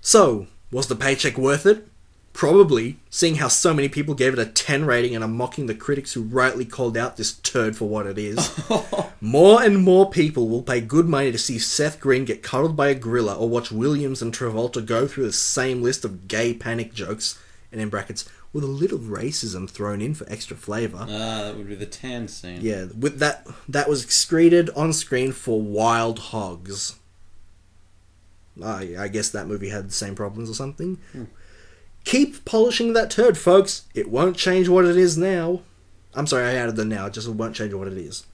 Speaker 1: So, was the paycheck worth it? Probably, seeing how so many people gave it a 10 rating and are mocking the critics who rightly called out this turd for what it
Speaker 2: Oh.
Speaker 1: is.
Speaker 2: Ah,
Speaker 1: more and more people will pay good money to see Seth Green get cuddled by a gorilla or watch Williams and Travolta go through the same list of gay panic jokes, and in brackets, with a little racism thrown in for extra flavour.
Speaker 2: Ah, that would be the tan scene.
Speaker 1: Yeah, with that that was excreted on screen for Wild Hogs. I, I guess that movie had the same problems or something. Keep polishing that turd, folks. It won't change what it is now. I'm sorry, I added the now. It just won't change what it is.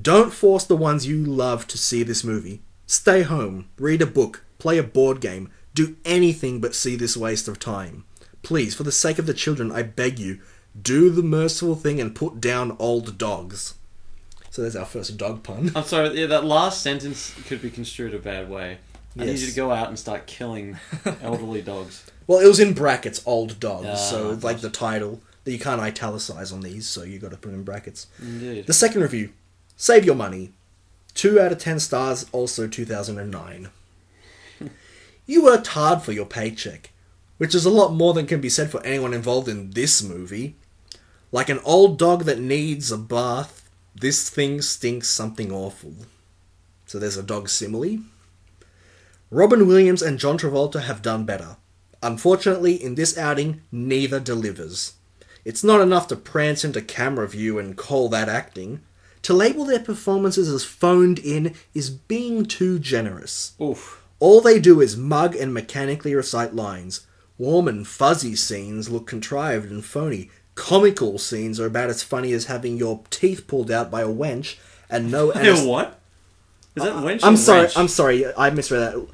Speaker 1: Don't force the ones you love to see this movie. Stay home, read a book, play a board game, do anything but see this waste of time. Please, for the sake of the children, I beg you, do the merciful thing and put down old dogs. So there's our first dog pun.
Speaker 2: I'm sorry, yeah, that last sentence could be construed a bad way. I need you
Speaker 1: Yes.
Speaker 2: to go out and
Speaker 1: [laughs]
Speaker 2: start killing elderly dogs.
Speaker 1: Well, it was in brackets, old dogs,
Speaker 2: Ah,
Speaker 1: so
Speaker 2: of
Speaker 1: like
Speaker 2: course.
Speaker 1: the title that you can't italicize on these, so you got to put in brackets.
Speaker 2: Indeed.
Speaker 1: The second review, save your money, two out of ten stars, also two thousand and nine. you worked hard for your paycheck, which is a lot more than can be said for anyone involved in this movie. Like an old dog that needs a bath, this thing stinks something awful. So there's a dog simile. Robin Williams and John Travolta have done better. Unfortunately, in this outing, neither delivers. It's not enough to prance into camera view and call that acting. To label their performances as phoned in is being too generous.
Speaker 2: Oof.
Speaker 1: All they do is mug and mechanically recite lines. Warm and fuzzy scenes look contrived and phony. Comical scenes are about as funny as having your teeth pulled out by a wench and
Speaker 2: [laughs]
Speaker 1: no anesthesia.
Speaker 2: what? Is that wench?
Speaker 1: Uh, I'm
Speaker 2: or
Speaker 1: sorry.
Speaker 2: wrench?
Speaker 1: I'm sorry. I misread that.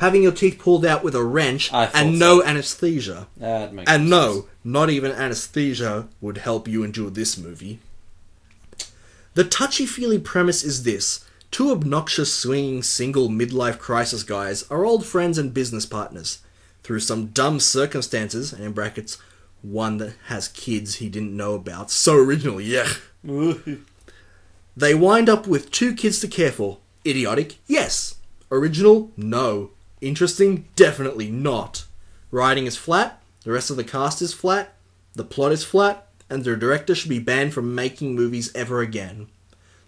Speaker 1: Having your teeth pulled out with a wrench
Speaker 2: I thought
Speaker 1: and no anesthesia.
Speaker 2: That makes
Speaker 1: And
Speaker 2: sense.
Speaker 1: no, not even anesthesia would help you endure this movie. The touchy feely premise is this two obnoxious, swinging, single midlife crisis guys are old friends and business partners. Through some dumb circumstances, and in brackets, one that has kids he didn't know about, so original, yeah. They wind up with two kids to care for. Idiotic? Yes. Original? No. Interesting? Definitely not. Writing is flat, the rest of the cast is flat, the plot is flat, and the director should be banned from making movies ever again.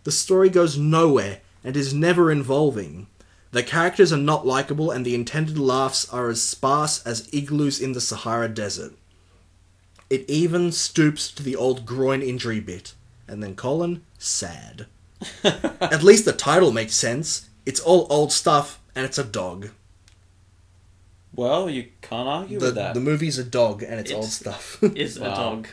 Speaker 1: The story goes nowhere and is never involving. The characters are not likable, and the intended laughs are as sparse as igloos in the Sahara Desert. It even stoops to the old groin injury bit. And then colon, sad. At least the title makes sense. It's all old stuff and it's a dog.
Speaker 2: [laughs] Well, you can't argue
Speaker 1: The,
Speaker 2: with that.
Speaker 1: the movie's a dog and it's, old
Speaker 3: It's-
Speaker 1: stuff. [laughs]
Speaker 3: Is
Speaker 2: Wow.
Speaker 3: a dog.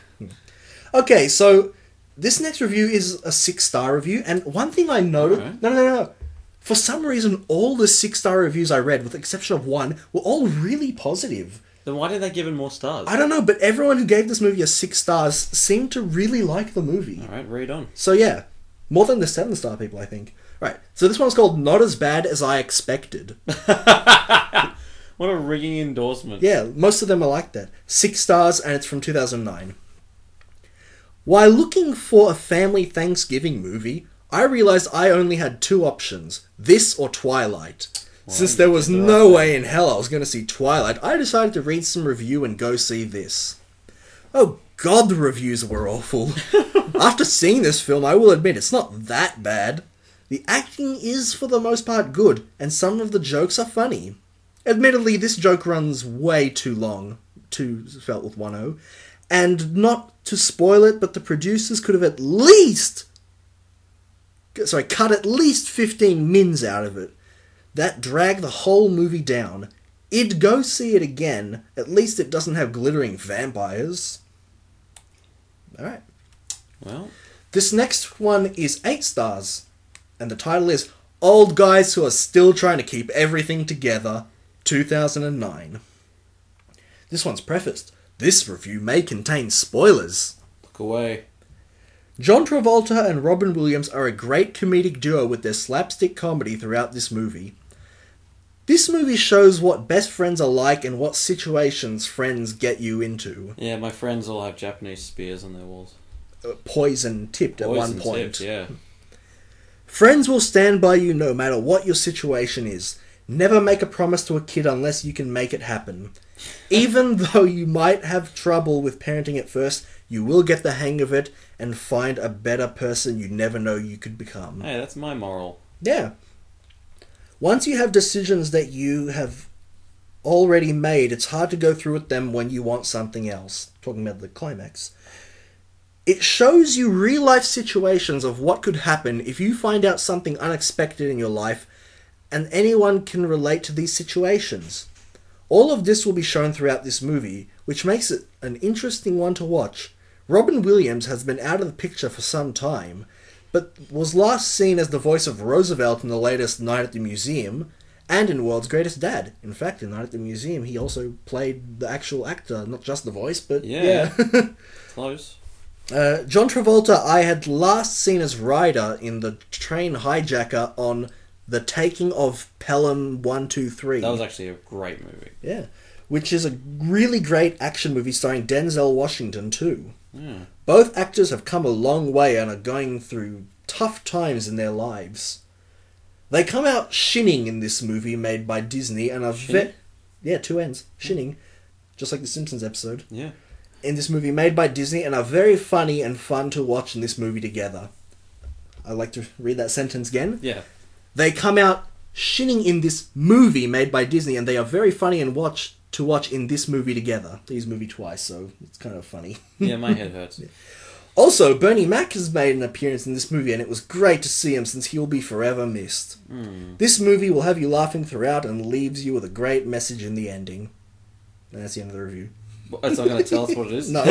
Speaker 1: okay, so this next review is a six star review. And one thing I noted
Speaker 2: Alright.
Speaker 1: no, no, no, no. For some reason, all the six star reviews I read, with the exception of one, were all really positive.
Speaker 2: then why did they give him more stars?
Speaker 1: I don't know, but everyone who gave this movie a six stars seemed to really like the movie.
Speaker 2: All right, read on.
Speaker 1: So yeah, more than the seven star people, I think. Right. So this one's called "Not as Bad as I Expected."
Speaker 2: What a rigging endorsement.
Speaker 1: Yeah, most of them are like that. Six stars, and it's from 2009. While looking for a family Thanksgiving movie, I realized I only had two options this or Twilight. Since there was
Speaker 2: did the
Speaker 1: no
Speaker 2: right
Speaker 1: way in hell I was going to see Twilight, I decided to read some review and go see this. Oh god, the reviews were awful. After seeing this film, I will admit it's not that bad. The acting is, for the most part, good, and some of the jokes are funny. Admittedly, this joke runs way too long, two felt with one O. And not to spoil it, but the producers could have at least. Sorry, cut at least 15 mins out of it. That drag the whole movie down. I'd go see it again. At least it doesn't have glittering vampires. Alright.
Speaker 2: Well,
Speaker 1: This next one is 8 stars, and the title is Old Guys Who Are Still Trying to Keep Everything Together, 2009. This one's prefaced. This review may contain spoilers.
Speaker 2: look away.
Speaker 1: John Travolta and Robin Williams are a great comedic duo with their slapstick comedy throughout this movie. This movie shows what best friends are like and what situations friends get you into.
Speaker 2: Yeah, my friends all have Japanese spears on their walls.
Speaker 1: Uh, Poison tipped at
Speaker 2: Poison
Speaker 1: one point.
Speaker 2: tipped, yeah.
Speaker 1: Friends will stand by you no matter what your situation is. Never make a promise to a kid unless you can make it happen. Even [laughs] though you might have trouble with parenting at first, you will get the hang of it and find a better person you never know you could become.
Speaker 2: Hey, that's my moral.
Speaker 1: Yeah. Once you have decisions that you have already made, it's hard to go through with them when you want something else. Talking about the climax. It shows you real life situations of what could happen if you find out something unexpected in your life, and anyone can relate to these situations. All of this will be shown throughout this movie, which makes it an interesting one to watch. Robin Williams has been out of the picture for some time, but was last seen as the voice of Roosevelt in the latest Night at the Museum and in World's Greatest Dad. In fact, in Night at the Museum, he also played the actual actor, not just the voice, but
Speaker 2: Yeah.
Speaker 1: yeah. [laughs]
Speaker 2: Close.
Speaker 1: Uh, John Travolta, I had last seen as Ryder in the train hijacker on The Taking of Pelham 123.
Speaker 2: That was actually a great movie.
Speaker 1: Yeah. Which is a really great action movie starring Denzel Washington, too. Both actors have come a long way and are going through tough times in their lives. They come out shinning in this movie made by Disney and are
Speaker 2: Shinning? Hmm.
Speaker 1: ve- Yeah, two ends. Shinning. Just like the Simpsons episode.
Speaker 2: Yeah.
Speaker 1: In this movie made by Disney and are very funny and fun to watch in this movie together. I'd like to read that sentence again.
Speaker 2: Yeah.
Speaker 1: They come out shinning in this movie made by Disney, and they are very funny and watch to watch in this movie together. These movie twice, so it's kind of funny.
Speaker 2: Yeah, my head
Speaker 1: [laughs]
Speaker 2: hurts.
Speaker 1: Also, Bernie Mac has made an appearance in this movie, and it was great to see him since he will be forever missed.
Speaker 2: Hmm.
Speaker 1: This movie will have you laughing throughout and leaves you with a great message in the ending. And that's the end of the review.
Speaker 2: Well, It's not going to tell us what it
Speaker 1: [laughs]
Speaker 2: is.
Speaker 1: No.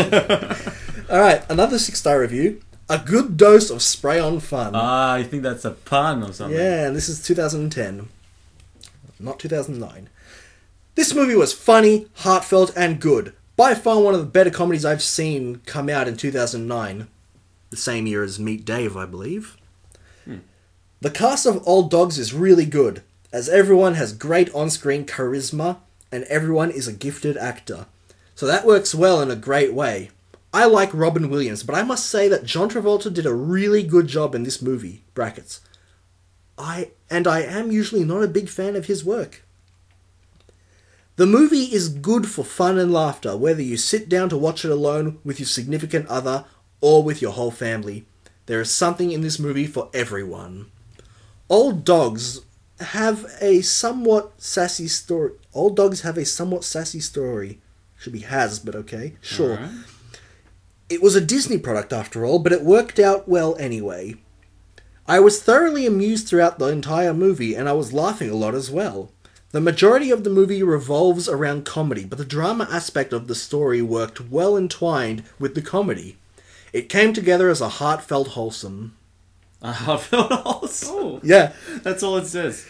Speaker 1: All right, another six star review. A good dose of spray on fun.
Speaker 2: [laughs] Ah, you think that's a pun or something?
Speaker 1: Yeah, and this is 2010, not 2009. This movie was funny, heartfelt, and good. By far one of the better comedies I've seen come out in 2009, the same year as Meet Dave, I believe. The cast of Old Dogs is really good, as everyone has great on screen charisma and everyone is a gifted actor. So that works well in a great way. I like Robin Williams, but I must say that John Travolta did a really good job in this movie. Brackets. I and I am usually not a big fan of his work. The movie is good for fun and laughter, whether you sit down to watch it alone with your significant other or with your whole family. There is something in this movie for everyone. Old dogs have a somewhat sassy story. Old dogs have a somewhat sassy story. Should be has, but okay, sure.
Speaker 2: Alright.
Speaker 1: It was a Disney product after all, but it worked out well anyway. I was thoroughly amused throughout the entire movie, and I was laughing a lot as well. The majority of the movie revolves around comedy, but the drama aspect of the story worked well entwined with the comedy. It came together as a heartfelt wholesome.
Speaker 2: [laughs] A heartfelt also.
Speaker 3: Oh,
Speaker 1: Yeah,
Speaker 2: That's all it says.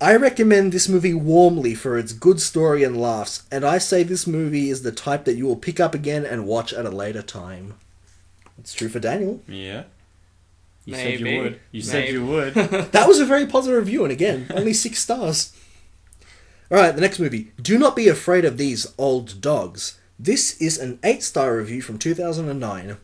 Speaker 1: I recommend this movie warmly for its good story and laughs, and I say this movie is the type that you will pick up again and watch at a later time. It's true for Daniel.
Speaker 2: Yeah. You said
Speaker 3: Maybe.
Speaker 2: you would. You said
Speaker 3: Maybe.
Speaker 2: you [laughs] would.
Speaker 1: That was a very positive review, and again, only six stars. All right, the next movie. Do not be afraid of these old dogs. This is an eight star review from 2009.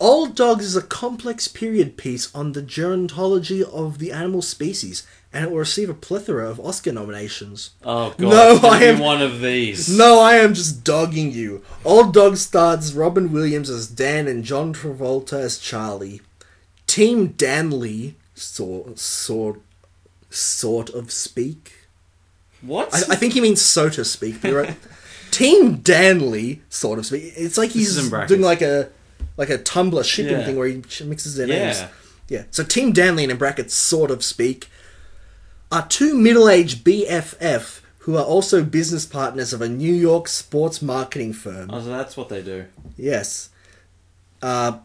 Speaker 1: Old Dogs is a complex period piece on the gerontology of the animal species, and it will receive a plethora of Oscar nominations.
Speaker 2: Oh god.
Speaker 1: No,
Speaker 2: it's gonna
Speaker 1: I
Speaker 2: be
Speaker 1: am-
Speaker 2: one of these.
Speaker 1: No, I am just dogging you. Old Dog stars Robin Williams as Dan and John Travolta as Charlie. Team Danley, sort sort sort of speak.
Speaker 2: What?
Speaker 1: I, I think he means so to speak. But
Speaker 2: [laughs]
Speaker 1: you're right. Team Danley, sort of speak. It's like
Speaker 2: is in
Speaker 1: he's
Speaker 2: brackets.
Speaker 1: doing like a like a Tumblr shipping
Speaker 2: Yeah.
Speaker 1: thing where he ch- mixes their
Speaker 2: Yeah.
Speaker 1: names. Yeah. So Team Danley and in brackets, sort of speak, are two middle-aged BFF who are also business partners of a New York sports marketing firm.
Speaker 2: Oh, so that's what they do.
Speaker 1: Yes. Uh,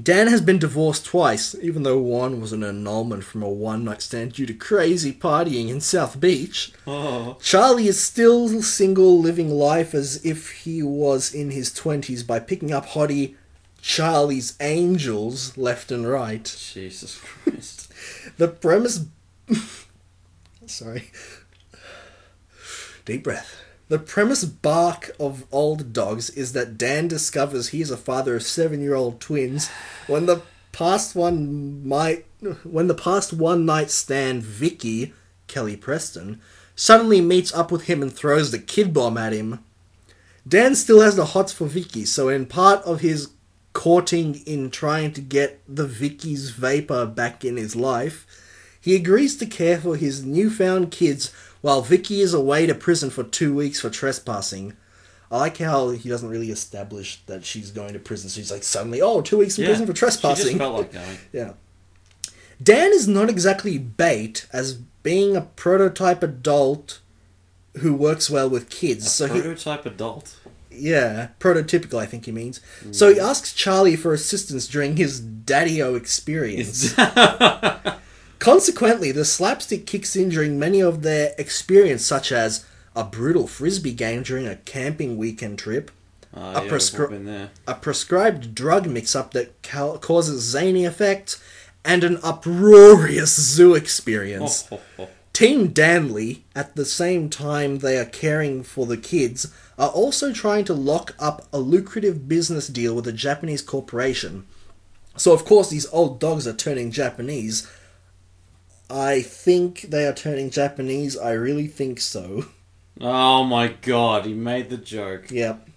Speaker 1: Dan has been divorced twice, even though one was an annulment from a one night stand due to crazy partying in South Beach.
Speaker 2: Oh.
Speaker 1: Charlie is still single, living life as if he was in his 20s by picking up hottie Charlie's Angels left and right.
Speaker 2: Jesus
Speaker 1: [laughs]
Speaker 2: Christ.
Speaker 1: The premise. [laughs] Sorry. Deep breath. The premise bark of old dogs is that Dan discovers he is a father of seven year old twins when the past one might when the past one night stand Vicky, Kelly Preston, suddenly meets up with him and throws the kid bomb at him. Dan still has the hots for Vicky, so in part of his courting in trying to get the Vicky's vapor back in his life, he agrees to care for his newfound kids while Vicky is away to prison for two weeks for trespassing. I like how he doesn't really establish that she's going to prison, so he's like suddenly, oh, two weeks in prison for
Speaker 2: She just
Speaker 1: trespassing.
Speaker 2: felt like going.
Speaker 1: Yeah. Dan is not exactly bait as being a prototype adult who works well with kids. so he,
Speaker 2: Prototype adult.
Speaker 1: yeah, prototypical, I think he means. So he asks Charlie for assistance during his daddy-o experience.
Speaker 2: [laughs] Oh,
Speaker 1: Consequently, the slapstick kicks in during many of their experience, such as a brutal frisbee game during a camping weekend trip,
Speaker 2: Uh,
Speaker 1: A
Speaker 2: yeah,
Speaker 1: prescri-
Speaker 2: we've all been there.
Speaker 1: a prescribed drug mix-up that ca- causes zany effect, and an uproarious zoo experience.
Speaker 3: Oh, oh, oh.
Speaker 1: Team Danley, at the same time they are caring for the kids, are also trying to lock up a lucrative business deal with a Japanese corporation. So, of course, these old dogs are turning Japanese. I think they are turning Japanese. I really think so. [laughs]
Speaker 2: Oh my god, he made the joke. [laughs]
Speaker 1: Yep.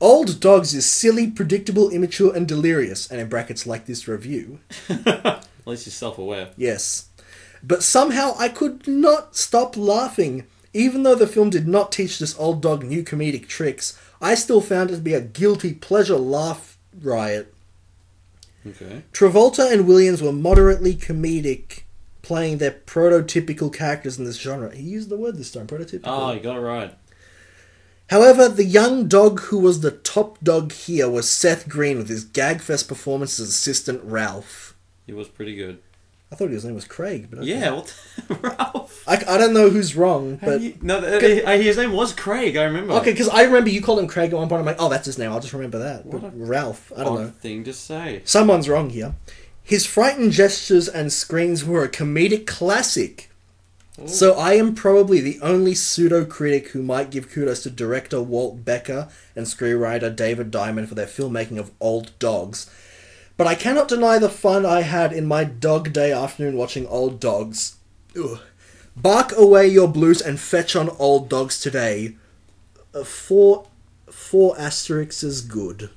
Speaker 1: Old Dogs is silly, predictable, immature, and delirious, and in brackets, like this review.
Speaker 2: At least you're self aware.
Speaker 1: Yes. But somehow I could not stop laughing. Even though the film did not teach this old dog new comedic tricks, I still found it to be a guilty pleasure laugh riot.
Speaker 2: Okay.
Speaker 1: Travolta and Williams were moderately comedic, playing their prototypical characters in this genre. He used the word this time, prototypical.
Speaker 2: Oh, you got it right.
Speaker 1: However, the young dog who was the top dog here was Seth Green with his gagfest performance as assistant Ralph.
Speaker 2: He was pretty good.
Speaker 1: I thought his name was Craig, but okay.
Speaker 2: Yeah, what the, [laughs] Ralph?
Speaker 1: I, I don't know who's wrong, but
Speaker 2: He- no, th- uh, his name was Craig. I remember.
Speaker 1: okay, because I remember you called him Craig at one point. I'm like, oh, that's his name. I'll just remember that.
Speaker 2: What
Speaker 1: But
Speaker 2: a-
Speaker 1: Ralph, I don't
Speaker 2: Odd
Speaker 1: know.
Speaker 2: thing to say.
Speaker 1: Someone's wrong here. His frightened gestures and screams were a comedic classic. So I am probably the only pseudo critic who might give kudos to director Walt Becker and screenwriter David Diamond for their filmmaking of Old Dogs. But I cannot deny the fun I had in my dog day afternoon watching Old Dogs. Ugh. Bark away your blues and fetch on Old Dogs today. Uh, four, four asterisks is good.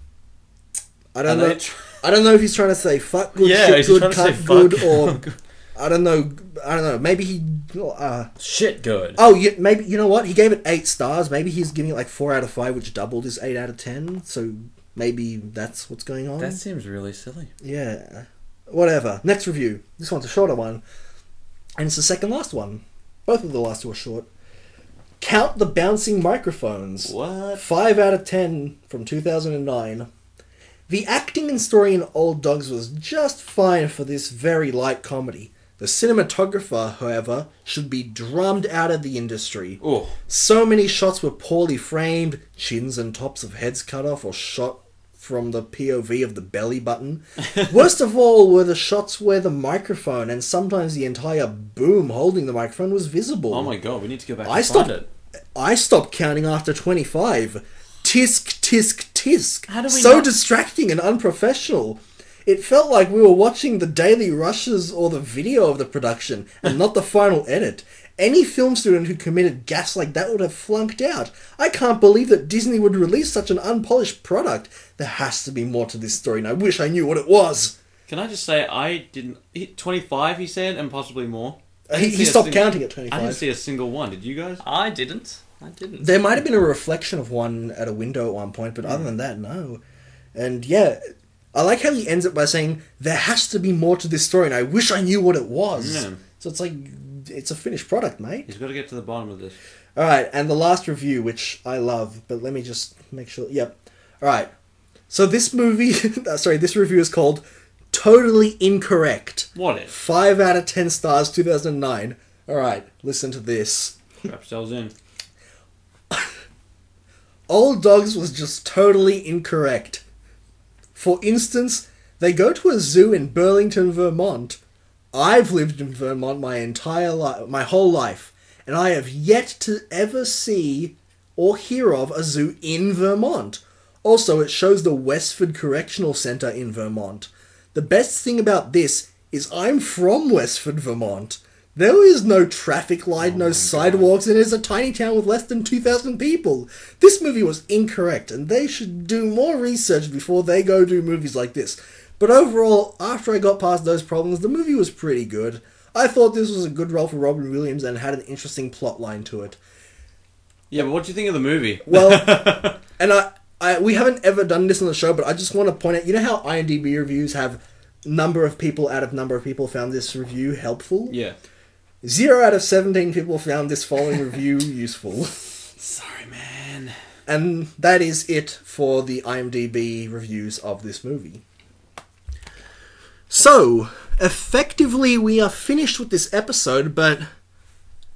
Speaker 1: I don't
Speaker 2: Are
Speaker 1: know.
Speaker 2: they tr-
Speaker 1: I don't know if he's trying to say fuck good,
Speaker 2: Yeah,
Speaker 1: shit
Speaker 2: he's
Speaker 1: good,
Speaker 2: trying to
Speaker 1: cut
Speaker 2: say
Speaker 1: good,
Speaker 2: fuck.
Speaker 1: or
Speaker 2: [laughs]
Speaker 1: I don't know. I don't know. Maybe he. Uh,
Speaker 4: Shit good.
Speaker 1: oh, you, maybe you know what? He gave it eight stars. Maybe he's giving it like four out of five, which doubled his eight out of ten. So maybe that's what's going on.
Speaker 2: That seems really silly.
Speaker 1: Yeah. Whatever. Next review. This one's a shorter one. And it's the second last one. Both of the last two are short. Count the bouncing microphones.
Speaker 2: What?
Speaker 1: 5 out of 10 from 2009. The acting and story in Old Dogs was just fine for this very light comedy. The cinematographer, however, should be drummed out of the industry.
Speaker 2: Oh,
Speaker 1: So many shots were poorly framed, chins and tops of heads cut off or shot from the POV of the belly
Speaker 2: [laughs]
Speaker 1: button. Worst of all were the shots where the microphone and sometimes the entire boom holding the microphone was visible.
Speaker 2: oh my god, we need to go back.
Speaker 1: I
Speaker 2: and
Speaker 1: stopped
Speaker 2: find it.
Speaker 1: I stopped counting after 25. Tisk, tisk, tisk.
Speaker 2: How do we
Speaker 1: so
Speaker 2: not-
Speaker 1: distracting and unprofessional. It felt like we were watching the daily rushes or the video of the production and not the final edit. Any film student who committed gaffes like that would have flunked out. I can't believe that Disney would release such an unpolished product. There has to be more to this story, and I wish I knew what it was.
Speaker 2: Can I just say I didn't hit 25? He said, and possibly more. I
Speaker 1: Uh, He,
Speaker 2: didn't see
Speaker 1: he
Speaker 2: a
Speaker 1: stopped
Speaker 2: single-
Speaker 1: counting at
Speaker 2: I didn't
Speaker 1: 25.
Speaker 2: see a single one. Did you guys?
Speaker 3: I didn't. I didn't.
Speaker 1: There might have been a reflection of one at a window at one point, but
Speaker 2: Hmm.
Speaker 1: other than that, no. And yeah, I like how he ends it by saying, There has to be more to this story, and I wish I knew what it was.
Speaker 2: Yeah.
Speaker 1: So it's like, it's a finished product, mate.
Speaker 2: He's got to get to the bottom of this.
Speaker 1: All right, and the last review, which I love, but let me just make sure. Yep. All right. So this movie, [laughs] uh, sorry, this review is called Totally Incorrect.
Speaker 2: What if?
Speaker 1: Five out of ten stars, 2009. All right, listen to this.
Speaker 2: Wrap yourselves in.
Speaker 1: Old Dogs was just totally incorrect. For instance, they go to a zoo in Burlington, Vermont. I've lived in Vermont my entire life, my whole life, and I have yet to ever see or hear of a zoo in Vermont. Also, it shows the Westford Correctional Center in Vermont. The best thing about this is I'm from Westford, Vermont. There is no traffic light, no sidewalks, and it is a tiny town with less than 2,000 people. This movie was incorrect, and they should do more research before they go do movies like this. But overall, after I got past those problems, the movie was pretty good. I thought this was a good role for Robin Williams and had an interesting plot line to it.
Speaker 2: Yeah, but what do you think of the movie?
Speaker 1: Well, and I, I we haven't ever done this on the show, but I just want to point out. You know how IMDb reviews have number of people out of number of people found this review helpful.
Speaker 2: [laughs] yeah.
Speaker 1: Zero out of seventeen people found this following review [laughs] useful,
Speaker 2: Sorry, man.
Speaker 1: and that is it for the IMDb reviews of this movie. So effectively, we are finished with this episode, but.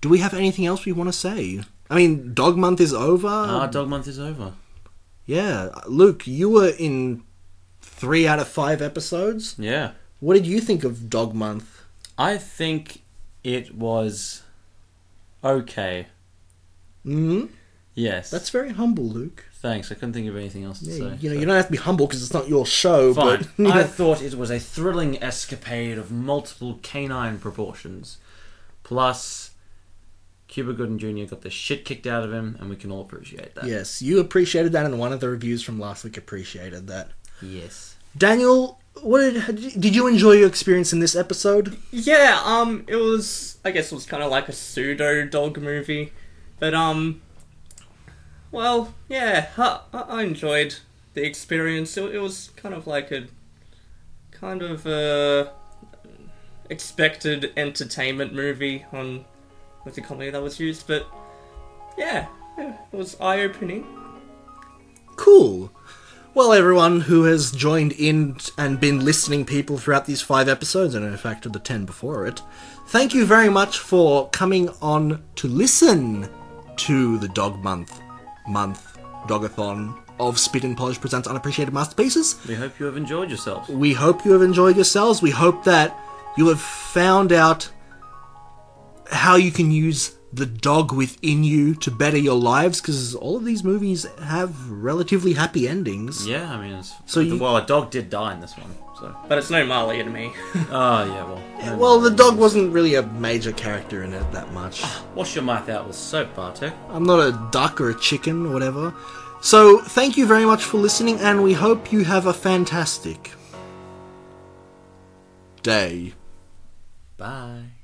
Speaker 1: Do we have anything else we want to say? I mean, Dog Month is over.
Speaker 2: Ah, Dog Month is over.
Speaker 1: Yeah, Luke, you were in three out of five episodes.
Speaker 2: Yeah.
Speaker 1: What did you think of Dog Month?
Speaker 2: I think it was okay.
Speaker 1: Mm,
Speaker 2: Yes.
Speaker 1: that's very humble, Luke.
Speaker 2: Thanks. I couldn't think of anything else to
Speaker 1: Yeah,
Speaker 2: say.
Speaker 1: you know,
Speaker 2: so-
Speaker 1: you don't have to be humble because it's not your show.
Speaker 2: Fine.
Speaker 1: But [laughs] you
Speaker 2: I
Speaker 1: know,
Speaker 2: thought it was a thrilling escapade of multiple canine proportions. Plus, Cuba Gooden Jr. got the shit kicked out of him, and we can all appreciate that.
Speaker 1: yes, you appreciated that, and one of the reviews from last week appreciated that.
Speaker 2: Yes.
Speaker 1: Daniel, what did, did you enjoy your experience in this episode?
Speaker 3: Yeah, um, it was. I guess it was kind of like a pseudo dog movie, but um, well, yeah, I, I I enjoyed the experience. It, it was kind of like a kind of uh expected entertainment movie on with the comedy that was used, but yeah, yeah it was eye opening.
Speaker 1: Cool. Well, everyone who has joined in and been listening people throughout these five episodes, and in fact the ten before it, thank you very much for coming on to listen to the Dog Month, Month, Dogathon of Spit and Polish Presents Unappreciated Masterpieces.
Speaker 2: We hope you have enjoyed yourselves.
Speaker 1: We hope you have enjoyed yourselves. We hope that you have found out how you can use the dog within you to better your lives because all of these movies have relatively happy endings.
Speaker 2: Yeah, I mean, it's,
Speaker 1: So you-
Speaker 2: well, a dog did die in this one. So,
Speaker 3: But it's no Marley to me.
Speaker 2: oh yeah, well. no
Speaker 1: [clears throat] Well,
Speaker 2: more.
Speaker 1: the dog wasn't really a major character in it that much.
Speaker 2: Wash your mouth out with soap, Bartek.
Speaker 1: [sighs] I'm not a duck or a chicken or whatever. So, thank you very much for listening, and we hope you have a fantastic day.
Speaker 2: Bye.